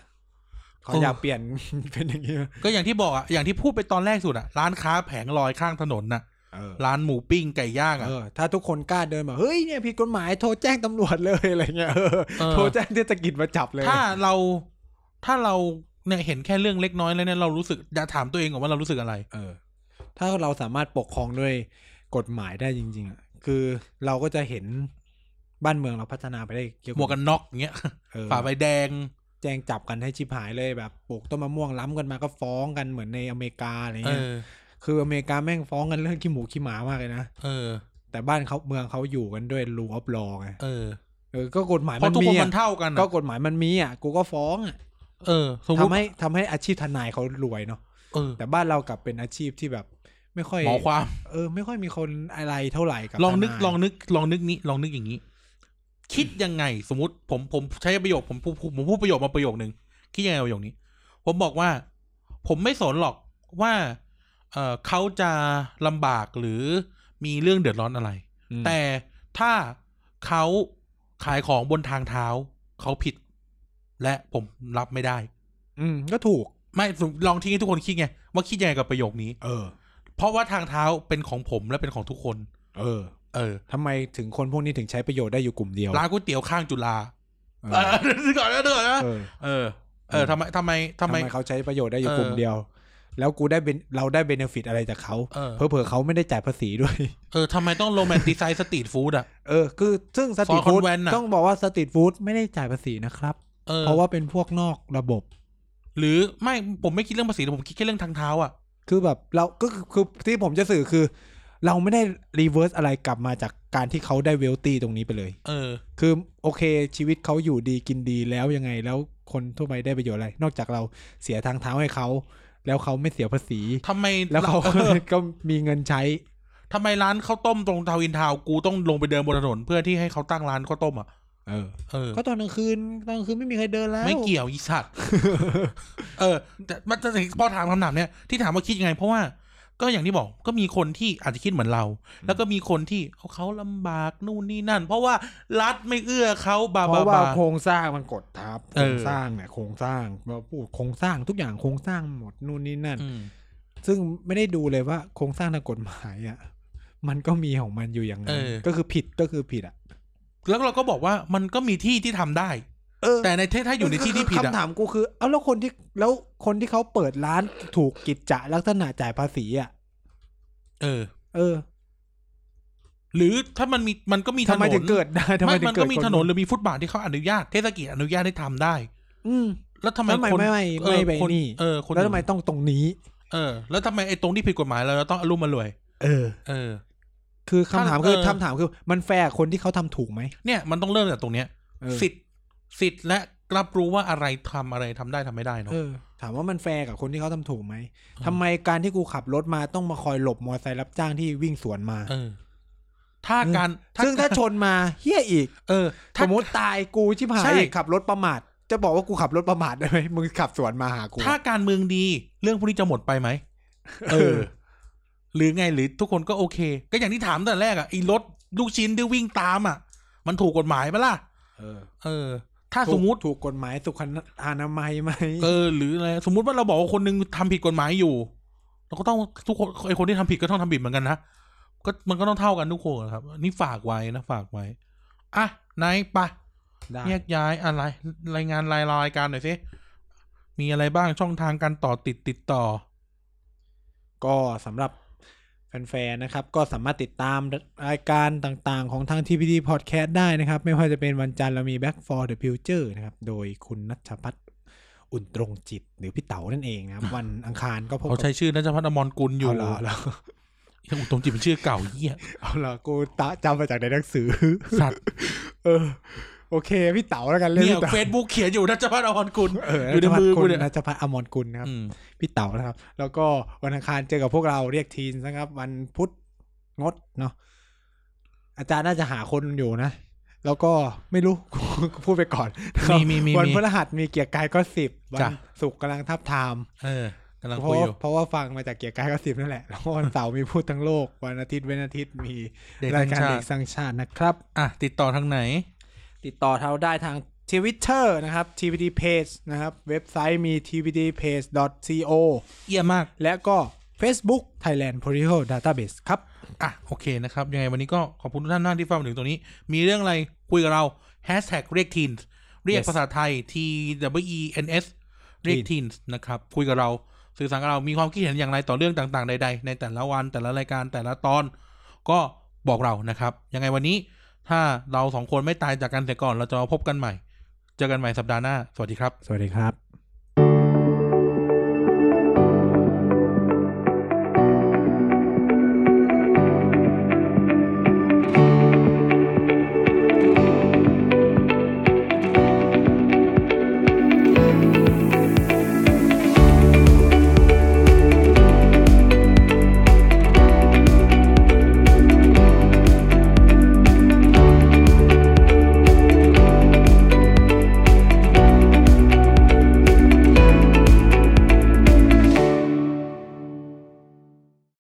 เขา โอ้ อยากเปลี่ยน เป็นอย่างนี้ ก็อย่างที่บอกอะอย่างที่พูดไปตอนแรกสุดอะร้านค้าแผงลอยข้างถนนน่ะ เออ ร้านหมูปิ้งไก่ย่างอะ เออ ถ้าทุกคนกล้าเดินมาเฮ้ยเนี่ยผิดกฎหมายโทรแจ้งตำรวจเลย อะไรเงี้ยเออ เออ โทรแจ้งเทศกิจมาจับเลย ถ้าเราถ้าเราเนี่ยเห็นแค่เรื่องเล็กน้อยแล้วเนี่ยเรารู้สึกอย่าถามตัวเองก่อนว่าเรารู้สึกอะไร เออ ถ้าเราสามารถปกครองด้วยกฎหมายได้จริง ๆอ่ะคือเราก็จะเห็นบ้านเมืองเราพัฒนาไปได้เกี่ยว หมวกกันน็อกอย่างเงี้ย เออ ฝ่าไฟแดง แจ้งจับกันให้ชิบหายเลยแบบปลูกต้นมะม่วงล้ำกันมาก็ฟ้องกันเหมือนในอเมริกาอะไร เอ เงี้ย อ คืออเมริกาแม่งฟ้องกันเรื่องขี้หมูขี้หมามากเลยนะ เออ แต่บ้านเขาเมืองเขาอยู่กันด้วยรูออฟลอไง เออ เออก็กฎหมาย เพ มั ราะ น ทุก มี คน อ่ะ มันเท่ากันอะ ก็กฎหมายมันมีอ่ะกูก็ฟ้องอ่ะ เออสมม ทำ ติ ให้ทำให้อาชีพทนายเขารวยเนาะ เออ แต่บ้านเรากลับเป็นอาชีพที่แบบ ไม่ค่อย หมอความ เออไม่ค่อยมีคนอะไรเท่าไหร่กับ ลองนึก ทาย ลองนึกลองนึกนี้ลองนึกอย่างนี้ คิดยังไง สมมติผมผมใช้ประโยคผมผมผมผมพูดประโยคมาประโยคนึงคิดยังไงกับประโยคนี้ ผมบอกว่า ผมไม่สนหรอกว่า เออเขาจะลำบากหรือมีเรื่องเดือดร้อนอะไร อืม แต่ถ้าเขาขายของบนทางเท้า เขาผิด และผมรับไม่ได้ อืมก็ถูก ไม่ลองทิ้งให้ทุกคนคิดไงว่าคิดยังไงกับประโยคนี้ เออ เพราะว่าทางเท้าเป็นของผมและเป็นของทุกคน เออ เออ ทำไมถึงคนพวกนี้ถึงใช้ประโยชน์ได้อยู่กลุ่มเดียว ร้านก๋วยเตี๋ยวข้างจุฬา เอ เอ อ อนึกก่อนนะนึกก่อนนะ เออ เออ เออทำไมทำไม ทำ ทำไม ไมเขาใช้ประโยชน์ได้อยู่ เออ กลุ่มเดียว แล้วกูได้เบนเราได้เบนฟิตอะไรจากเขา เออ เผลอๆเขาไม่ได้จ่ายภาษีด้วย เออทำไมต้องโรแมนติไซส์สตรีทฟู้ดอ่ะ เออ คือซึ่งสตรีท ซอยคอน ฟู้ด แวนน่ะ ต้องบอกว่าสตรีทฟู้ดไม่ได้จ่ายภาษีนะครับ เออ เพราะว่าเป็นพวกนอกระบบ หรือไม่ผมไม่คิดเรื่องภาษีแต่ผมคิดแค่เรื่องทางเท้าอ่ะ คือแบบเราก็คือคือที่ผมจะสื่อคือ เราไม่ได้รีเวิร์สอะไรกลับมาจากการที่เขาได้เวลตี้ตรงนี้ไปเลย เออ คือโอเคชีวิตเขาอยู่ดีกินดีแล้วยังไงแล้วคนทั่วไปได้ประโยชน์อะไร นอกจากเราเสียทางเท้าให้เขา แล้วเขาไม่เสียภาษี ทำไม แล้ว เขา ออ ก็มีเงินใช้ ทำไมร้านข้าวต้มตรงทาวน์อินทาวน์กูต้องลงไปเดินบนถนนเพื่อที่ให้เขาตั้งร้านข้าวต้มอ่ะ เออ เออ ก็ตอนกลางคืนตอนกลางคืนไม่มีใครเดินแล้ว ไม่เกี่ยวอีสัตว์ เออ แต่มันจะพอถามคำถามเนี้ยที่ถามว่าคิดยังไง เพราะว่า ก็อย่างที่บอกก็มีคนที่อาจจะคิดเหมือนเรา แล้วก็มีคนที่เอาเขาลำบากนู่นนี่นั่น เพราะว่ารัฐไม่เอื้อเขาบา เพ บา ราะว่า บา โครงสร้างมันกดทับโคเอร อ งสร้างเนี่ยโครงสร้างเราพูดโครงสร้างทุกอย่างโครงสร้างหมดนู่นนี่นั่น อืม ซึ่งไม่ได้ดูเลยว่าโครงสร้างทางกฎหมายอ่ะมันก็มีของมันอยู่อย่างนั้น เออ ก็คือผิดก็คือผิดอ่ะ แล้วเราก็บอกว่ามันก็มีที่ที่ทำได้ แต่ในถ้าอยู่ในที่ที่ผิด คำ อ่ะ ถามกูคือเอาแล้วคนที่แล้วคนที่เขาเปิดร้านถูกกิจจะลักษณะจ่ายภาษีอ่ะ เออ เออ หรือถ้ามันมีมันก็มีถ ทำ น ไม น ถึงเกิด ได้ทำไม ไม่ ถึง มัน เกิ ก็ ด มี ค ถนนหรือมีฟุตบาทที่เขาอนุญาตเทศกิจอนุญาตให้ทำได้ อืม แล้วทำไม ทำไม คน ไม่ไม่ เอ ไม่ อ ไป คน นี่ เออคน แล้วทำไมต้องตรงนี้ เออ แล้วทำไมไอ้ตรงที่ผิดกฎหมายเราจะต้องอารมณ์มารวย เออ เออ คือคำถามคือ เออ คำถามคือมันแฟร์กับคนที่เขาทำถูกไหม เนี่ยมันต้องเริ่มจากตรงเนี้ย เออ สิทธิ์สิทธิ์และรับรู้ว่าอะไรทำอะไรทำได้ทำไม่ได้เนาะ เออ ถามว่ามันแฟร์กับคนที่เขาทำถูกไหมทำไมการที่กูขับรถมาต้องมาคอยหลบมอเตอร์ไซค์รับจ้างที่วิ่งสวนมา เออ ถ้าการ ซึ่งถ้าชนมาเฮี้ยอีก เออ ส ถ้า มมติตายกูชิบหา ใช่ ยขับรถประมาท จะบอกว่ากูขับรถประมาทได้ไหมมึงขับสวนมาหากู ถ้าการเมืองดี เรื่องพวกนี้จะหมดไปไหมเออ หรือไงหรือทุกคนก็โอเค ก็อย่างที่ถามตั้งแต่แรกอะไอ้รถลูกชิ้นที่วิ่งตามอะมันถูกกฎหมายปะล่ะ เออ เออ ถ้าสมมติ ถูกกฎหมายสุขอนามัยไหม เออ หรืออะไรสมมติว่าเราบอกว่าคนนึงทำผิดกฎหมายอยู่เราก็ต้องทุกคนไอคนที่ทำผิดก็ต้องทำผิดเหมือนกันนะก็มันก็ต้องเท่ากันทุกคนครับนี่ฝากไว้นะฝากไว้อ่ะไหนไปะ ได้ แยกย้ายอะไรรายงานรายรายการหน่อยสิ มีอะไรบ้างช่องทางการต่อติดติดต่อ ก็สำหรับแฟนๆนะครับ ก็สามารถติดตามรายการต่างๆ ของทาง TPD Podcast ได้นะครับ ไม่ว่าจะเป็นวันจันทร์เรามี Back for the Future นะครับ โดยคุณนัชพัฒน์อุ่นตรงจิต หรือพี่เต๋านั่นเองนะครับ วันอังคารก็พบ เขา กับ ใช้ชื่อนัชพัฒน์อมรกุลอยู่ เอาเหรอเหรอ เหี้ยอุตรงจิตเป็นชื่อเก่าเยี่ย เอาเหรอกูตะจำมาจากในหนังสือ สัตว์ เออ โอเค พี่เต๋า แล้วกันเรื่อง เนี่ย พี่เต๋า เฟซบุ๊กเขียนอยู่นัชพัฒน์อมรกุล เออ อ อยู่ ในมือกูเนี่ย นัชพัฒน์อมรกุลนะครับ อืม พี่เต๋านะครับ แล้วก็วันอังคารเจอกับพวกเราเรียกทีนนะครับ วันพุธงดเนาะอาจารย์น่าจะหาคนอยู่นะ แล้วก็ไม่รู้ กูพูดไปก่อน มีมีมี วัน มี พฤหัสมีเกียร์กายก็สิบวั จ้ะ นศุกร์กำลังทับไทาม เออกำลัง เพ คุ ราะว่ายอยู่ เพราะว่าฟังมาจากเกียร์กายก็สิบนั่นแหละแล้วก็วันเสาร์มีพูดทั้งโลก วันอาทิตย์เว้นอาทิตย์มี เด็ก ราย ทั้ง การ ชา เด็ ติ กสร้างชาตินะครับ อ่ะติดต่อทางไหน ติดต่อเราได้ทาง Twitter นะครับ TPD Page นะครับ เว็บไซต์มี tpd page co เยี่ยมมาก และก็ Facebook Thailand Political Database ครับ อ่ะโอเคนะครับ ยังไงวันนี้ก็ขอบคุณทุกท่านมากที่ฟังมาถึงตรงนี้ มีเรื่องอะไรคุยกับเราแฮชแท็กเรียกทีนเรียก Yes ภาษาไทย T W E N S เรียกทีนนะครับ คุยกับเรา สื่อสารกับเรามีความคิดเห็นอย่างไรต่อเรื่องต่างๆ ใด ๆ ในแต่ละวันแต่ละรายการแต่ละตอน ก็บอกเรานะครับ ยังไงวันนี้ ถ้าเราสองคนไม่ตายจากกันเสียก่อนเราจะมาพบกันใหม่ เจอกันใหม่สัปดาห์หน้า สวัสดีครับ สวัสดีครับ